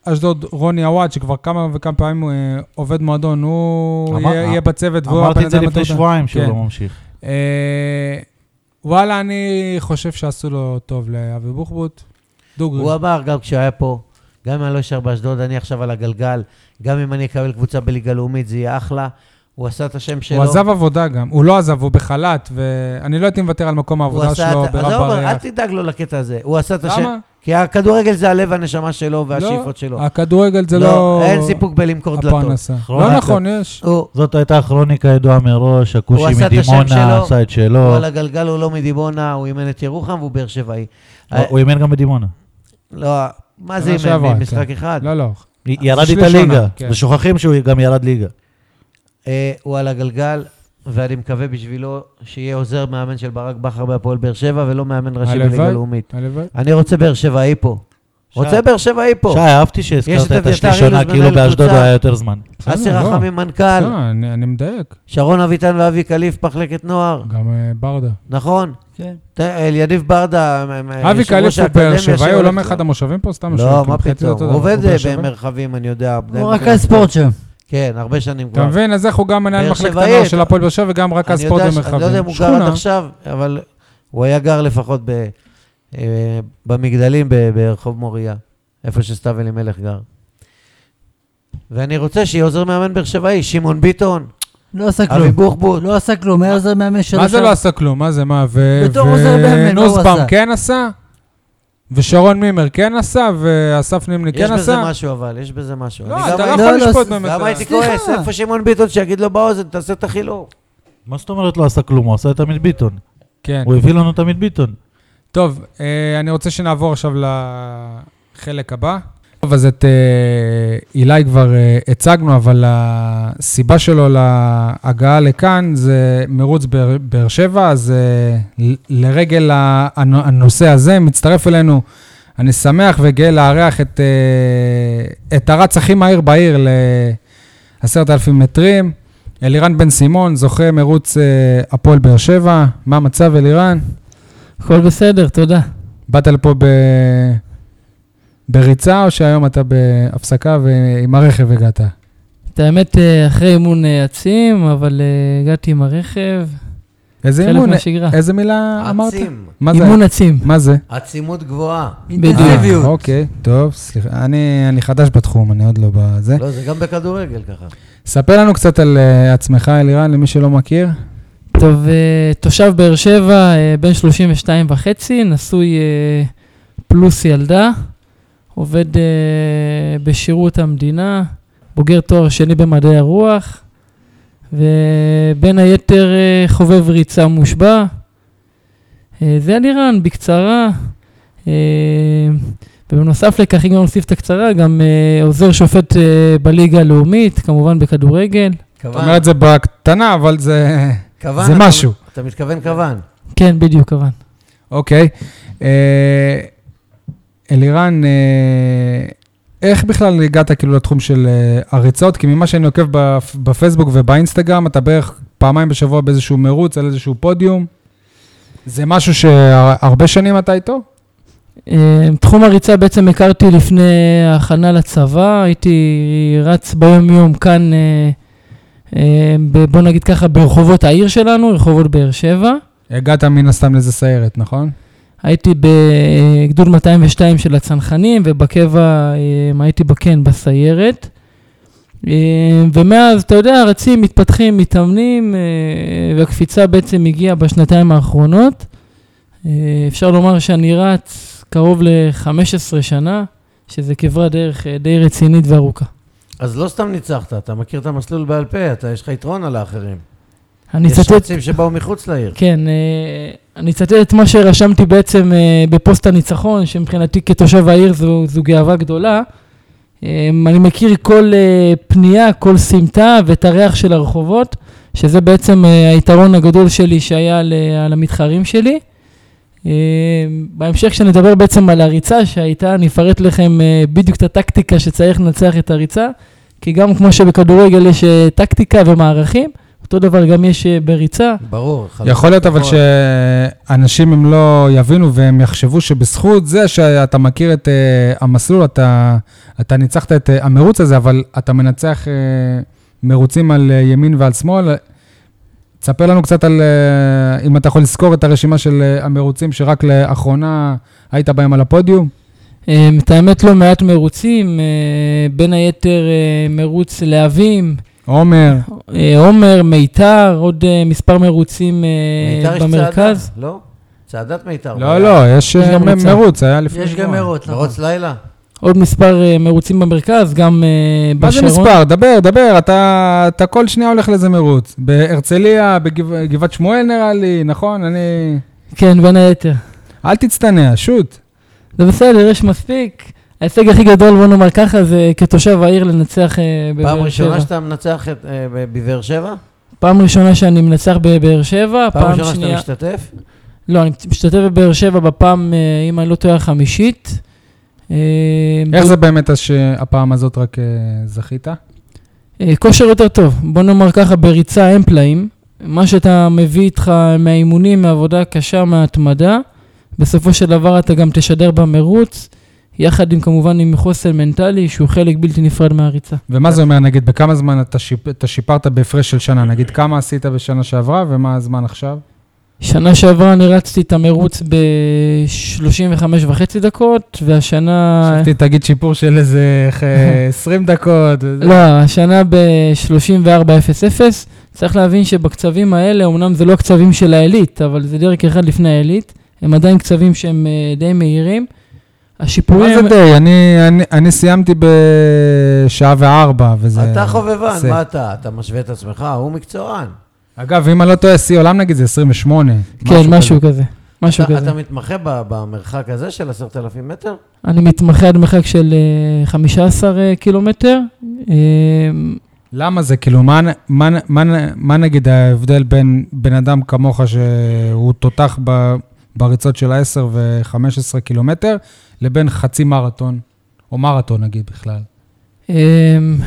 באשדוד, רוני עוואד, שכבר כמה וכמה פעמים אה, עובד מועדון, הוא
אמר-
יהיה יהיה
אמ-
בצוות והוא
אמרתי את זה
הבן אדם
לפני
התעודה.
שבועיים שהוא
כן.
לא ממשיך.
אה, וואלה, אני חושב שעשו לו טוב לאבי בוחבוט. דוגרי.
הוא אמר גם כשהוא היה פה, גם אם אני לא אשאר באשדוד, אני עכשיו על הגלגל, גם אם אני אקבל קבוצה בליגה לאומית, זה יהיה אחלה. הוא עשה את השם שלו.
הוא עזב עבודה גם, הוא לא עזב, הוא בחל"ת, ואני לא הייתי מוותר על מקום
הוא
העבודה
עשה
שלו
את-
ברב
עזוב, אבל אל
בריח.
תדאג לו לקטע הזה. הוא עשה את השם...
למה?
כי הכדורגל זה הלב והנשמה שלו והשאיפות שלו.
הכדורגל זה לא...
אין סיפוק בלמכור דלתות.
הפרנסה.
אחרון
לא
הדלתות.
נכון, יש.
הוא
זאת הייתה כרוניקה ידועה מראש,
הוא
הכושי
עשה את השם
מדימונה
שלו,
עשה את
הוא
שלו.
על הגלגל, הוא לא מדימונה, הוא אימן את ירוחם והוא באר שבעי. אה,
הוא אימן גם בדימונה.
לא, מה זה
שנה שעברה,
אימן? משחק
כן.
אחד.
לא, לא.
י- ירד
שליש
איתה ליגה,
עונה, כן.
ושוכחים שהוא גם ירד ליגה.
אה, הוא על הגלגל, ואני מקווה בשבילו שיהיה עוזר מאמן של ברק בכר בהפועל באר שבע, ולא מאמן ראשי
הלוואי.
בליגה לאומית.
הלוואי.
אני רוצה באר שבעי פה.
שי.
רוצה באר שבעי פה.
שי, אהבתי
יש את
שהזכרת את
אביתר
השליש
אילוז
עונה, כאילו
מנהל
באשדוד
קבוצה.
היה יותר זמן.
אסי
בסדר, לא.
רחמי מנכ"ל,
לא, אני אני מדייק.
שרון אביטן ואבי כליף מחלקת נוער,
גם אה, ברדה.
נכון?
כן.
ת- אל ידיב ברדה, מ- מ-
אבי
אה, יושב-ראש
קליף הוא באר שבעי,
האקדמיה
הוא לא
שהולך-
מאחד המושבים פה? סתם
לא,
משהו,
מה
מבחינתי זה
פתאום,
אותו
הוא
דבר.
עובד
באר
אה,
שבעי?
במרחבים, אני יודע.
הוא רכז ספורט שם.
כן, הרבה שנים כבר.
אתה מבין? אז איך הוא גם מנהל
באר
מחלקת
שבעי,
הנוער
אתה-
של הפועל באר שבע וגם רכז
אני
ספורט
יודע ש-
במרחבים.
אני לא יודע אם הוא גר עד
שכונה.
עכשיו, אבל הוא היה גר לפחות ב- אה, במגדלים ב- ברחוב מוריה, איפה שסתיו אלימלך גר. ואני רוצה שיהיה עוזר מאמן באר שבעי, שמעון ביטון,
לא עשה
אבי
כלום.
בוחבוט.
לא עשה כלום, היה עוזר מאמן שלו.
מה זה
שם.
לא עשה כלום? מה זה, מה? ו...
בתור
ו-
עוזר מאמן, מה הוא
נוסבאום
עשה?
כן עשה? ושרון מימר כן עשה? ואסף נימני
יש
כן
בזה
עשה?
משהו אבל, יש בזה משהו.
לא,
אני גם
אתה לא
הייתי-
לא,
יכול
לא,
לשפוט
לא,
באמת.
גם הייתי
סליחה.
כועס, איפה שמעון ביטון שיגיד לו באוזן, תעשה את החילוק.
מה זאת אומרת לא עשה כלום? הוא עשה את עמית ביטון.
כן.
הוא הביא לנו את עמית ביטון.
טוב, אה, אני רוצה שנעבור עכשיו לחלק הבא. טוב, אז את אה, אילי כבר אה, הצגנו, אבל הסיבה שלו להגעה לכאן זה מרוץ באר- באר שבע, אז אה, ל- לרגל ה- הנ- הנושא הזה מצטרף אלינו. אני שמח וגאה לארח את, אה, את הרץ הכי מהיר בעיר ל-10,000 מטרים. אלירן בן סימון, זוכה מרוץ אה, הפועל באר שבע. מה המצב, אלירן?
הכל בסדר, תודה.
באת לפה ב... בריצה, או שהיום אתה בהפסקה ועם הרכב הגעת?
את האמת, אה, אחרי אימון אה, עצים, אבל אה, הגעתי עם הרכב,
איזה
חלק
אימון?
מהשגרה.
איזה מילה אמרת?
עצים.
מה זה?
אימון עצים,
מה זה?
עצימות גבוהה.
אה,
אינטנסיביות.
אוקיי, טוב, סליחה. אני אני חדש בתחום, אני עוד לא בזה.
לא, זה גם בכדורגל ככה.
ספר לנו קצת על אה, עצמך, אלירן, למי שלא מכיר.
טוב, אה, תושב באר שבע, אה, בן 32 וחצי, נשוי אה, פלוס ילדה, עובד אה, בשירות המדינה, בוגר תואר שני במדעי הרוח, ובין היתר אה, חובב ריצה מושבע. אה, זה אלירן, בקצרה. אה, ובנוסף לכך, אם גם נוסיף את הקצרה, גם אה, עוזר שופט אה, בליגה הלאומית, כמובן בכדורגל.
אתה אומר
כוון,
את זה בקטנה, אבל זה
כוון.
זה
אתה-
משהו.
אתה מתכוון כוון.
כן, בדיוק, כמובן.
אוקיי. אה, אלירן, אה, איך בכלל הגעת כאילו לתחום של אה, הריצות? כי ממה שאני עוקב בפ- בפייסבוק ובאינסטגרם, אתה בערך פעמיים בשבוע באיזשהו מרוץ, על איזשהו פודיום. זה משהו שהרבה שנים אתה איתו?
אה, תחום הריצה בעצם הכרתי לפני ההכנה לצבא, הייתי רץ ביום-יום כאן, אה, אה, ב- בוא נגיד ככה, ברחובות העיר שלנו, רחובות באר שבע.
הגעת מן הסתם לאיזה סיירת, נכון?
הייתי בגדוד 202 של הצנחנים, ובקבע אה, הייתי בקן בסיירת. אה, ומאז, אתה יודע, רצים, מתפתחים, מתאמנים, אה, והקפיצה בעצם הגיעה בשנתיים האחרונות. אה, אפשר לומר שאני רץ קרוב ל-15 שנה, שזה כברת דרך אה, די רצינית וארוכה.
אז לא סתם ניצחת, אתה מכיר את המסלול בעל פה, אתה, יש לך יתרון על האחרים.
אני
יש
אצטט,
רצים שבאו מחוץ לעיר.
כן, אה, אני אצטט את מה שרשמתי בעצם אה, בפוסט הניצחון, שמבחינתי כתושב העיר זו, זו גאווה גדולה. אה, אני מכיר כל אה, פנייה, כל סמטה ואת הריח של הרחובות, שזה בעצם אה, היתרון הגדול שלי שהיה על, אה, על המתחרים שלי. אה, בהמשך כשנדבר בעצם על הריצה שהייתה, אני אפרט לכם אה, בדיוק את הטקטיקה שצריך לנצח את הריצה, כי גם כמו שבכדורגל יש אה, טקטיקה ומערכים, אותו דבר גם יש אה, בריצה.
ברור. חלק
כן. יכול להיות אבל
גבוה.
שאנשים הם לא יבינו והם יחשבו שבזכות זה שאתה מכיר את אה, המסלול, אתה, אתה ניצחת את אה, המרוץ הזה, אבל אתה מנצח אה, מרוצים על אה, ימין ועל שמאל. תספר לנו קצת על, אה, אם אתה יכול לזכור את הרשימה של אה, המרוצים שרק לאחרונה היית בהם על הפודיום.
אה, את האמת לא מעט מרוצים, אה, בין היתר אה, מרוץ להבים,
עומר,
אה, עומר, מיתר, עוד אה, מספר מרוצים אה,
מיתר יש
במרכז.
צעדה, לא? צעדת מיתר.
לא, לא, יש
יש
אה,
גם
מ-
ריצה.
מרוץ, היה לפני...
יש גם
שבועיים.
מרות, נכון.
מרוץ לילה.
עוד מספר אה, מרוצים במרכז, גם אה,
מה זה
בשרון.
מספר? דבר, דבר, אתה, אתה כל שנייה הולך לאיזה מרוץ. בהרצליה, בגבעת בגבעת שמואל נראה לי, נכון? אני...
כן, בין היתר.
אל תצטנע, שוט.
זה בסדר, יש מספיק. ההישג הכי גדול, בוא נאמר ככה, זה כתושב העיר לנצח אה, בבאר שבע.
פעם ראשונה שאתה מנצח את, אה, ב- בבאר שבע?
פעם ראשונה שאני מנצח בבאר שבע,
פעם
פעם
ראשונה שאתה
שנייה...
משתתף?
לא, אני משתתף בבאר שבע בפעם, אה, אם אני לא טועה, החמישית. אה,
איך זה באמת אז שהפעם הזאת רק אה, זכית?
אה, כושר יותר טוב, בוא נאמר ככה, בריצה אין פלאים. מה שאתה מביא איתך מהאימונים, מהעבודה קשה, מההתמדה, בסופו של דבר אתה גם תשדר במרוץ, יחד עם כמובן עם חוסן מנטלי, שהוא חלק בלתי נפרד מהריצה.
ומה זה אומר, נגיד, בכמה זמן אתה, שיפ... אתה שיפרת בהפרש של שנה? נגיד, כמה עשית בשנה שעברה ומה הזמן עכשיו?
שנה שעברה אני רצתי את המרוץ ב-35 וחצי דקות, והשנה...
חשבתי, תגיד שיפור של איזה אה, 20 דקות. וזה.
לא, השנה ב-34.00. צריך להבין שבקצבים האלה, אמנם זה לא הקצבים של העילית, אבל זה דרך אחד לפני העילית, הם עדיין קצבים שהם אה, די מהירים.
מה
השיפורים...
זה די? אני, אני, אני סיימתי בשעה וארבע, וזה...
אתה חובבן,
זה-
מה אתה? אתה משווה את עצמך? הוא מקצוען.
אגב, אם אני לא טועה, שיא עולם נגיד זה 28.
כן, משהו כזה. משהו
אתה-
כזה.
אתה מתמחה ב- במרחק הזה של 10,000 מטר?
אני מתמחה עד מרחק של אה, 15 אה, קילומטר. אה,
למה זה? כאילו, מה, מה, מה, מה נגיד ההבדל בין בן אדם כמוך שהוא תותח ב, בריצות של 10 ו-15 קילומטר, לבין חצי מרתון, או מרתון נגיד בכלל?
אה,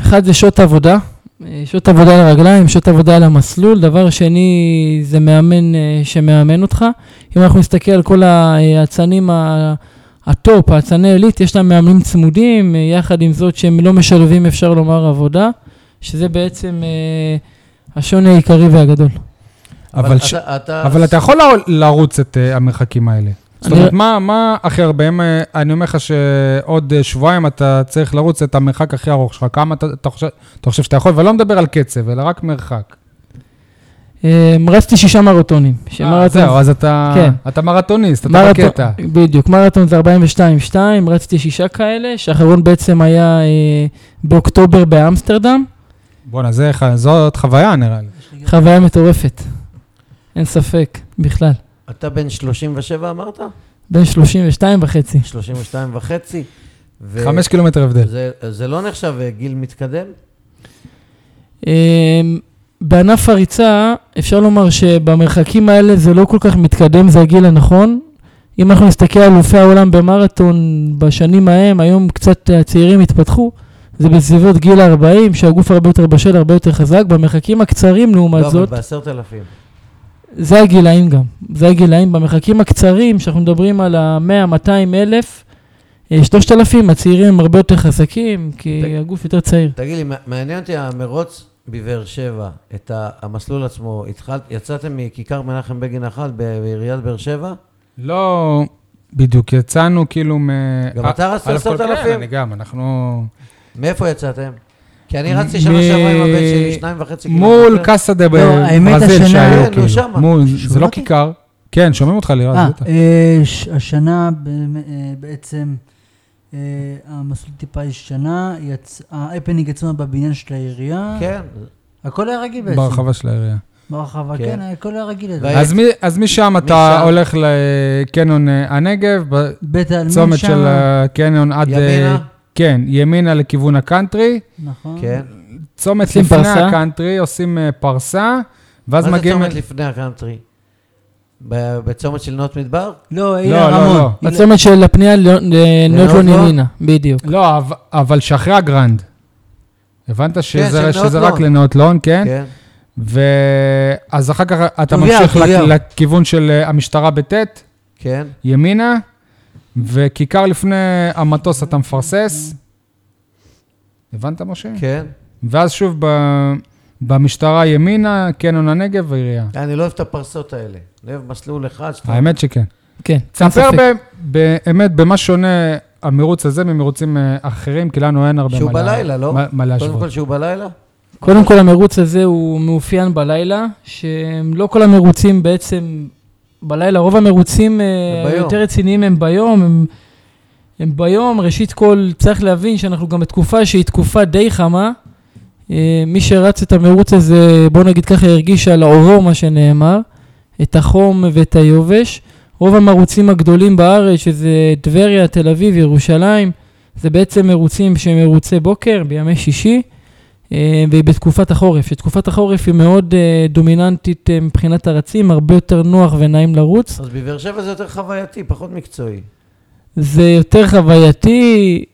אחד זה שעות עבודה, אה, שעות עבודה על הרגליים, שעות עבודה על המסלול. דבר שני, זה מאמן אה, שמאמן אותך. אם אנחנו נסתכל על כל האצנים ה- הטופ, האצני עילית, יש להם מאמנים צמודים, אה, יחד עם זאת שהם לא משלבים, אפשר לומר, עבודה, שזה בעצם אה, השוני העיקרי והגדול.
אבל, ש...
אתה- אתה...
אבל אתה יכול ל- לרוץ את אה, המרחקים האלה. זאת
אני-
אומרת, מה, מה הכי הרבה? אם, אה, אני אומר לך שעוד אה, שבועיים אתה צריך לרוץ את המרחק הכי ארוך שלך, כמה אתה, אתה, חושב, אתה חושב שאתה יכול, ולא מדבר על קצב, אלא רק מרחק.
אה, רצתי שישה מרתונים.
אה,
שמרתון
זהו, אז אתה,
כן.
אתה מרתוניסט, אתה
מרתון-
בקטע.
בדיוק, מרתון זה 42-2, רצתי שישה כאלה, שהאחרון בעצם היה אה, באוקטובר באמסטרדם,
בואנה, זה ח- זאת חוויה נראה לי.
חוויה מטורפת, אין ספק בכלל.
אתה בן 37 אמרת?
בן 32 וחצי.
32 וחצי. ו-
חמש קילומטר הבדל.
זה- זה לא נחשב אה, גיל מתקדם?
אה, בענף הריצה, אפשר לומר שבמרחקים האלה זה לא כל כך מתקדם, זה הגיל הנכון. אם אנחנו נסתכל על אלופי העולם במרתון בשנים ההם, היום קצת הצעירים התפתחו, זה בסביבות גיל 40, שהגוף הרבה יותר בשל, הרבה יותר חזק. במרחקים הקצרים, לעומת
לא,
זאת,
אבל ב-10,000.
זה הגילאים גם, זה הגילאים. במרחקים הקצרים, שאנחנו מדברים על ה-100, 200 אלף, אה, 3,000, הצעירים הם הרבה יותר חזקים, כי
תגיד-
הגוף יותר צעיר.
תגיד לי, מע- מעניין אותי המרוץ בבאר שבע, את ה- המסלול עצמו. התחלת, יצאתם מכיכר מנחם בגין אחת ב- בעיריית באר שבע?
לא בדיוק, יצאנו כאילו מ...
גם אתה רצת
אלף כל-
10,000?
כן, אני גם, אנחנו...
מאיפה יצאתם? כי אני
מ-
רצתי שנה שעברה עם הבן שלי,
מ-
שניים וחצי
מול קאסה דה
לא, האמת,
ברזיל
השנה-
שהיו,
כאילו כן, הוא שמה.
כאילו. מול- זה
שומעים
לא
אותי?
כיכר. כן, שומעים אותך לירז,
אה,
בטח.
אה, ש- השנה ב- אה, בעצם, אה, המסלול טיפה השתנה, יצא- ההפנינג עצמה בבניין של העירייה.
כן,
הכל היה רגיל בעצם.
ברחבה של העירייה.
ברחבה,
כן.
כן, הכל היה רגיל.
וה-
אז מי- אז משם אתה
אה, משם.
הולך לקניון אה, הנגב,
בית העלמין
בצומת
שם.
של הקניון עד... אה,
ימינה?
כן, ימינה לכיוון הקאנטרי.
נכון.
כן.
צומת
עושים
לפני
פרסה?
הקאנטרי, עושים אה, פרסה, ואז
מה זה
מגיעים...
צומת לפני הקאנטרי? ב- בצומת של נאות מדבר?
לא,
לא,
אילן
לא,
רמון.
לא.
אילן-
בצומת של הפנייה לנוטלון
לנוטלון?
ימינה, בדיוק.
לא, אבל- אבל שאחרי הגרנד. הבנת שזה,
כן, של
שזה
נאות
רק
לון.
לנאוטלון, כן? כן.
כן.
ואז אחר כך אתה
טוביאר,
ממשיך לק-
טוביאר.
לכיוון של אה, המשטרה בט',
כן.
ימינה, וכיכר לפני המטוס אתה מפרסס. הבנת, משה?
כן.
ואז שוב ב- במשטרה ימינה, קנון הנגב ועירייה.
אני לא אוהב את הפרסות האלה. אני אוהב מסלול אחד, שאתה...
האמת שכן.
כן, אין
תספר
ספק.
ב- באמת במה שונה המרוץ הזה ממרוצים אה, אחרים, כי לנו אין הרבה מה
שהוא
לה-
בלילה, לא?
מה- מה
קודם
להשוות.
כל שהוא בלילה?
קודם כל המרוץ הזה הוא מאופיין בלילה, שלא כל המרוצים בעצם בלילה, רוב המרוצים אה,
ביום.
היותר רציניים הם ביום, הם, הם ביום, ראשית כל צריך להבין שאנחנו גם בתקופה שהיא תקופה די חמה, אה, מי שרץ את המרוץ הזה, בוא נגיד ככה, הרגיש על האורו מה שנאמר, את החום ואת היובש. רוב המרוצים הגדולים בארץ, שזה טבריה, תל אביב, ירושלים, זה בעצם מרוצים שהם מרוצי בוקר, בימי שישי, אה, והיא בתקופת החורף, שתקופת החורף היא מאוד אה, דומיננטית אה, מבחינת הרצים, הרבה יותר נוח ונעים לרוץ.
אז בבאר שבע זה יותר חווייתי, פחות מקצועי.
זה יותר חווייתי,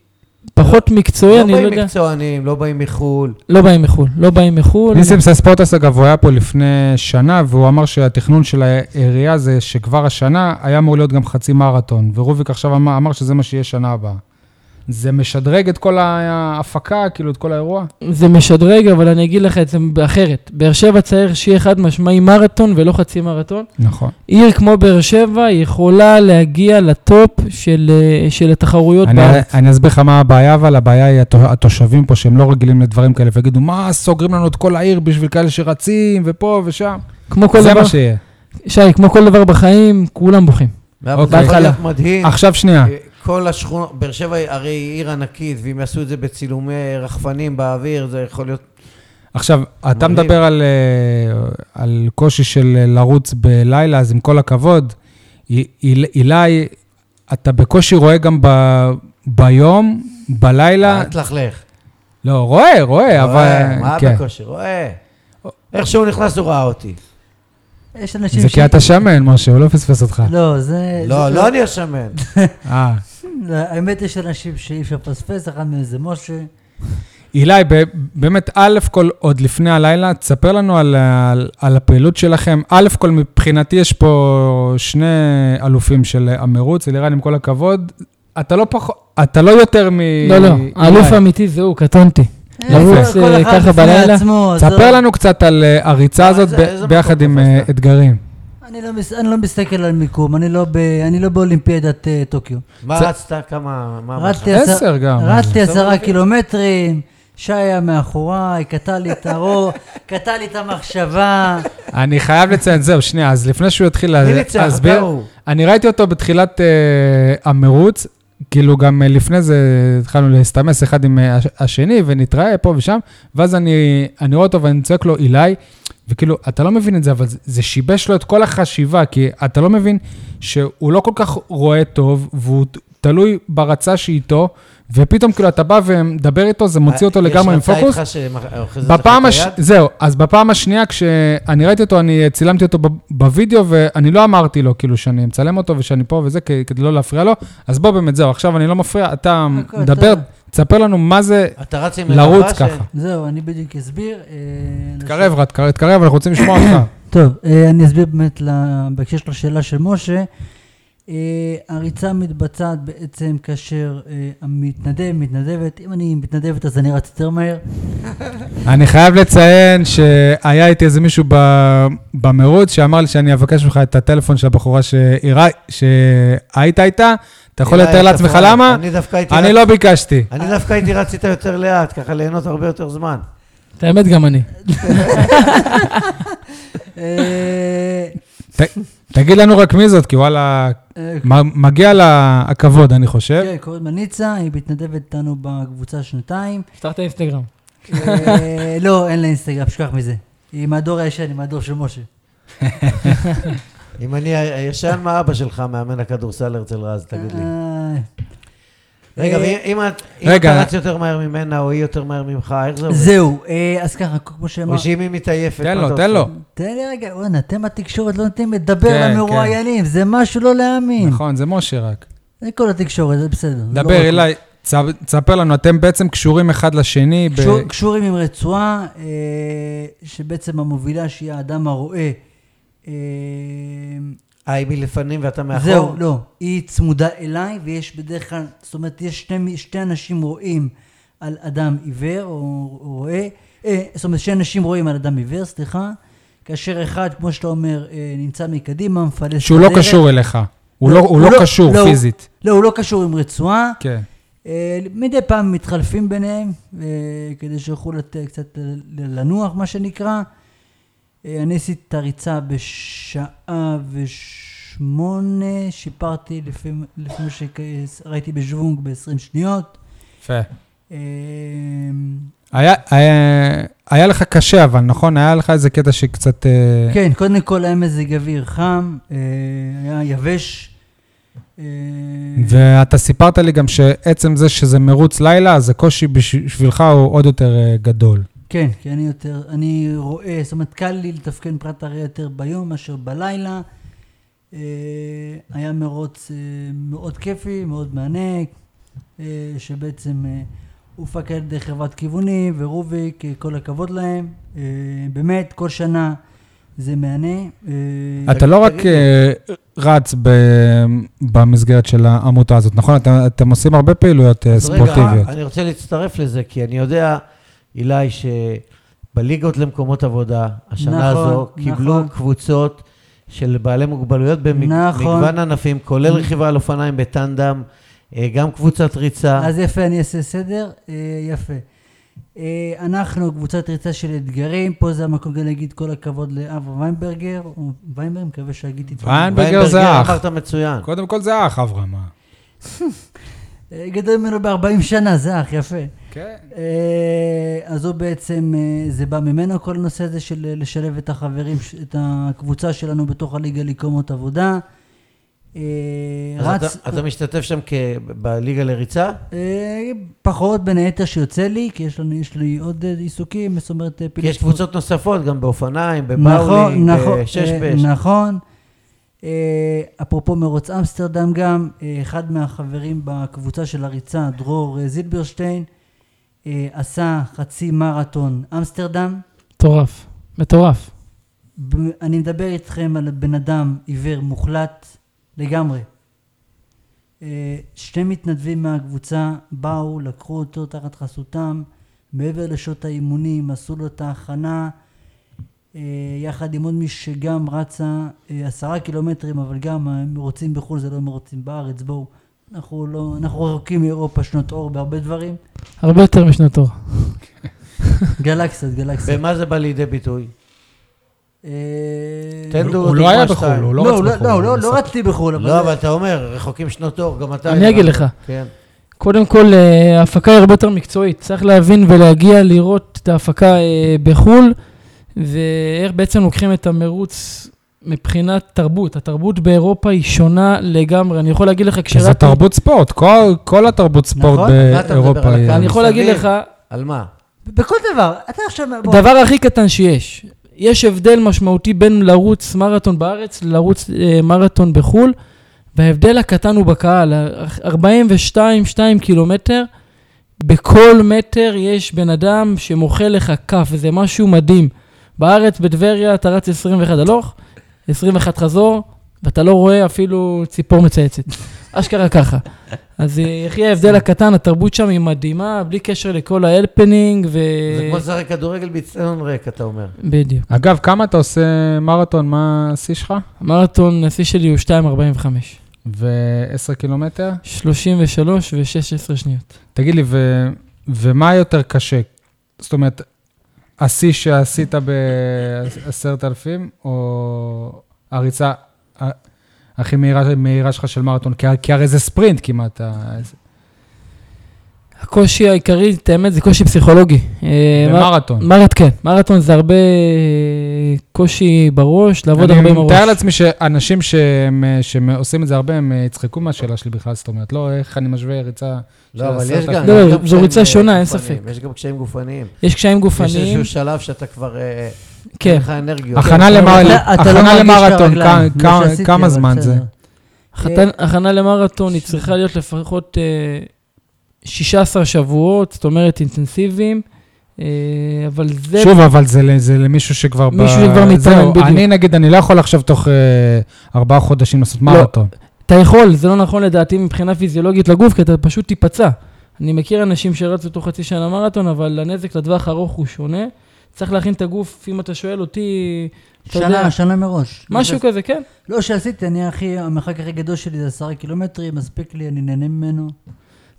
פחות מקצועי,
לא
אני לא
באים
יודע.
מקצוענים, לא באים מחו"ל.
לא באים מחו"ל, לא באים מחו"ל.
ניסים סספורטס, אגב, הוא היה פה לפני שנה, והוא אמר שהתכנון של העירייה זה שכבר השנה היה אמור להיות גם חצי מרתון, ורוביק עכשיו אמר, אמר שזה מה שיהיה שנה הבאה. זה משדרג את כל ההפקה, כאילו, את כל האירוע?
זה משדרג, אבל אני אגיד לך את זה אחרת. באר שבע צריך שיהיה חד משמעי מרתון ולא חצי מרתון.
נכון.
עיר כמו באר שבע יכולה להגיע לטופ של, אה, של התחרויות
אני,
בארץ.
אני אסביר לך מה הבעיה, אבל הבעיה היא התו- התושבים פה, שהם לא רגילים לדברים כאלה, ויגידו, מה, סוגרים לנו את כל העיר בשביל כאלה שרצים, ופה ושם.
כמו כל
זה
דבר,
מה שיהיה.
שי, כמו כל דבר בחיים, כולם בוכים.
אבל זה
אוקיי.
יכול להיות
בהתחלה.
מדהים.
עכשיו שנייה.
אה, כל השכונות, באר שבע היא הרי עיר ענקית, ואם יעשו את זה בצילומי רחפנים באוויר, זה יכול להיות
עכשיו, אתה
מדהים.
מדבר על, אה, על קושי של אה, לרוץ בלילה, אז עם כל הכבוד, אי- איל- אילי, אתה בקושי רואה גם ב, ביום, בלילה.
אל תלכלך.
לא, רואה, רואה, אבל...
רואה, מה
כן.
בקושי? רואה. איך שהוא נכנס הוא ראה אותי.
יש אנשים
זה
ש...
כי אתה שמן, משה, הוא לא פספס אותך.
לא, זה...
לא,
זה-
לא אני השמן.
אה.
לא, האמת, יש אנשים שאי אפשר לפספס, אחד מהם זה משה.
אילי, ב- באמת, א' כל, עוד לפני הלילה, תספר לנו על, ה- על, על הפעילות שלכם. א' כל, מבחינתי יש פה שני אלופים של המרוץ, אלירן, עם כל הכבוד, אתה לא פחות, אתה לא יותר מ...
לא, לא, האלוף
אילי.
האמיתי זה הוא, קטונתי. לרוץ,
כל
אה,
אחד
ככה
בפני
בלילה?
עצמו,
תספר
עזוב.
לנו קצת על אה, הריצה
לא, אה,
הזאת
איזה-
ב-
איזה מקום
ביחד עם אה,
תפסת?
אתגרים.
אני לא מס- אני לא מסתכל על מיקום, אני לא ב- אני לא באולימפיאדת אה, טוקיו.
מה
זה-
רצת? כמה... מה לא אמרת?
רצתי עשר-
עשר גם. אה.
רצתי
אז-
עשרה קילומטרים, שי היה מאחוריי, קטע לי את הרוב, קטע לי את המחשבה.
אני חייב לציין, זהו, שנייה, אז לפני שהוא יתחיל
מי
לה-
ניצח? אתה
להסביר,
הוא.
אני ראיתי אותו בתחילת אה, המרוץ, כאילו גם אה, לפני זה התחלנו להסתמס אחד עם אה, הש- השני, ונתראה פה ושם, ואז אני אני רואה אותו ואני צועק לו, אילי, וכאילו, אתה לא מבין את זה, אבל זה- זה שיבש לו את כל החשיבה, כי אתה לא מבין שהוא לא כל כך רואה טוב, והוא ת- תלוי ברצה שאיתו, ופתאום כאילו אתה בא ומדבר איתו, זה מוציא אותו לגמרי מפוקוס.
אה, יש רצה איתך אה, שאוחזת לך את
בפעם הש...
היד?
זהו, אז בפעם השנייה כשאני ראיתי אותו, אני אה, צילמתי אותו ב- בווידאו, ואני לא אמרתי לו כאילו שאני מצלם אותו ושאני פה וזה, כ- כדי לא להפריע לו. אז בוא באמת, זהו, עכשיו אני לא מפריע, אתה
הכל
מדבר,
טוב.
תספר לנו מה זה
אתה רץ עם
לרוץ
מלווה ש-
ככה.
זהו, אני בדיוק אסביר. אה,
תקרב, רד, תקרב, תקרב, אנחנו רוצים לשמוע אותך.
טוב, אה, אני אסביר באמת ל- בהקשר של השאלה של משה. אה, הריצה מתבצעת בעצם כאשר אה, המתנדב, מתנדבת, אם אני מתנדבת אז אני רץ יותר מהר.
אני חייב לציין שהיה איתי איזה מישהו ב- במרוץ שאמר לי שאני אבקש ממך את הטלפון של הבחורה שהירה- שהיית איתה, אתה יכול
אילי,
לתאר לעצמך
פראייר.
למה?
אני דווקא הייתי
אני
רץ-
לא ביקשתי.
אני דווקא הייתי רץ איתה יותר לאט, ככה ליהנות הרבה יותר זמן.
את האמת, גם אני.
אה,
תגיד לנו רק מי זאת, כי וואלה,
אה,
מ- מגיע לה הכבוד, אני חושב.
כן, קוראים לה ניצה, היא מתנדבת איתנו בקבוצה שנתיים.
פתח את האינסטגרם.
אה, לא, אין לה אינסטגרם, שכח מזה. היא מהדור הישן, היא מהדור של משה.
אם אני הישן, מה אבא שלך, מאמן הכדורסל הרצל רז, תגיד לי.
אה,
רגע,
אה,
ואם אם את- אם
רגע.
אתה רץ יותר מהר ממנה, או היא יותר מהר ממך, איך זה עובד?
זהו, אה, אז ככה, כמו שאמר...
או שאם היא
כן,
מתעייפת,
תן
מה
לו,
אתה
תן
עושה?
לו.
תן לי רגע, וואנה, אתם התקשורת לא נותנים לדבר
כן,
למרואיינים, זה משהו לא להאמין.
נכון, זה משה רק.
זה כל התקשורת, זה בסדר. זה לא
דבר
רק-
אליי, צ- תספר לנו, אתם בעצם קשורים אחד לשני ב...
קשור- קשורים עם רצועה, אה, שבעצם המובילה שהיא האדם הרואה. אה,
אה, היא מלפנים ואתה מאחור?
זהו, לא. היא צמודה אליי, ויש בדרך כלל, זאת אומרת, יש שני, מי- שתי אנשים רואים על אדם עיוור, או, או רואה, אה, זאת אומרת, שני אנשים רואים על אדם עיוור, סליחה, כאשר אחד, כמו שאתה אומר, אה, נמצא מקדימה, מפלס...
שהוא לא
בדרך.
קשור אליך. הוא לא- הוא לא קשור
לא, הוא-
פיזית.
לא, הוא לא קשור עם רצועה.
כן.
אה, מדי פעם מתחלפים ביניהם, אה, כדי שיוכלו לת- קצת ל- לנוח, מה שנקרא. אה, אני עשיתי את הריצה בשעה ושמונה, שיפרתי לפי לפי מה שראיתי בשוונג ב-20 שניות.
יפה.
אה,
היה- היה- היה לך קשה, אבל נכון? היה לך איזה קטע שקצת... אה,
כן, קודם כל היה מזג אוויר חם, אה, היה יבש. אה,
ואתה סיפרת לי גם שעצם זה שזה מרוץ לילה, אז הקושי בש- בשבילך הוא עוד יותר אה, גדול.
כן, כי אני יותר, אני רואה, זאת אומרת, קל לי לתפקד מבחינת הראייה יותר ביום מאשר בלילה. אה, היה מרוץ אה, מאוד כיפי, מאוד מענג, אה, שבעצם אה, הופק על ידי חברת כיווני ורוביק, אה, כל הכבוד להם. אה, באמת, כל שנה זה מהנה. אה,
אתה לא רק
תגיד
אה, רץ ב- במסגרת של העמותה הזאת, נכון? אתה- אתם עושים הרבה פעילויות אה,
אז רגע,
ספורטיביות.
אני רוצה להצטרף לזה, כי אני יודע, אילי, שבליגות למקומות עבודה, השנה
נכון,
הזו, קיבלו
נכון.
קבוצות של בעלי מוגבלויות
נכון.
במגוון ענפים, כולל רכיבה על אופניים בטנדם, אה, גם קבוצת ריצה.
אז יפה, אני אעשה סדר. אה, יפה. אה, אנחנו קבוצת ריצה של אתגרים, פה זה המקום גם להגיד כל הכבוד לאברהם ויינברגר, או ויינברגר, מקווה שהגיתי את זה.
ויינברגר.
ויינברגר,
זה אח.
אמרת מצוין.
קודם כל זה האח, אברהם.
אה, גדול ממנו ב-40 שנה, זה אח, יפה.
כן.
אה, אז הוא בעצם, אה, זה בא ממנו כל הנושא הזה של אה, לשלב את החברים, ש- את הקבוצה שלנו בתוך הליגה לקומות עבודה. אה,
אז
רץ,
אתה- אתה משתתף שם כ- בליגה לריצה?
אה, פחות בין היתר שיוצא לי, כי יש לנו, יש לי עוד אה, עיסוקים, זאת אומרת אה,
כי
פעילות
יש קבוצות נוספות, גם באופניים,
נכון,
בבאולינג,
נכון,
בששבש.
אה, נכון. אה, אפרופו מרוץ אמסטרדם גם, אה, אחד מהחברים בקבוצה של הריצה, דרור אה, זילברשטיין, אה, עשה חצי מרתון אמסטרדם.
מטורף, מטורף.
ב- אני מדבר איתכם על בן אדם עיוור מוחלט לגמרי. אה, שני מתנדבים מהקבוצה באו, לקחו אותו תחת חסותם, מעבר לשעות האימונים, עשו לו את ההכנה, אה, יחד עם עוד מי שגם רצה אה, עשרה קילומטרים, אבל גם אה, מרוצים בחו"ל זה לא מרוצים בארץ, בואו, אנחנו, לא, אנחנו רחוקים מאירופה שנות אור בהרבה דברים.
הרבה יותר משנות אור.
גלקסיות, גלקסיות.
במה זה בא לידי ביטוי?
אה,
תן דוגמא
הוא לא היה
שתיים.
בחו"ל, הוא לא
לא,
רץ
הוא לא,
בחו"ל.
לא, לא,
הוא
לא
משחק.
רצתי בחו"ל, אבל...
לא, אבל אתה אומר, רחוקים שנות אור, גם אתה...
אני אגיד לך.
כן.
קודם כל, אה, ההפקה היא הרבה יותר מקצועית. צריך להבין ולהגיע לראות את ההפקה אה, בחו"ל, ואיך בעצם לוקחים את המרוץ מבחינת תרבות. התרבות באירופה היא שונה לגמרי. אני יכול להגיד לך,
כי זה
כשרדתי...
תרבות ספורט, כל- כל התרבות ספורט
נכון,
מה אתה מדבר,
באירופה.
על
היא-
הקהל?
אני יכול להגיד
מסביב.
לך,
על מה?
בכל דבר, אתה עכשיו... בוא,
דבר הכי קטן שיש, יש הבדל משמעותי בין לרוץ מרתון בארץ ללרוץ אה, מרתון בחו"ל, וההבדל הקטן הוא בקהל, ה- 42-2 קילומטר, בכל מטר יש בן אדם שמוחא לך כף, זה משהו מדהים. בארץ, בטבריה, אתה רץ 21 הלוך, 21 חזור, ואתה לא רואה אפילו ציפור מצייצת. אשכרה ככה. אז אה, יחי ההבדל הקטן, התרבות שם היא מדהימה, בלי קשר לכל ההלפנינג ו...
זה כמו לשחק כדורגל באצטדיון ריק, אתה אומר.
בדיוק.
אגב, כמה אתה עושה מרתון? מה השיא שלך?
המרתון, השיא שלי הוא 2.45.
ו-10 קילומטר?
33 ו-16 שניות.
תגיד לי, ו- ומה יותר קשה? זאת אומרת, השיא שעשית ב-10,000, או הריצה ה- הכי מהירה, מהירה שלך של מרתון? כי, כי הרי זה ספרינט כמעט. ה-
הקושי העיקרי, את האמת, זה קושי פסיכולוגי. אה, מר-
במרתון.
מרת, כן, מרתון זה הרבה אה, קושי בראש, לעבוד הרבה עם
אני מתאר
הראש.
לעצמי שאנשים שהם, שעושים את זה הרבה, הם יצחקו מהשאלה שלי בכלל, זאת אומרת, לא איך אני משווה ריצה של
לא, אבל יש גם...
10,000.
יש
לא, זו
גם קשיים,
ריצה
אה,
שונה, אין
גופניים.
ספק.
יש גם קשיים גופניים.
יש קשיים
יש
גופניים,
איזשהו שלב שאתה כבר... אה, אין
כן.
לך אנרגיות.
הכנה למר-
אתה- אתה לא
הכנה
מרגיש את
למרתון,
הרגליים,
כ-
לא
כמה-
שעשיתי,
כמה
אבל
זמן זה?
בסדר.
הכנה- הכנה למרתון היא צריכה להיות לפחות אה, 16 שבועות, זאת אומרת אינטנסיביים, אה, אבל זה...
שוב, אבל זה, ל- זה למישהו שכבר... ב-
מישהו שכבר מתאמן,
זהו,
בדיוק.
אני נגיד, אני לא יכול עכשיו תוך אה, ארבעה חודשים לעשות
לא.
מרתון.
אתה יכול, זה לא נכון לדעתי מבחינה פיזיולוגית לגוף, כי אתה פשוט תיפצע. אני מכיר אנשים שרצו תוך חצי שנה מרתון, אבל הנזק לטווח ארוך הוא שונה. צריך להכין את הגוף, אם אתה שואל אותי, אתה יודע,
שנה, שנה מראש.
משהו כזה, כן.
לא שעשיתי, אני הכי, המרחק הכי גדול שלי זה עשרה קילומטרים, מספיק לי, אני נהנה ממנו.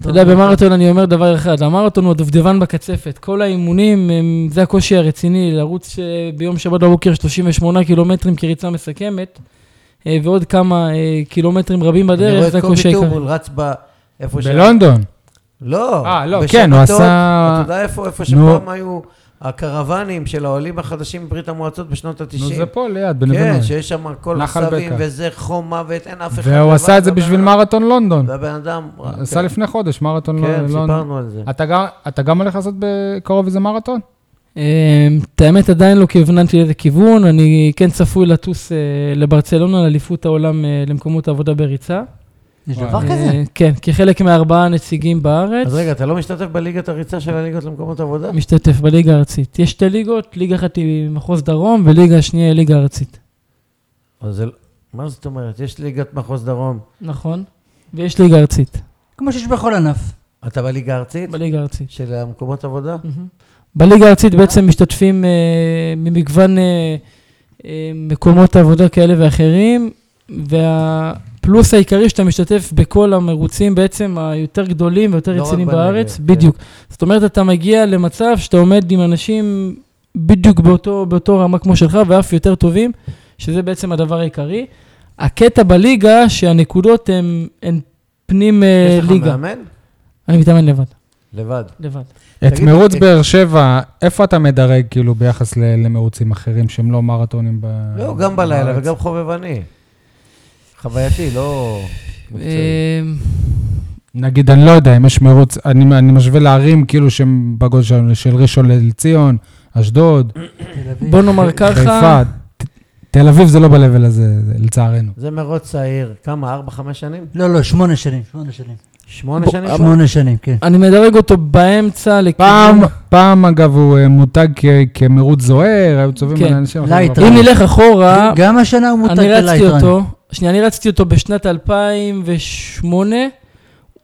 אתה יודע, במרתון אני אומר דבר אחד, המרתון הוא הדובדבן בקצפת. כל האימונים, הם- זה הקושי הרציני, לרוץ אה, ביום שבת בבוקר 38 קילומטרים כריצה מסכמת, אה, ועוד כמה אה, קילומטרים רבים בדרך, זה
אני רואה את
הקושי
קובי
העיקרי.
טורבול רץ ב... איפה ש...
בלונדון.
לא.
אה, לא,
בשבתות,
כן, הוא עשה-
אתה יודע איפה, איפה
נו.
שפעם היו הקרוונים של העולים החדשים מברית המועצות בשנות ה-90.
נו, זה פה ליד, בנבנון.
כן, שיש שם הכל
נחל
עשבים,
בקע.
וזה חום מוות, אין אף אחד.
והוא
לבד,
עשה את זה
והבן
בשביל
אדם-
מרתון לונדון.
והבן אדם...
עשה
כן,
לפני לא- חודש מרתון
כן,
לונדון.
סיפרנו על זה.
אתה גם- אתה גם הולך לעשות בקרוב איזה מרתון?
אה, את האמת, עדיין לא כיווננתי לאיזה כיוון, אני כן צפוי לטוס אה, לברצלונה, לאליפות העולם אה, למקומות העבודה בריצה.
יש
וואי.
דבר
אה,
כזה?
אה, כן, כחלק מארבעה נציגים בארץ,
אז רגע, אתה לא משתתף בליגת הריצה של הליגות למקומות עבודה?
משתתף בליגה הארצית. יש שתי ליגות, ליגה אחת היא מחוז דרום וליגה השנייה היא ליגה ארצית.
אז זה... לא- מה זאת אומרת? יש ליגת מחוז דרום.
נכון. ויש ליגה ארצית,
כמו שיש בכל ענף.
אתה בליגה הארצית?
בליגה הארצית.
של המקומות עבודה?
מהמם. בליגה הארצית בעצם משתתפים אה, ממגוון אה, אה, מקומות עבודה כאלה ואחרים, והפלוס העיקרי שאתה משתתף בכל המרוצים בעצם היותר גדולים ויותר
לא רק
רציניים
בנגב,
בארץ,
כן.
בדיוק. זאת אומרת, אתה מגיע למצב שאתה עומד עם אנשים בדיוק באותו, באותו רמה כמו שלך, ואף יותר טובים, שזה בעצם הדבר העיקרי. הקטע בליגה שהנקודות הן הן פנים אה,
יש לך
ליגה.
מאמן?
אני מתאמן לבד.
לבד.
לבד.
את
תגיד,
מרוץ
אה,
באר שבע, איפה אתה מדרג כאילו ביחס ל- למרוצים אחרים שהם לא מרתונים ב...
לא, גם בלילה
בארץ?
וגם חובבני. חווייתי, לא...
אה,
מקצועי.
אמ,
נגיד, אני לא יודע אם יש מרוץ, אני, אני משווה לערים כאילו שהם בגודל של, של ראשון לציון, אשדוד,
תל אביב.
בוא נאמר ככה,
חיפה. ת- תל אביב זה לא ב-level הזה, זה- לצערנו.
זה מרוץ צעיר, כמה? ארבע, חמש שנים?
לא, לא, שמונה שנים, שמונה שנים.
שמונה
בוא,
שנים?
אה,
שמונה.
שמונה שנים, כן.
אני מדרג אותו באמצע לכיוון...
פעם, פעם אגב, הוא אה, מותג כ- כמרוץ זוהר, היו צובעים
כן,
על אנשים
לייטר.
אבל-
אם נלך אחורה,
גם השנה הוא מותג
אה, אני רצתי
ללייטרן.
אותו, שנייה, אני רצתי אותו בשנת 2008,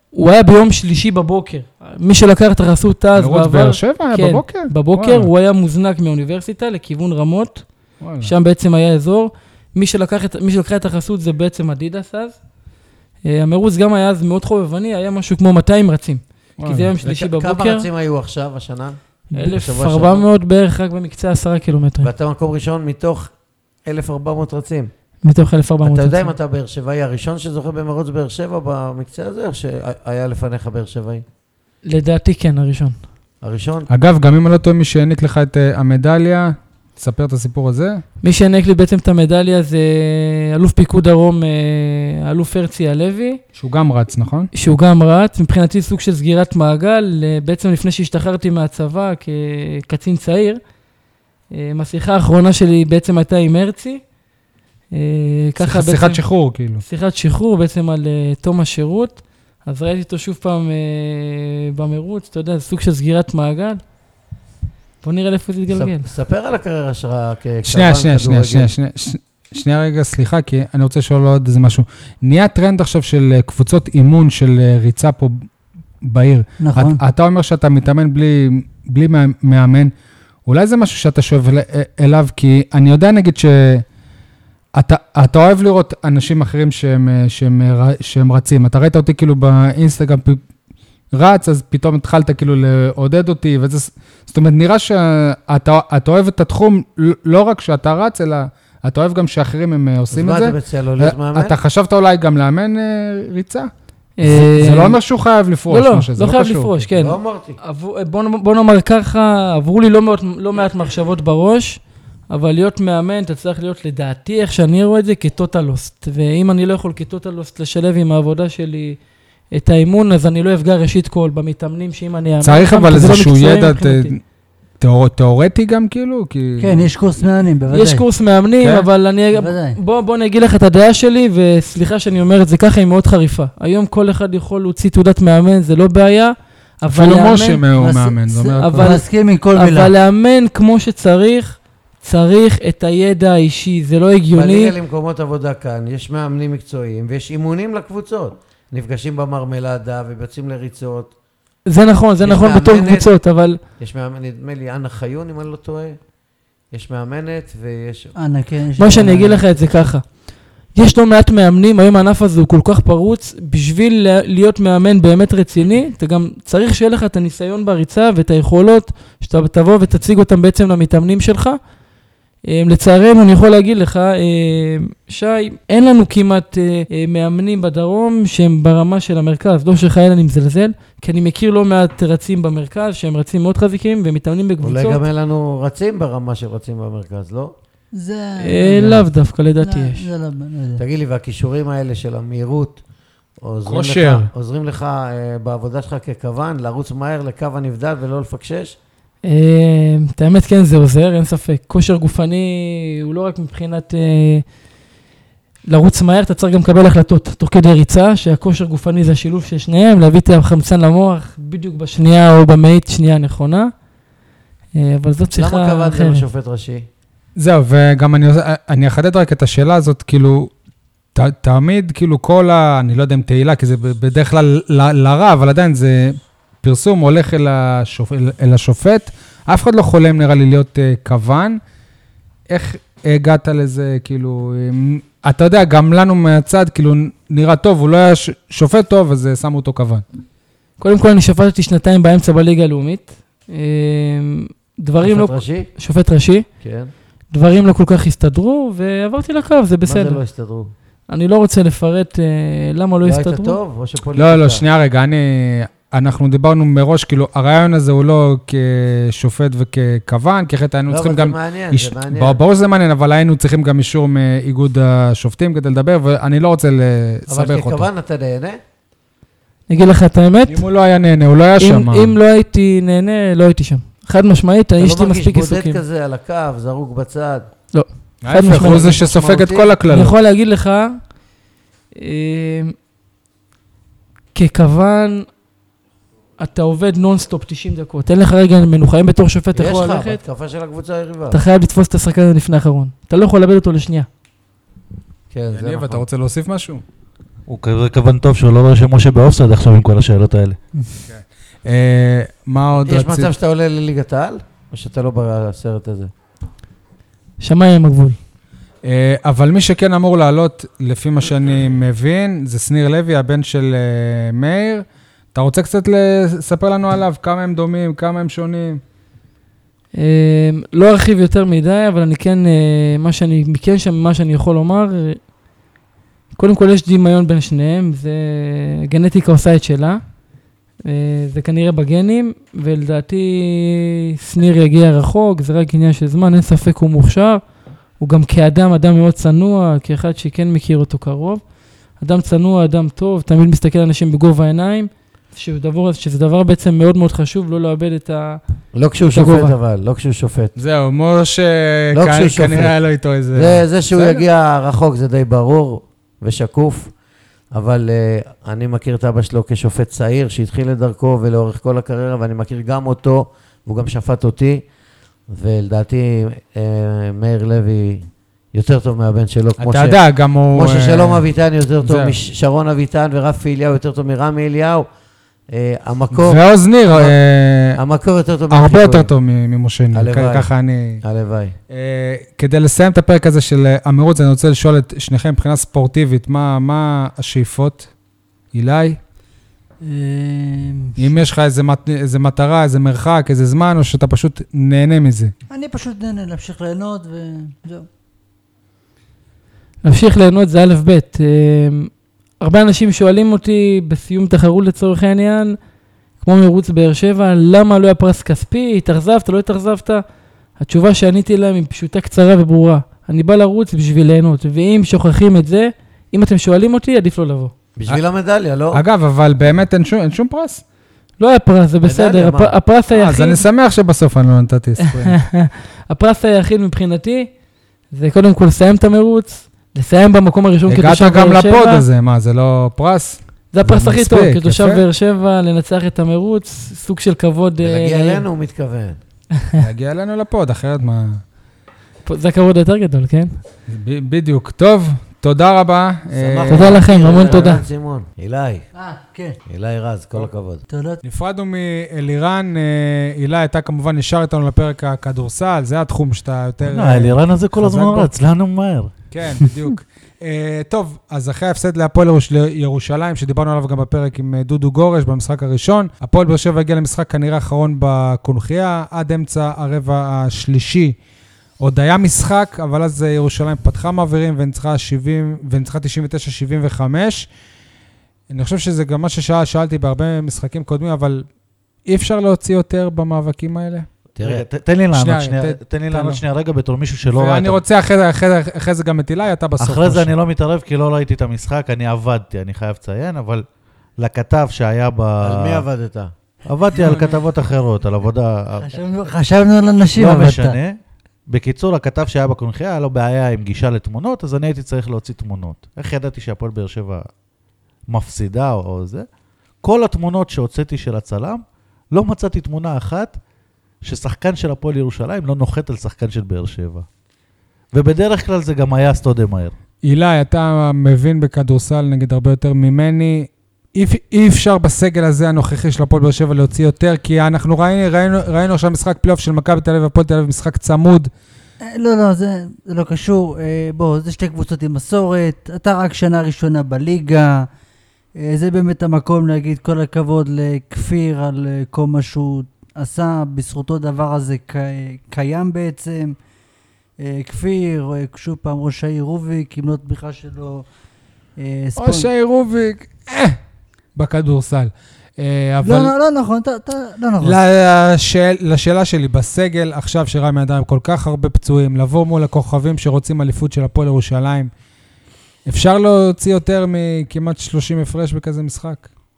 הוא היה ביום שלישי בבוקר. מי שלקח את הרסות אז
מרוץ
בעבר,
באר שבע היה
כן,
בבוקר?
בבוקר,
וואלה,
הוא היה מוזנק מהאוניברסיטה לכיוון רמות,
וואלה.
שם בעצם היה אזור. מי שלקח את- מי שלקחה את החסות זה בעצם אדידס אז. אה, המרוץ גם היה אז מאוד חובבני, היה משהו כמו 200 רצים. כי
וואלה.
זה יום
וכ-
שלישי
כמה
בבוקר,
רצים היו עכשיו, השנה? בשבוע
1,400 בערך רק במקצה 10
כן.
קילומטרים,
ואתה מקום ראשון מתוך 1,400 רצים.
מתוך 1,400
אתה יודע
רצים.
אם אתה באר שבעי הראשון שזוכה במרוץ באר שבע במקצה הזה, או שהיה לפניך באר שבעי?
לדעתי כן, הראשון.
הראשון?
אגב, גם אם אני לא טועה, מי שהעניק לך את אה, המדליה, תספר את הסיפור הזה.
מי שהעניק לי בעצם את המדליה זה אלוף פיקוד דרום, אה, האלוף הרצי הלוי,
שהוא גם רץ, נכון?
שהוא גם רץ, מבחינתי סוג של סגירת מעגל, אה, בעצם לפני שהשתחררתי מהצבא כקצין צעיר. אה, השיחה האחרונה שלי בעצם הייתה עם הרצי. אה, ככה בעצם...
שיחת שחרור, כאילו.
שיחת שחרור בעצם על אה, תום השירות, אז ראיתי אותו שוב פעם אה, במרוץ, אתה יודע, זה סוג של סגירת מעגל. בוא נראה לאיפה זה יתגלגל.
ס- ספר על הקריירה שלך כקרבן
שנייה, שנייה, שנייה,
כן,
שנייה,
כדורגל.
שנייה, ש- שנייה רגע, סליחה, כי אני רוצה לשאול עוד איזה משהו. נהיה טרנד עכשיו של אה, קבוצות אימון של אה, ריצה פה בעיר.
נכון.
אה,
את- אתה אומר שאתה מתאמן בלי, בלי מה- מאמן, אולי זה משהו שאתה שואף אל- אליו, כי אני יודע נגיד ש... אתה, אתה אוהב לראות אנשים אחרים שהם, אה, שהם, אה, ר- שהם רצים. אתה ראית אותי כאילו באינסטגרם פ- רץ, אז פתאום התחלת כאילו לעודד אותי, וזה... ס- זאת אומרת, נראה שאתה אתה אוהב את התחום, ל- לא רק שאתה רץ, אלא אתה אוהב גם שאחרים הם אה, עושים את
אז מה
זה. אה,
אתה מציע לו להיות מאמן?
אתה חשבת אולי גם לאמן אה, ריצה?
אה,
זה לא אומר שהוא חייב לפרוש,
לא, לא,
משה, זה
לא חייב
קשור.
לפרוש, כן.
לא אמרתי.
עבור- בוא נאמר- בוא נאמר ככה, עברו לי לא מעט- לא מעט מחשבות בראש, אבל להיות מאמן, אתה צריך להיות, לדעתי, איך שאני רואה את זה, כטוטלוסט. ואם אני לא יכול כטוטלוסט לשלב עם העבודה שלי את האימון, אז אני לא אפגע ראשית כל במתאמנים, שאם אני אאמן...
צריך
אותם,
אבל
כי זה לא
איזשהו
מקצועי
ידע
מבחינתי.
ת- תיאור- תיאורטי גם כאילו, כי...
כן, יש קורס מאמנים, בוודאי.
אה. יש קורס מאמנים,
כן?
אבל אני...
בוודאי.
בוא, בוא אני אגיד לך את הדעה שלי, וסליחה שאני אומר את זה ככה, היא מאוד חריפה. היום כל אחד יכול להוציא תעודת מאמן, זה לא בעיה, אבל
אפילו
לא
לאמן...
משה מ- הוא
אז-
מאמן, זה אומר... הכל.
אבל-
אבל... מסכים עם כל מילה.
אבל לאמן כמו שצריך, צריך את הידע האישי, זה לא הגיוני.
בליגה למקומות עבודה כאן, יש מאמנים מקצועיים ויש אימונים לקבוצות. נפגשים במרמלדה ויוצאים לריצות.
זה נכון, זה
יש
נכון בתור
מאמנת.
קבוצות, אבל
יש מאמן, נדמה לי, אנה חיון, אם אני לא טועה. יש מאמנת ויש...
אנא, כן. יש
מה שאני
מאמנים.
אה.
אגיד לך את זה ככה. יש לא מעט מאמנים, היום הענף הזה הוא כל כך פרוץ, בשביל לה- להיות מאמן באמת רציני, אתה גם צריך שיהיה לך את הניסיון בריצה ואת היכולות, שאתה תבוא ותציג אותם בעצם למתאמנים שלך. אה, לצערנו, אני יכול להגיד לך, אה, שי, אין לנו כמעט אה, אה, מאמנים בדרום שהם ברמה של המרכז, לא שחלילה אני מזלזל, כי אני מכיר לא מעט רצים במרכז, שהם רצים מאוד חזקים ומתאמנים
אולי
בקבוצות.
גם אין לנו רצים ברמה של רצים במרכז, לא?
זה...
אה, לאו דווקא,
לא,
לדעתי יש.
זה לא- לא יודע.
תגיד לי, והכישורים האלה של המהירות, עוזרים
כושר.
לך, עוזרים לך אה, בעבודה שלך ככוון, לרוץ מהר לקו הנבדל ולא לפקשש?
אה, את האמת, כן, זה עוזר, אין ספק. כושר גופני הוא לא רק מבחינת אה, לרוץ מהר, אתה צריך גם לקבל החלטות תוך כדי ריצה, שהכושר גופני זה השילוב של שניהם, להביא את החמצן למוח בדיוק בשנייה או במאית שנייה הנכונה. אה, אבל זאת שיחה כן.
למה
אחרת.
קבעת זה לשופט ראשי?
זהו, וגם אני, עושה- אה, אני אחדד רק את השאלה הזאת, כאילו, ת, תמיד, כאילו, כל ה... אני לא יודע אם תהילה, כי זה ב- בדרך כלל ל- לרע, אבל עדיין זה פרסום הולך אל, השופ, אל, אל השופט. אף אחד לא חולם, נראה לי, להיות אה, כוון. איך הגעת לזה, כאילו... אם- אתה יודע, גם לנו מהצד, כאילו, נראה טוב, הוא לא היה ש- שופט טוב, אז אה, שמו אותו כוון.
קודם כל, אני שפטתי שנתיים באמצע בליגה הלאומית. אה, דברים לא...
שופט ראשי?
שופט ראשי.
כן.
דברים לא כל כך הסתדרו, ועברתי לקו, זה
מה זה
בסדר.
לא הסתדרו?
אני לא רוצה לפרט אה, למה לא
לא היית
הסתדרו.
טוב? או שפוליטיקה?
לא, לא, שנייה לא, רגע, אני... אנחנו דיברנו מראש, כאילו, הרעיון הזה הוא לא כשופט וככוון, כי אחרת היינו
לא,
צריכים
אבל זה
גם...
מעניין,
איש-
זה מעניין.
ברור- ברור שזה מעניין, אבל היינו צריכים גם אישור מאיגוד השופטים כדי לדבר, ואני לא רוצה
אבל
לסבך אותו.
ככוון אתה נהנה?
אני אגיד לך את האמת,
אם הוא לא היה נהנה, הוא לא היה שם.
אם, אם לא הייתי נהנה, לא הייתי שם. חד משמעית,
אתה
יש
לא
לי
מרגיש
מספיק
בודד
עיסוקים.
כזה על הקו, זרוק בצד.
ההפך, הוא
משמעית.
זה שסופג את
משמעותי.
כל
אני
הכללות.
יכול להגיד לך, אה, ככוון, אתה עובד נונסטופ 90 דקות, אין לך רגע מנוחה, אם בתור שופט
יש
אתה יכול
לך,
ללכת,
בהתקפה של הקבוצה היריבה.
אתה חייב לתפוס את השחקן לפני האחרון. אתה לא יכול לאבד אותו לשנייה.
כן, זה
יניב, אתה
נכון.
רוצה להוסיף משהו?
הוא כזה כוון טוב שהוא לא רואה שמשה באופסייד עכשיו עם כל השאלות האלה.
אה, מה עוד
יש
רצית?
מצב שאתה עולה לליגת העל? או שאתה לא בסרט הזה?
שמיים עם הגבול.
אה, אבל מי שכן אמור לעלות, לפי מה שאני מבין, זה שניר לוי, הבן של אה, מאיר. אתה רוצה קצת לספר לנו עליו, כמה הם דומים, כמה הם שונים?
אה, לא ארחיב יותר מדי, אבל אני כן, אה, מה שאני, מכן שם, מה שאני יכול לומר, אה, קודם כל יש דמיון בין שניהם, זה גנטיקה עושה את שלה, אה, זה כנראה בגנים, ולדעתי שניר יגיע רחוק, זה רק עניין של זמן, אין ספק הוא מוכשר, הוא גם כאדם, אדם מאוד צנוע, כאחד שכן מכיר אותו קרוב. אדם צנוע, אדם טוב, תמיד מסתכל על אנשים בגובה העיניים, שזה דבר, שזה דבר בעצם מאוד מאוד חשוב, לא לאבד את ה...
לא כשהוא
בגובה.
שופט אבל, לא כשהוא שופט.
זהו, משה,
לא
כ-
כשהוא שופט.
כנראה היה לו איתו איזה...
זה, זה שהוא
בסדר.
יגיע רחוק זה די ברור ושקוף, אבל uh, אני מכיר את אבא שלו כשופט צעיר שהתחיל את דרכו ולאורך כל הקריירה, ואני מכיר גם אותו, והוא גם שפט אותי, ולדעתי uh, מאיר לוי יותר טוב מהבן שלו, כמו,
אתה יודע, גם הוא...
כמו ששלום
אה,
אביטן יותר טוב
זהו.
משרון אביטן ורפי אליהו יותר טוב מרמי אליהו. Uh, המקור,
ועוז ניר, אה,
המקור יותר טוב
הרבה
מהחיקוי.
יותר טוב מ- ממשה ניר,
הלוואי.
כ- ככה אני...
הלוואי.
אה, כדי לסיים את הפרק הזה של אה, המרוץ, אני רוצה לשאול את שניכם מבחינה ספורטיבית, מה מה השאיפות? אילי,
אה,
אמ,
אם יש לך איזה מת- איזה מטרה, איזה מרחק, איזה זמן, או שאתה פשוט נהנה מזה.
אני פשוט נהנה להמשיך ליהנות וזהו.
להמשיך ליהנות זה א' ב'. אמ, הרבה אנשים שואלים אותי בסיום תחרות לצורך העניין, כמו מרוץ באר שבע, למה לא היה פרס כספי, התאכזבת, לא התאכזבת? התשובה שעניתי להם היא פשוטה, קצרה וברורה. אני בא לרוץ בשביל ליהנות, ואם שוכחים את זה, אם אתם שואלים אותי, עדיף לא לבוא.
בשביל המדליה, לא?
אגב, אבל באמת אין שום- אין שום פרס.
לא היה פרס, זה בסדר,
מה?
הפ... הפרס היחיד...
אה, אז אני שמח שבסוף אני לא נתתי 20.
הפרס היחיד מבחינתי, זה קודם כל לסיים את המרוץ, לסיים במקום הראשון כתושב באר
הגעת
שבע.
גם לפוד הזה, מה, זה לא פרס?
זה הפרס הכי
מספיק,
טוב, כתושב
יפה.
באר שבע, לנצח את המרוץ, סוג של כבוד. אה,
להגיע
נעים.
אלינו הוא מתכוון.
להגיע אלינו לפוד, אחרת מה...
פה- זה הכבוד היותר גדול, כן?
ב- בדיוק. טוב, תודה רבה. אה,
שמח.
תודה לכם, המון
אה,
תודה.
ערן סימון, אילי,
אה, כן.
אילי רז, כל הכבוד.
תודה.
נפרדנו מאלירן, אה, הילה הייתה כמובן, נשאר איתנו לפרק הכדורסל, זה התחום שאתה יותר...
לא, אלירן הזה כל
חזק
הזמן
בו.
רץ, לאן הוא מהר?
כן, בדיוק. אה, טוב, אז אחרי ההפסד להפועל ירוש- ירושלים, שדיברנו עליו גם בפרק עם אה, דודו גורש במשחק הראשון, הפועל באר שבע הגיע למשחק כנראה האחרון בקונכייה, עד אמצע הרבע השלישי. עוד היה משחק, אבל אז אה, ירושלים פתחה מעבירים וניצחה 70 וניצחה 99-75. אני חושב שזה גם מה ששאלתי בהרבה משחקים קודמים, אבל אי אפשר להוציא יותר במאבקים האלה.
תראה,
רגע, ת- תן לי
שנייה,
לענות שנייה,
ת-
תן לי
תן לו.
לענות שנייה רגע בתור מישהו שלא ראה את
ואני רוצה אחרי זה- אחרי זה- אחרי זה גם את אילי, אתה בסוף.
לא אחרי זה
משה.
אני לא מתערב כי לא ראיתי את המשחק, אני עבדתי, אני חייב לציין, אבל לכתב שהיה ב...
על מי עבדת?
עבדתי על כתבות אחרות, על עבודה...
חשבנו- חשבנו על אנשים,
אוקיי. לא
אבל אתה...
משנה. בקיצור, הכתב שהיה בקונחייה, היה לו בעיה עם גישה לתמונות, אז אני הייתי צריך להוציא תמונות. איך ידעתי שהפועל באר שבע מפסידה או- או זה? כל התמונות שהוצאתי של הצלם, לא מצאתי תמונה אחת ששחקן של הפועל ירושלים לא נוחת על שחקן של באר שבע. ובדרך כלל זה גם היה סטודה מהר.
אילי, אתה מבין בכדורסל נגיד הרבה יותר ממני. אי, אי אפשר בסגל הזה הנוכחי של הפועל באר שבע להוציא יותר, כי אנחנו ראינו, ראינו, ראינו עכשיו משחק פלייאוף של מכבי תל אביב והפועל תל אביב, משחק צמוד.
אה, לא, לא, זה זה לא קשור. אה, בוא, זה שתי קבוצות עם מסורת, אתה רק שנה ראשונה בליגה. אה, זה באמת המקום להגיד כל הכבוד לכפיר על אה, כל מה שהוא עשה, בזכותו הדבר הזה ק- קיים בעצם. אה, כפיר, אה, שוב פעם ראש העיר רוביק, אם לא תמיכה שלו, אה, ספונ-
או שי רוביק, אה, בכדורסל. אה, אבל...
לא, לא, לא נכון, אתה, אתה, לא נכון.
לשאל, לשאלה שלי, בסגל עכשיו שרמי אדם כל כך הרבה פצועים, לבוא מול הכוכבים שרוצים אליפות של הפועל ירושלים, אפשר להוציא יותר מכמעט 30 הפרש בכזה משחק?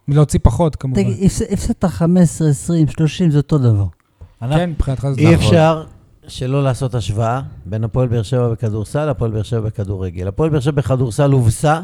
להוציא פחות, כמובן.
תגיד, הפס- הפסדת 15, 20, 30, זה אותו דבר.
כן, מבחינתך זה
אי
נכון.
אפשר שלא לעשות השוואה בין הפועל באר שבע בכדורסל להפועל באר שבע בכדורגל. הפועל באר שבע בכדורסל הובסה,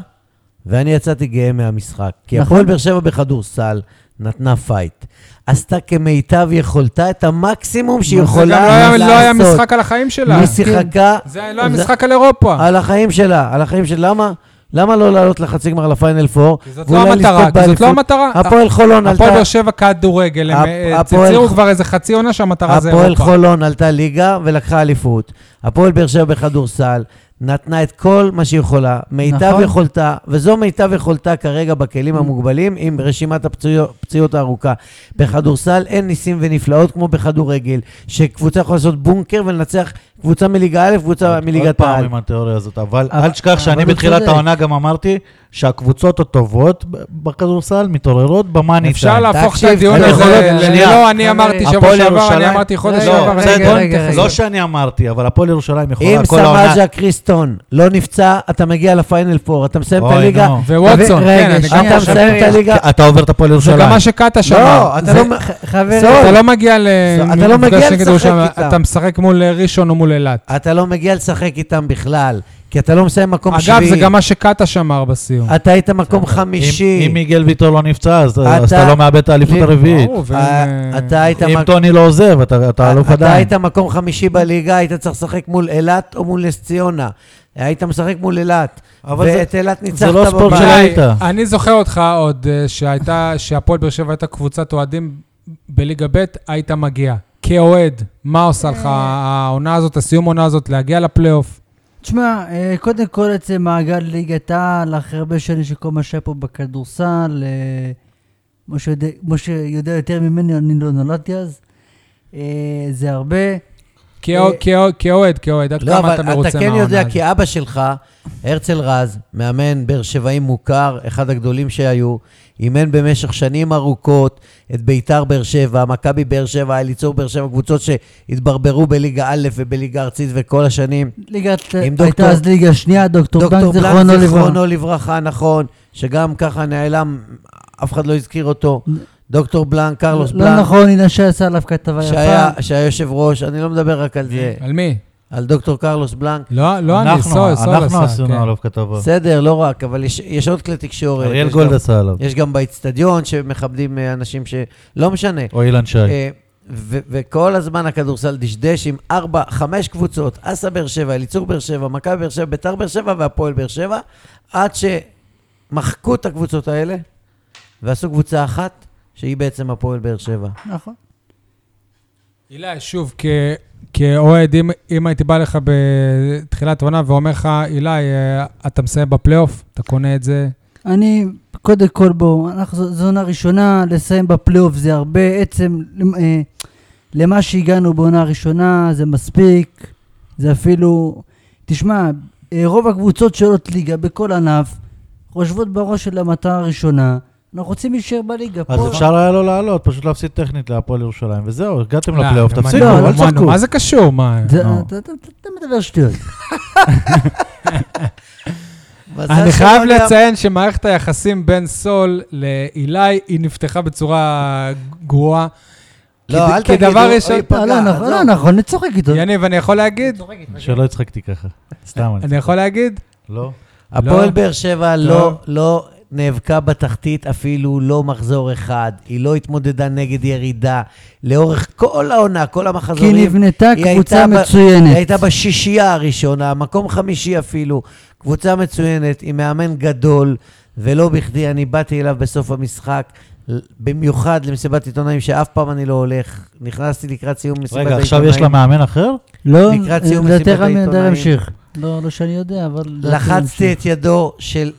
ואני יצאתי גאה מהמשחק. כי
נכון.
הפועל באר שבע בכדורסל נתנה פייט. עשתה כמיטב יכולתה את המקסימום שהיא
זה גם לא
יכולה
היה-
לעשות.
לא היה משחק על החיים שלה.
היא שיחקה...
זה לא היה
זה- אה,
משחק על אירופה.
על החיים שלה, על החיים שלה. למה? למה לא לעלות לחצי גמר לפיינל פור?
כי זאת לא
ואולי
המטרה,
לזכות
כי זאת לא
באליפות?
המטרה.
הפועל חולון עלתה...
הפועל באר שבע כדורגל, הם
הפ-
אה,
הפועל-
הצהירו כבר איזה חצי עונה שהמטרה זה
הפועל
אירופה.
חולון עלתה ליגה ולקחה אליפות. הפועל באר שבע בכדורסל נתנה את כל מה שהיא יכולה, מיטב
נכון.
יכולתה, וזו מיטב יכולתה כרגע בכלים
Mm.
המוגבלים עם רשימת הפציעו- הפציעות הארוכה. בכדורסל אין ניסים ונפלאות כמו בכדורגל, שקבוצה יכולה לעשות בונקר ולנצח קבוצה מליגה א', קבוצה
עוד
אה, מליגת
פעם
העל.
עם התיאוריה הזאת, אבל
אבל-
אל תשכח שאני
הוא
בתחילת
צודק.
העונה גם אמרתי שהקבוצות הטובות בכדורסל מתעוררות במאני
אפשר להפוך את
תקשיב,
הדיון
אתה
הזה,
יכול-
ל-
שנייה.
לא, אני אמרתי שבוע
הפועל
שעבר,
ירושלים-
אני אמרתי חודש
רגע,
שעבר,
לא,
רגע,
רגע,
בסדר,
רגע, רגע.
לא שאני אמרתי, אבל הפועל ירושלים יכולה
אם
כל העונה...
סמג'ה קריסטון לא נפצע, אתה מגיע לפיינל פור, אתה מסיים את
אוי,
הליגה,
נו.
וווטסון,
רגע,
כן, אני גם
אתה
חושב.
מסיים את הליגה.
אתה עובר את הפועל
זה
ירושלים.
גם מה שקטש אמר.
לא, אתה לא...
ח- חברים,
סול.
אתה לא מגיע ל-
אתה לא
מפגש
מגיע
נגד
לשחק
ירושלים,
איתם.
אתה משחק מול אה, ראשון או מול אילת.
אתה לא מגיע לשחק איתם בכלל, כי אתה לא מסיים מקום שביעי.
אגב, זה גם מה שקטש אמר בסיום.
אתה היית מקום
אם-
חמישי.
אם מיגל ויטור לא נפצע, אז
אתה-
אז אתה לא מאבד את האליפות
אם-
הרביעית.
ברור, ואין,
אה,
אה,
אתה היית
אם
מק-
טוני לא עוזב, אתה אתה אלוף
אתה
עדיין.
היית מקום חמישי בליגה, היית צריך לשחק מול אילת או מול נס ציונה. היית משחק מול אילת,
אבל זה-
ואת אילת ניצחת
לא ספורט
בבית.
של
גיא,
היית.
אני זוכר אותך עוד אה, שהייתה, שהפועל באר שבע הייתה קבוצת אוהדים בליגה ב', היית מגיע. כאוהד, מה עושה לך העונה הזאת, הסיום העונה הזאת, להגיע לפלייאוף?
תשמע, אה, קודם כל עצם מעגל ליגת העל, אחרי הרבה שנים שכל מה שהיה פה בכדורסל, אה, משה יודע- משה יודע יותר ממני, אני לא נולדתי אז, אה, זה הרבה.
כאוה-
אה,
כאוה- כאוהד, כאוהד, עד
לא,
כמה אתה
אבל
מרוצה
אתה כן
מהעונה
יודע,
הזאת?
כי אבא שלך, הרצל רז, מאמן באר שבעי מוכר, אחד הגדולים שהיו, אימן במשך שנים ארוכות את ביתר באר שבע, מכבי באר שבע, אליצור באר שבע, קבוצות שהתברברו בליגה א' ובליגה ארצית וכל השנים.
ליגת,
עם דוקטור-
הייתה אז ליגה שנייה, דוקטור בנק, זיכרונו לברכה.
זיכרונו לברכה, נכון, שגם ככה נעלם, אף אחד לא הזכיר אותו.
נ-
דוקטור בלנק, קרלוס
לא
בלנק,
נכון, אילן שי עשה עליו כתבה
שהיה
יפה.
שהיה יושב ראש, אני לא מדבר רק על זה,
על מי?
על דוקטור קרלוס בלנק.
לא לא אני,
אנחנו-
סול, סול
אנחנו
עשה.
עשינו
כן.
עליו כתבה.
בסדר, לא רק, אבל יש- יש עוד כלי תקשורת.
אריאל
יש
גולד
גם-
עשה עליו,
יש גם באיצטדיון שמכבדים אה, אנשים ש... לא משנה.
או אילן שי.
אה, ו- וכל הזמן הכדורסל דשדש עם ארבע, חמש קבוצות, אסה באר שבע, אליצור באר שבע, מכבי באר שבע, ביתר באר שבע והפועל באר שבע, עד שמחקו את הקבוצות האלה ועשו קבוצה אחת, שהיא בעצם הפועל באר שבע.
נכון.
אילי, שוב, כ- כאוהד, אם- אם הייתי בא לך בתחילת העונה ואומר לך, אילי, אה, אתה מסיים בפלייאוף, אתה קונה את זה,
אני, קודם כל בואו, אנחנו- זו זו עונה ראשונה, לסיים בפלייאוף זה הרבה, עצם למ- אה, למה שהגענו בעונה הראשונה זה מספיק, זה אפילו, תשמע, אה, רוב הקבוצות שעולות ליגה בכל ענף, חושבות בראש של המטרה הראשונה, אנחנו רוצים להישאר בליגה.
אז
פה-
אפשר היה לו לעלות, פשוט להפסיד טכנית להפועל ירושלים, וזהו, הגעתם
לא,
לפלייאוף,
גם
תפסיקו,
אני-
לא,
אל
מה-
תשחקו.
מה זה קשור? מה?
זה-
נו.
אתה אתה- אתה מדבר שטויות.
מזל
אני
שלא
חייב
גם-
לציין שמערכת היחסים בין סול לאילי, היא נפתחה בצורה גרועה.
לא,
כי-
אל
כי
תגידו,
דבר
אוי,
ראשון-
פגע,
לא, לא
עזוב.
נכון, לא נכון, נצוחק איתו.
יניב, אני יכול להגיד?
שלא הצחקתי ככה, סתם. אני-
אני יכול להגיד?
לא.
הפועל
לא.
באר שבע
לא.
לא, לא נאבקה בתחתית אפילו לא מחזור אחד. היא לא התמודדה נגד ירידה. לאורך כל העונה, כל
כי
המחזורים.
נבנתה
היא
קבוצה
הייתה ב- היא
מצוינת.
הייתה בשישייה הראשונה, מקום חמישי אפילו. קבוצה מצוינת, עם מאמן גדול, ולא בכדי אני באתי אליו בסוף המשחק, ל- במיוחד למסיבת עיתונאים, שאף פעם אני לא הולך. נכנסתי לקראת סיום מסיבת העיתונאים.
רגע, עכשיו יש לה מאמן אחר?
לא,
לקראת סיום
אה,
מסיבת
יותר רמי אדר
העיתונאים.
המשיך. לא, לא שאני יודע, אבל... לדעתי
לחצתי
המשיך.
את ידו של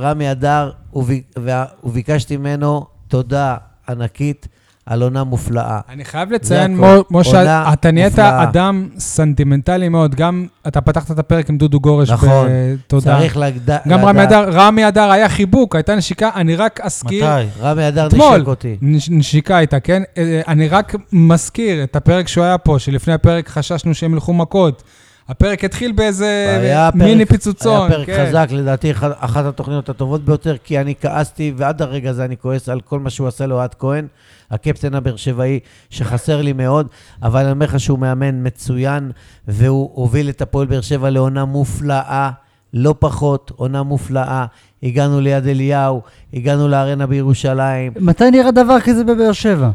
רמי אדר ובי- וה- וביקשתי ממנו תודה ענקית על עונה מופלאה.
אני חייב לציין,
הכל.
מו- משה,
עונה
אתה נהיית
נפלאה.
אדם סנטימנטלי מאוד. גם אתה פתחת את הפרק עם דודו גורש.
נכון.
ב- תודה.
צריך לגד...
גם רמי אדר, רמי אדר היה חיבוק, הייתה נשיקה, אני רק אזכיר...
מתי?
רמי אדר
אתמול.
נשק אותי.
נש- נשיקה הייתה, כן? אה, אני רק מזכיר את הפרק שהוא היה פה, שלפני הפרק חששנו שהם ילכו מכות. הפרק התחיל באיזה
היה פרק-
אה, מיני פיצוצון.
היה פרק
כן.
חזק, לדעתי אחד- אחת התוכניות הטובות ביותר, כי אני כעסתי, ועד הרגע הזה אני כועס על כל מה שהוא עשה לאוהד כהן, הקפטן הבאר שבעי, שחסר לי מאוד, אבל אני אומר לך שהוא מאמן מצוין, והוא הוביל את הפועל באר שבע לעונה מופלאה, לא פחות, עונה מופלאה. הגענו ליד אליהו, הגענו לארנה בירושלים.
מתי נראה דבר כזה בבאר שבע?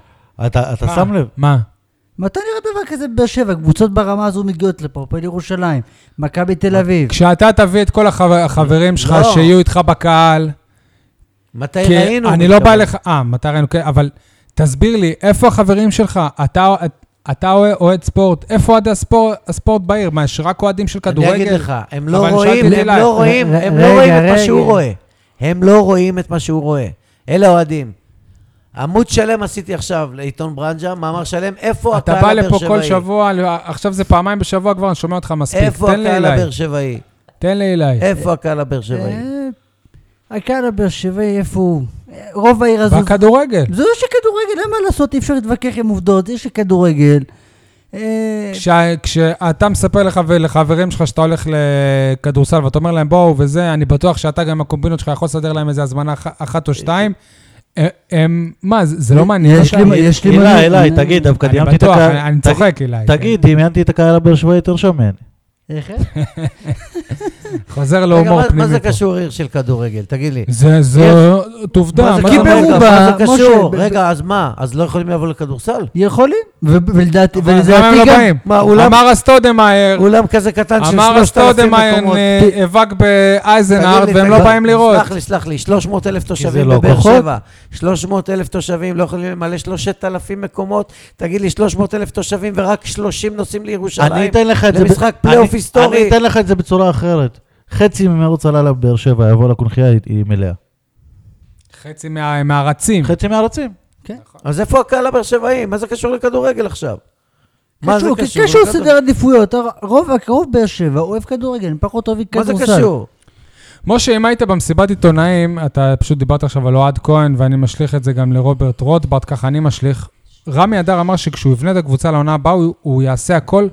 אתה אתה
מה?
שם לב,
מה?
מתי נראה דבר כזה בבאר שבע? קבוצות ברמה הזו מגיעות לפה, הפועל ירושלים, מכבי תל אביב.
כשאתה תביא את כל החבר- החברים שלך
לא.
שיהיו איתך בקהל,
מתי
כי
ראינו?
אני לא בא
מתכוון.
לך... אה, מתי ראינו? כן, אבל תסביר לי, איפה החברים שלך? אתה... אתה אוהד ספורט, איפה אוהדי הספורט, הספורט בעיר? מה, יש רק אוהדים של כדורגל?
אני אגיד לך, הם לא
אבל
רואים,
שאלתי
הם
לייב.
לא רואים,
ר-
הם
רגע,
לא רואים את מה
רגע.
שהוא רואה. הם לא רואים את מה שהוא רואה. אלה אוהדים. עמוד שלם עשיתי עכשיו לעיתון ברנז'ה, מאמר שלם, איפה
אתה
הקהל
בא
הבאר שבעי?
לפה כל שבוע, לא, עכשיו זה פעמיים בשבוע כבר, אני שומע אותך מספיק.
איפה
תן לי
הקהל
אליי,
הבאר שבעי?
תן לי אליי.
איפה הקהל הבאר שבעי?
אה, הקהל הבאר שבעי, איפה הוא? אה, רוב העיר הזו...
בכדורגל.
זו יש כדורגל, אין מה לעשות, אי אפשר להתווכח עם עובדות, יש כדורגל. אה,
כשה- כשאתה מספר לך ולחברים שלך שאתה הולך לכדורסל ואתה אומר להם בואו וזה, אני בטוח שאתה גם עם הקומבינות שלך יכול לסדר להם איזה הזמנה אח- אחת או שתיים. אה, הם, מה, זה
אה,
זה לא מעניין
יש לי-
אותם?
יש לי...
אילי,
מנוי-
אילי, תגיד, דווקא
אני
דמיינתי את
בטוח,
הקהל.
אני אני
תגיד-
צוחק אליי.
תגיד, דמיינתי את הקהל הבאר שבעי יותר שמן.
איך? אה?
כן. חוזר
רגע,
להומור
מה- מה
פנימי
זה
פה.
קשור עיר של כדורגל? תגיד לי.
זה, זו עובדה.
זה
מה
כי
קשור?
אתה אומר?
ברור,
רגע, מה
משה,
זה קשור?
ב- ב-
רגע, אז מה? אז לא יכולים לבוא לכדורסל?
יכולים, ו- ולדעתי,
אבל למה הם
ולדעתי
לא
גם...
באים?
מה, אולם-
אמר הסטודמאייר,
אולם כזה קטן של
אמר
3,000
הסטודמאייר
מקומות.
אה, אבק באייזנארט
תגיד לי,
והם לא
תגיד-
באים לראות.
סלח לי, סלח לי, 300 אלף
זה
תושבים
לא
בבאר
פחות.
שבע. 300 אלף תושבים, לא יכולים למלא 3,000 מקומות. תגיד לי, 300 אלף תושבים ורק 30 נוסעים לירושלים.
אני אתן לך את זה...
למשחק
ב-
פלייאוף
אני-
היסטורי.
אני אתן לך את זה בצורה אחרת. חצי ממרוץ הלילה בבאר שבע יבוא לקונכייה, היא- היא מלאה.
חצי מה- מהרצים.
חצי מהרצים.
אז איפה הקהל הבאר שבעי? מה זה קשור לכדורגל עכשיו? מה זה
קשור,
קשור? לא
קשור
לכדור-
סדר עדיפויות, הר- רוב הקרוב באר שבע אוהב כדורגל, הם פחות אוהבים
מה זה
כדורסל.
קשור?
משה, אם היית במסיבת עיתונאים, אתה פשוט דיברת עכשיו על אוהד כהן, ואני משליך את זה גם לרוברט רוטברט, ככה אני משליך. רמי אדר אמר שכשהוא יבנה את הקבוצה לעונה הבאה, הוא, הוא יעשה הכל,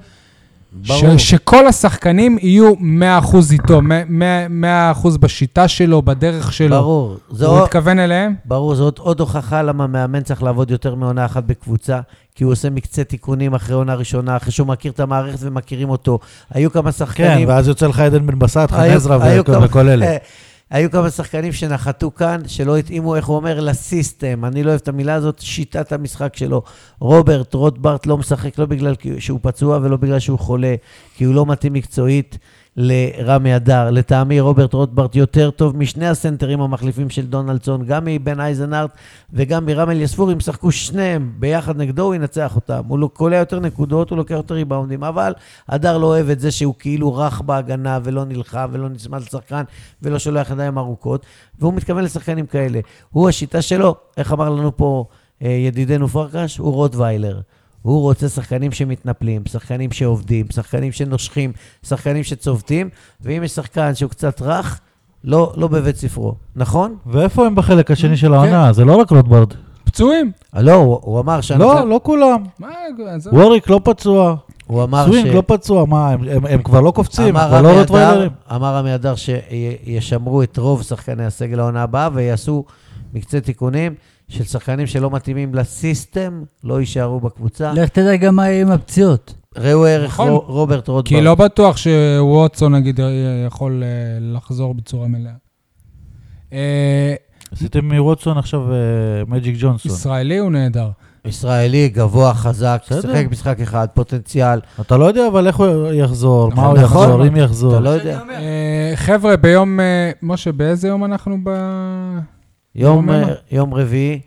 ש,
ברור.
שכל השחקנים יהיו 100% איתו, מ- מ- 100% בשיטה שלו, בדרך
לא.
שלו.
ברור. זה
הוא
או-
התכוון אליהם?
ברור, זאת עוד הוכחה למה מאמן צריך לעבוד יותר מעונה אחת בקבוצה, כי הוא עושה מקצה תיקונים אחרי עונה ראשונה, אחרי שהוא מכיר את המערכת ומכירים אותו. היו כמה
כן,
שחקנים...
ואז יוצא לך עדן בן בסט, חן
היו-
עזרא
היו כמה-
וכל אלה.
אה, היו כמה שחקנים שנחתו כאן, שלא התאימו, איך הוא אומר, לסיסטם. אני לא אוהב את המילה הזאת, שיטת המשחק שלו. רוברט, רוטברט לא משחק לא בגלל כי- שהוא פצוע ולא בגלל שהוא חולה, כי הוא לא מתאים מקצועית לרמי אדר. לטעמי, רוברט רוטברט יותר טוב משני הסנטרים המחליפים של דונלדסון, גם מבן אייזנארט וגם מרם אליספור, אם שחקו שניהם ביחד נגדו, הוא ינצח אותם. הוא לא- קולע יותר נקודות, הוא לוקח יותר ריבאונדים, אבל הדר לא אוהב את זה שהוא כאילו רך בהגנה ולא נלחם ולא נצמד לשחקן ולא שולח ידיים ארוכות, והוא מתכוון לשחקנים כאלה. הוא, השיטה שלו, איך אמר לנו פה אה, ידידנו פרקש? הוא רוטוויילר. הוא רוצה שחקנים שמתנפלים, שחקנים שעובדים, שחקנים שנושכים, שחקנים שצובטים, ואם יש שחקן שהוא קצת רך, לא, לא בבית ספרו, נכון?
ואיפה הם בחלק השני של העונה? זה לא רק רוטברד.
פצועים?
אה, לא, הוא, הוא אמר שאני...
לא, לא כולם.
מה, זה...
ווריק לא פצוע,
הוא אמר ש...
סווינג לא פצוע, מה, הם- הם הם כבר לא קופצים,
אמר
הם כבר לא
רמי אדר,
רוטוויילרים.
אמר רמי אדר שישמרו את רוב שחקני הסגל העונה הבאה ויעשו מקצה תיקונים של שחקנים שלא מתאימים לסיסטם, לא יישארו בקבוצה.
לך תדע גם מה יהיה עם הפציעות.
ראו ערך
נכון.
רו- רוברט רוטברג.
כי לא בטוח שווטסון, נגיד, יכול אה, לחזור בצורה מלאה. אה,
עשיתם מווטסון עכשיו אה, מג'יק ג'ונסון.
ישראלי הוא נהדר.
ישראלי, גבוה, חזק,
בסדר.
שיחק משחק אחד, פוטנציאל.
אתה לא יודע אבל איך הוא יחזור, מה הוא
נכון,
יחזור,
נכון.
אם יחזור.
אתה לא יודע.
אה, חבר'ה, ביום... אה, משה, באיזה יום אנחנו ב...
יום,
ברוממה.
אה, יום רביעי,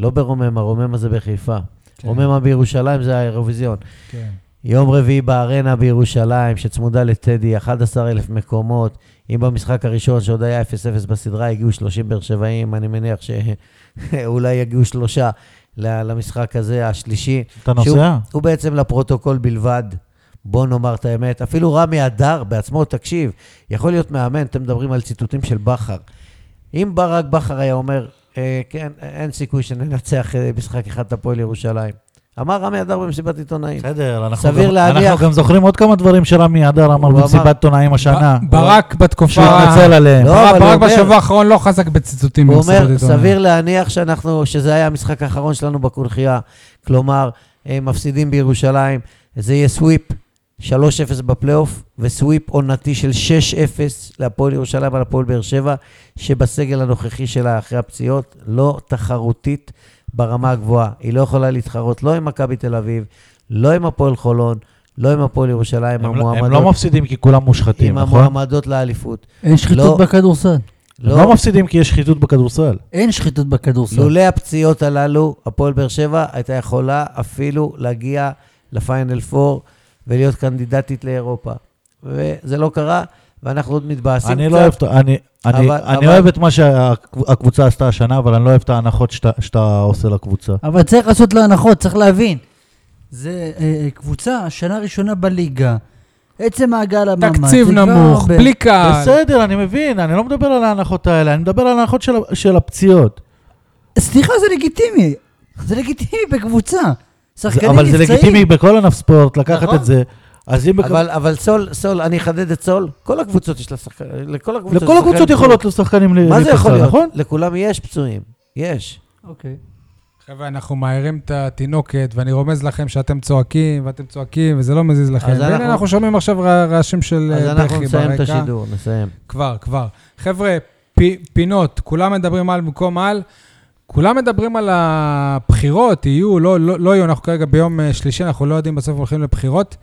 לא ברוממה, רוממה זה בחיפה.
כן.
רוממה בירושלים זה האירוויזיון.
כן.
יום רביעי בארנה בירושלים, שצמודה לטדי, 11,000 מקומות. אם במשחק הראשון, שעוד היה 0-0 בסדרה, הגיעו 30 באר שבעים, אני מניח שאולי יגיעו שלושה ל- למשחק הזה, השלישי.
אתה
שהוא-
נוסע?
הוא בעצם לפרוטוקול בלבד. בוא נאמר את האמת. אפילו רמי הדר בעצמו, תקשיב, יכול להיות מאמן, אתם מדברים על ציטוטים של בכר. אם ברק בכר היה אומר, אה, כן, אין סיכוי שננצח אה, משחק אחד את הפועל ירושלים. אמר רמי הדר במסיבת עיתונאים.
בסדר, אנחנו
סביר
גם-
להניח-
אנחנו גם זוכרים עוד כמה דברים שרמי אדר אמר
הוא אמר-
במסיבת עיתונאים השנה.
ב- ברק בתקופה...
שהוא התנצל עליהם.
לא,
ברק-
אבל הוא
ברק
אומר-
בשבוע האחרון לא חזק בציטוטים.
הוא
במסיבת
אומר,
עיתונאים.
סביר להניח שאנחנו, שזה היה המשחק האחרון שלנו בקונכייה. כלומר, הם מפסידים בירושלים, זה יהיה סוויפ 3-0 בפלייאוף, וסוויפ עונתי של 6-0 להפועל ירושלים על הפועל באר שבע, שבסגל הנוכחי שלה אחרי הפציעות, לא תחרותית ברמה הגבוהה. היא לא יכולה להתחרות לא עם מכבי תל אביב, לא עם הפועל חולון, לא עם הפועל ירושלים,
הם לא- הם לא
המועמדות,
מפסידים כי כולם מושחתים,
עם
נכון?
המועמדות לאליפות.
אין שחיתות
לא.
בכדורסל.
הם לא מפסידים כי יש שחיתות בכדורסל.
אין שחיתות בכדורסל.
לא,
לולא הפציעות הללו, הפועל באר שבע הייתה יכולה אפילו להגיע לפיינל 4 ולהיות קנדידטית לאירופה. וזה לא קרה, ואנחנו עוד מתבאסים
אני
קצת.
לא אוהב את- אני- אני-
אבל-
אני
אבל-
אוהב את מה שהקבוצה עשתה השנה, אבל אני לא אוהב את ההנחות שאתה- שאתה עושה לקבוצה.
אבל צריך לעשות לה הנחות, צריך להבין. זה אה, קבוצה, שנה ראשונה בליגה. עצם ההגעה למעמד.
תקציב
זה כבר
נמוך,
הרבה.
בלי קהל.
בסדר, אני מבין, אני לא מדבר על ההנחות האלה, אני מדבר על ההנחות של ה- של הפציעות.
סליחה, זה לגיטימי. זה לגיטימי בקבוצה.
זה-
שחקנים
אבל זה
נפצעים.
לגיטימי בכל ענף ספורט לקחת
נכון.
את זה. אז אם... בכ-
אבל, אבל סול, סול, אני אחדד את סול, כל הקבוצות יש לה שחקנים, לכל הקבוצות
לכל
יש
הקבוצות
שחקנים.
יכולות לשחקנים ל-
מה זה יכול
להיפצע,
להיות?
נכון?
לכולם יש פצועים, יש.
אוקיי.
חבר'ה, אנחנו מעירים את התינוקת, ואני רומז לכם שאתם צועקים, ואתם צועקים, וזה לא מזיז לכם.
אז
והנה,
אנחנו-
אנחנו שומעים עכשיו רע- רעשים של אה,
אז
בכי ברקע.
אנחנו נסיים את השידור, נסיים.
כבר, כבר. חבר'ה, פ, פינות, כולם מדברים על במקום על. כולם מדברים על הבחירות, יהיו, לא, לא, לא יהיו, אנחנו כרגע ביום אה, שלישי, אנחנו לא יודעים בסוף הולכים לבחירות.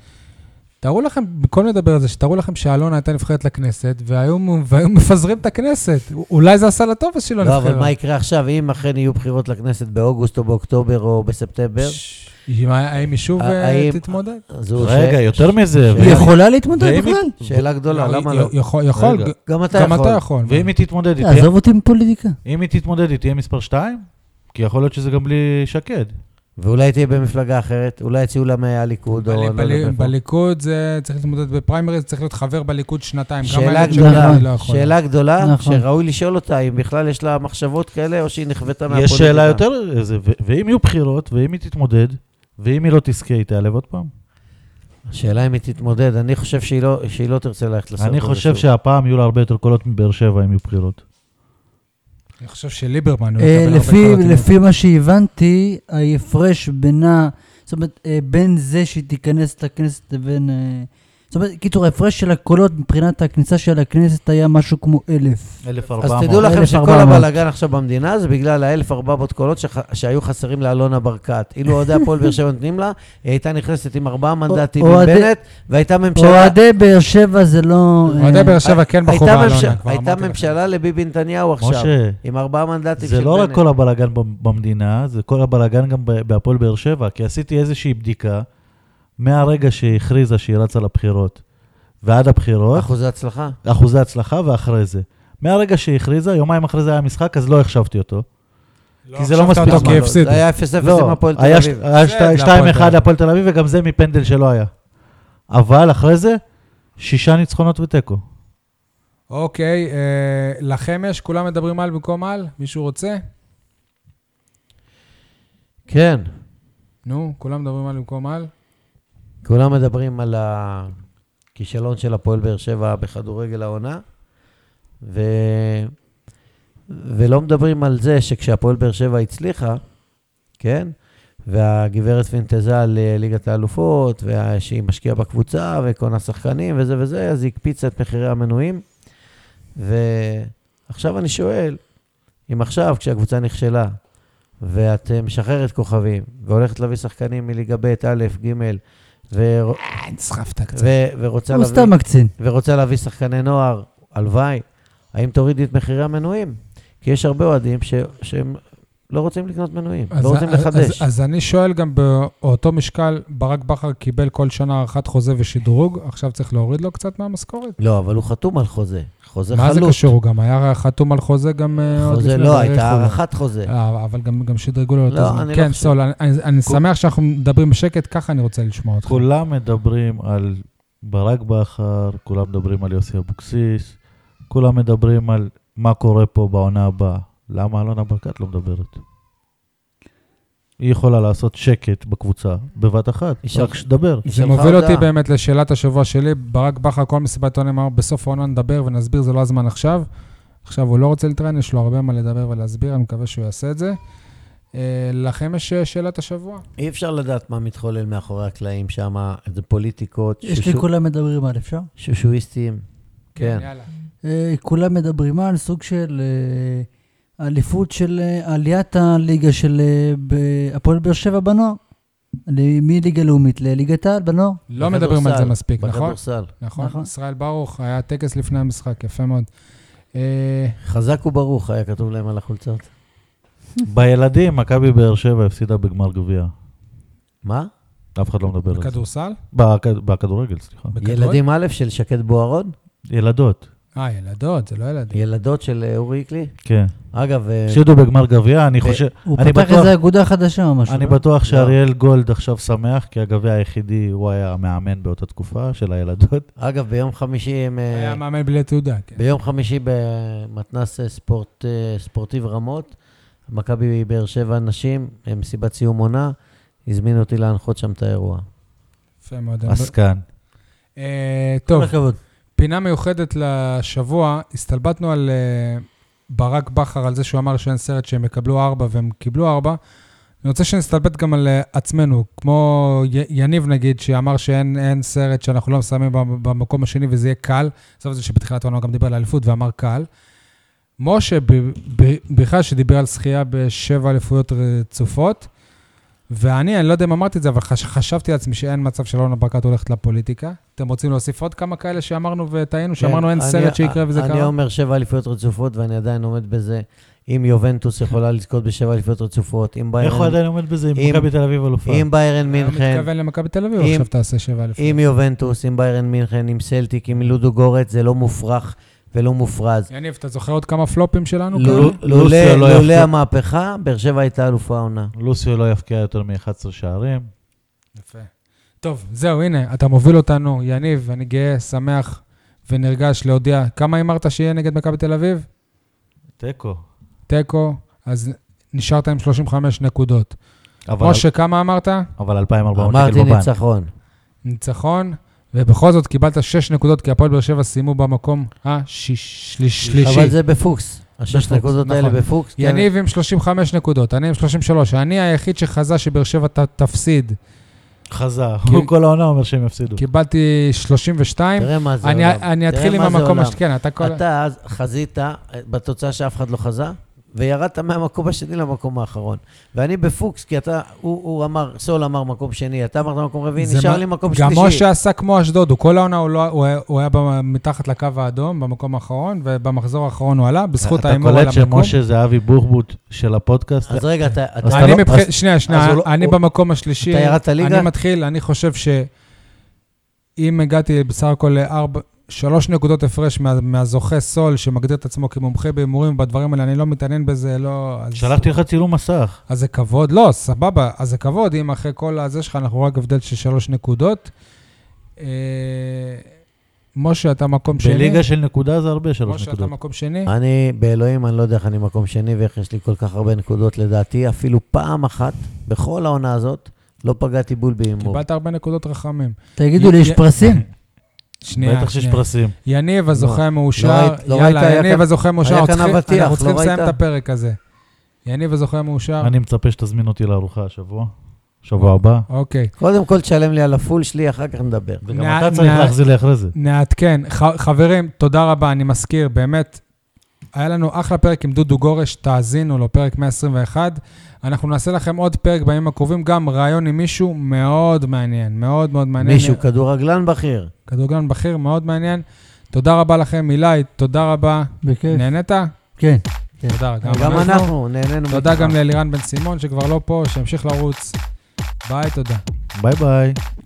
תארו לכם, במקום לדבר על זה, שתארו לכם שאלונה הייתה נבחרת לכנסת, והיו, מ- והיו מפזרים את הכנסת. אולי זה עשה לה טוב אז שהיא לא
לא,
נבחרת.
אבל מה יקרה עכשיו, אם אכן יהיו בחירות לכנסת באוגוסט או באוקטובר או בספטמבר?
ש- היא- מה- האם היא שוב
ה-
אה,
האם-
תתמודד?
זו
רגע,
לא, ש-
יותר מזה,
ש-
היא
ואם-
יכולה להתמודד
ואם-
בכלל?
שאלה גדולה,
היא-
למה
היא-
לא?
יכול, יכול,
רגע.
גם אתה
גם
יכול.
אתה יכול.
ואם היא תתמודד, היא תהיה-
תעזוב אותי מפוליטיקה.
אם היא תתמודד, היא תהיה מספר 2? כי יכול להיות שזה גם בלי שקד.
ואולי תהיה במפלגה אחרת, אולי יציעו לה מהליכוד, או...
בלי-
אני לא
בלי-
יודע מאיפה.
בליכוד זה צריך להתמודד בפריימריז, צריך להיות חבר בליכוד שנתיים. גם
שאלה
הילד
גדולה,
שלנו היא לא יכולה.
שאלה גדולה,
נכון.
שראוי לשאול אותה אם בכלל יש לה מחשבות כאלה, או שהיא נכוותה מהפוליטיקה.
יש שאלה יותר, זה- ו- ואם יהיו בחירות, ואם היא תתמודד, ואם היא לא תזכה, היא תיעלב עוד פעם?
השאלה אם היא תתמודד, אני חושב שהיא לא- שהיא לא תרצה ללכת לסרט.
אני
הזה
חושב
שוב.
שהפעם יהיו לה הרבה יותר קולות מבאר שבע אם יהיו בחירות.
אני חושב שליברמן הוא
אה,
יקבל הרבה
לפי-
קולות.
לפי מה שהבנתי, ההפרש בינה, זאת אומרת, אה, בין זה שהיא תיכנס לכנסת לבין... אה, זאת אומרת, קיצור, ההפרש של הקולות מבחינת הכניסה של הכנסת היה משהו כמו אלף.
1,400.
אז תדעו לכם שכל
1400.
הבלאגן עכשיו במדינה זה בגלל ה-1,400 קולות שח- שהיו חסרים לאלונה ברקת. אילו אוהדי הפועל באר שבע נותנים לה, היא הייתה נכנסת עם ארבעה מנדטים עם
אוהדי-
בנט, והייתה ממשלה...
אוהדי באר שבע זה לא... אה,
אוהדי באר שבע כן
הייתה
בחרו באלונה,
ממשלה-
כבר
הייתה
אמרתי לכם.
ממשלה לביבי נתניהו עכשיו,
משה,
עם ארבעה מנדטים של
זה
בנט.
לא רק כל הבלגן ב- במדינה, זה כל הבלגן גם ב- בהפועל באר שבע, כי עשיתי איזושהי בדיקה מהרגע שהיא הכריזה שהיא רצה לבחירות ועד הבחירות,
אחוזי הצלחה.
אחוזי הצלחה ואחרי זה. מהרגע שהיא הכריזה, יומיים אחרי זה היה משחק, אז לא החשבתי אותו. כי זה לא
עכשיו
מספיק
אתה
זמן.
כי
לא,
הפסידו.
זה היה 0-0 עם
לא,
הפועל תל
היה
אביב.
ש- היה
הפסד להפועל
שתי- 2-1
תל
להפועל תל אביב, וגם זה מפנדל שלא היה. אבל אחרי זה, שישה ניצחונות ותיקו.
אוקיי, אה, לכם יש, כולם מדברים על במקום על? מישהו רוצה?
כן,
נו, כולם מדברים על במקום על?
כולם מדברים על הכישלון של הפועל באר שבע בכדורגל העונה, ו... ולא מדברים על זה שכשהפועל באר שבע הצליחה, כן? והגברת פינטזה לליגת האלופות, וה- שהיא משקיעה בקבוצה, וקונה שחקנים וזה וזה, אז היא הקפיצה את מחירי המנויים. ועכשיו אני שואל, אם עכשיו, כשהקבוצה נכשלה, ואת אה, משחררת כוכבים, והולכת להביא שחקנים מליגה ב', א', ג', ו-
נסחפת קצת.
ו- ורוצה,
הוא
להביא,
סתם מקצין.
ורוצה להביא שחקני נוער, הלוואי, האם תורידי את מחירי המנויים? כי יש הרבה אוהדים ש- שהם לא רוצים לקנות מנויים,
אז-
לא רוצים
אז-
לחדש.
אז- אז אני שואל גם באותו משקל, ברק בכר קיבל כל שנה הארכת חוזה ושדרוג, עכשיו צריך להוריד לו קצת מהמשכורת?
לא, אבל הוא חתום על חוזה. חוזה
מה זה
חלוט.
קשור? הוא גם היה חתום על חוזה גם אה, עוד לפני...
חוזה לא,
והאריכו לו.
הייתה הארכת חוזה.
אה, אבל גם גם שדרגו לו את
לא,
הזמן.
אני לא
כן,
חושב.
סול, אני- אני- אני
כל-
שמח שאנחנו מדברים בשקט, ככה אני רוצה לשמוע אותך.
כולם מדברים על ברק בכר, כולם מדברים על יוסי אבוקסיס, כולם מדברים על מה קורה פה בעונה הבאה. למה אלונה ברקת לא מדברת? היא יכולה לעשות שקט בקבוצה בבת אחת,
יישר-
רק שתדבר.
היא
זה
שלחה
מוביל אותי
הודעה.
באמת לשאלת השבוע שלי. ברק בכר, כל מסיבת עונים אמר, בסוף העונה נדבר ונסביר, זה לא הזמן עכשיו. עכשיו הוא לא רוצה להתראיין, יש לו הרבה מה לדבר ולהסביר, אני מקווה שהוא יעשה את זה. אה, לכם יש אה, שאלת השבוע?
אי אפשר לדעת מה מתחולל מאחורי הקלעים שם, זה פוליטיקות,
יש לי
שושו-
כולם מדברים על, אפשר?
שושואיסטים. כן.
יאללה.
אה, כולם מדברים על סוג של אה, אליפות של אה, עליית הליגה של אה, ב- הפועל באר שבע בנוער. ל- מליגה לאומית לליגת העל בנוער.
לא מדברים על זה
בכדורסל,
מספיק, נכון?
בכדורסל.
נכון.
נכון.
ישראל ברוך, היה טקס לפני המשחק, יפה מאוד. אה,
חזק וברוך היה כתוב להם על החולצות.
בילדים, מכבי באר שבע הפסידה בגמר גביע.
מה?
אף אחד לא מדבר על זה.
בכדורסל?
בכ- בכדורגל, סליחה.
בכדורגל?
ילדים א' של שקד בוארון?
ילדות,
אה, ילדות, זה לא ילדים.
ילדות של אה, אורי איקלי?
כן.
אגב, אה,
הפסידו בגמר גביע, אני
ו-
חושב...
הוא
אני
פתח
בטוח-
איזה אגודה חדשה או משהו.
אני
לא?
בטוח שאריאל גולד עכשיו שמח, כי הגביע היחידי, הוא היה המאמן באותה תקופה של הילדות.
אגב, ביום חמישי הם... אה,
היה מאמן בלי תעודה, כן.
ביום חמישי במתנ"ס אה, ספורט, אה, ספורטיב רמות, מכבי באר שבע נשים, אה, מסיבת סיום עונה, הזמינו אותי להנחות שם את האירוע.
יפה מאוד.
עסקן.
אה, טוב,
כל הכבוד.
פינה מיוחדת לשבוע, הסתלבטנו על אה, ברק בכר, על זה שהוא אמר שאין סרט שהם יקבלו ארבע והם קיבלו ארבע. אני רוצה שנסתלבט גם על אה, עצמנו, כמו י- יניב נגיד, שאמר שאין אין סרט שאנחנו לא מסיימים במ- במקום השני וזה יהיה קל. עזוב את זה שבתחילת העונה הוא גם דיבר על אליפות ואמר קל. משה ב- ב- בכלל שדיבר על זכייה בשבע אליפויות רצופות. ואני, אני לא יודע אם אמרתי את זה, אבל חש, חשבתי לעצמי שאין מצב שלאורנה ברקת הולכת לפוליטיקה. אתם רוצים להוסיף עוד כמה כאלה שאמרנו וטעינו, שאמרנו אין
כן, אני-
סרט שיקרה וזה
אני
קרה?
אומר שבע אליפויות רצופות, ואני עדיין עומד בזה. אם יובנטוס יכולה לזכות בשבע אליפויות רצופות, אם
איך הוא
ביירן,
עדיין עומד בזה עם
אם-
מכבי תל אביב אלופה?
אם ביירן
אני
מינכן,
מתכוון למכבי תל אביב,
אם-
עכשיו תעשה שבע אליפויות.
אם יובנטוס, אם ביירן מינכן, אם סלטיק, אם לודו גורץ, זה לא מופרך ולא מופרז.
יניב, אתה זוכר עוד כמה פלופים שלנו? כן?
לולא-
כאן?
לא- לוסיו לא
לולא לולא
יחטוף.
המהפכה, באר שבע הייתה אלופה העונה.
לוסיו לא יפקיע יותר מ-11 שערים.
יפה. טוב, זהו, הנה, אתה מוביל אותנו, יניב, אני גאה, שמח ונרגש להודיע. כמה אמרת שיהיה נגד מכבי תל אביב?
תיקו.
תיקו, אז נשארת עם 35 נקודות.
אבל-
משה, כמה אמרת?
אבל 2,400
אמרתי
שקל בבנק.
ניצחון.
ניצחון, ובכל זאת קיבלת 6 נקודות, כי הפועל באר שבע סיימו במקום השלישי.
אבל זה בפוקס. השש
בפוקס,
נקודות האלה
נכון.
בפוקס. כן. כי
יניב עם 35 נקודות, אני עם 33. אני היחיד שחזה שבאר שבע ת- תפסיד.
חזר. הוא כל העונה אומר שהם יפסידו.
קיבלתי 32.
תראה מה זה
אני-
עולם.
אני
תראה
אתחיל עם
מה זה
המקום
עולם.
השני. כן, אתה כל...
אתה אז חזית אה, בתוצאה שאף אחד לא חזה, וירדת מהמקום השני למקום האחרון. ואני בפוקס, כי אתה, הוא, הוא אמר, סול אמר מקום שני, אתה אמרת מקום רביעי,
זה
נשאר
מה-
לי מקום
גם
שלישי.
משה עשה כמו אשדוד, הוא כל העונה הוא לא- הוא היה- הוא היה במ- מתחת לקו האדום, במקום האחרון, ובמחזור האחרון הוא עלה, בזכות
אתה
ההימור על
קולט
המקום.
שמשה זה אבי בוחבוט של הפודקאסט?
אז רגע, אתה, אתה,
אז
אני
לא-
מבחינת,
אז-
שנייה,
אז
שנייה,
הוא לא-
אני
הוא-
במקום השלישי.
אתה ירדת ליגה?
אני מתחיל, אני חושב שאם הגעתי בסך הכל לארבע, שלוש נקודות הפרש מה- מהזוכה סול, שמגדיר את עצמו כמומחה בהימורים בדברים האלה, אני לא מתעניין בזה, לא... אז-
שלחתי לך צילום מסך.
אז זה כבוד, לא, סבבה, אז זה כבוד, אם אחרי כל הזה שלך אנחנו רק הבדל של שלוש נקודות. אה, משה, אתה מקום שני?
בליגה של נקודה זה הרבה שלוש
משה, אתה
נקודות.
מקום שני?
אני, באלוהים, אני לא יודע איך אני מקום שני ואיך יש לי כל כך הרבה נקודות, לדעתי, אפילו פעם אחת, בכל העונה הזאת, לא פגעתי בול בהימור.
קיבלת הרבה נקודות רחמים.
תגידו לי, יש
י-
פרסים?
שנייה,
בטח שיש
שנייה.
פרסים.
יניב, הזוכה
לא
מאושר.
ראית- לא ראית,
יאללה,
היה
יניב,
כאן-
הזוכה מאושר.
היה
אנחנו
כאן
צריכים-
אבטיח,
אנחנו
לא
צריכים לסיים
ראית?
את הפרק הזה. יניב, הזוכה מאושר.
אני מצפה שתזמין אותי לארוחה השבוע, שבוע הבא.
אוקיי.
קודם כל תשלם לי על הפול שלי, אחר כך נדבר.
וגם
נא-
אתה צריך
נא-
להחזיר לי אחרי זה.
נעדכן. ח- חברים, תודה רבה, אני מזכיר, באמת, היה לנו אחלה פרק עם דודו גורש, תאזינו לו, פרק 121. אנחנו נעשה לכם עוד פרק בימים הקרובים, גם ראיון עם מישהו מאוד מעניין, מאוד מאוד מעניין.
מישהו, כדורגלן בכיר.
כדורגלן בכיר, מאוד מעניין. תודה רבה לכם, אילי, תודה רבה.
בכיף.
נהנית?
כן. כן.
תודה.
גם אנחנו, נהנינו.
תודה
מכם.
גם לאלירן בן סימון, שכבר לא פה, שימשיך לרוץ. ביי, תודה.
ביי ביי.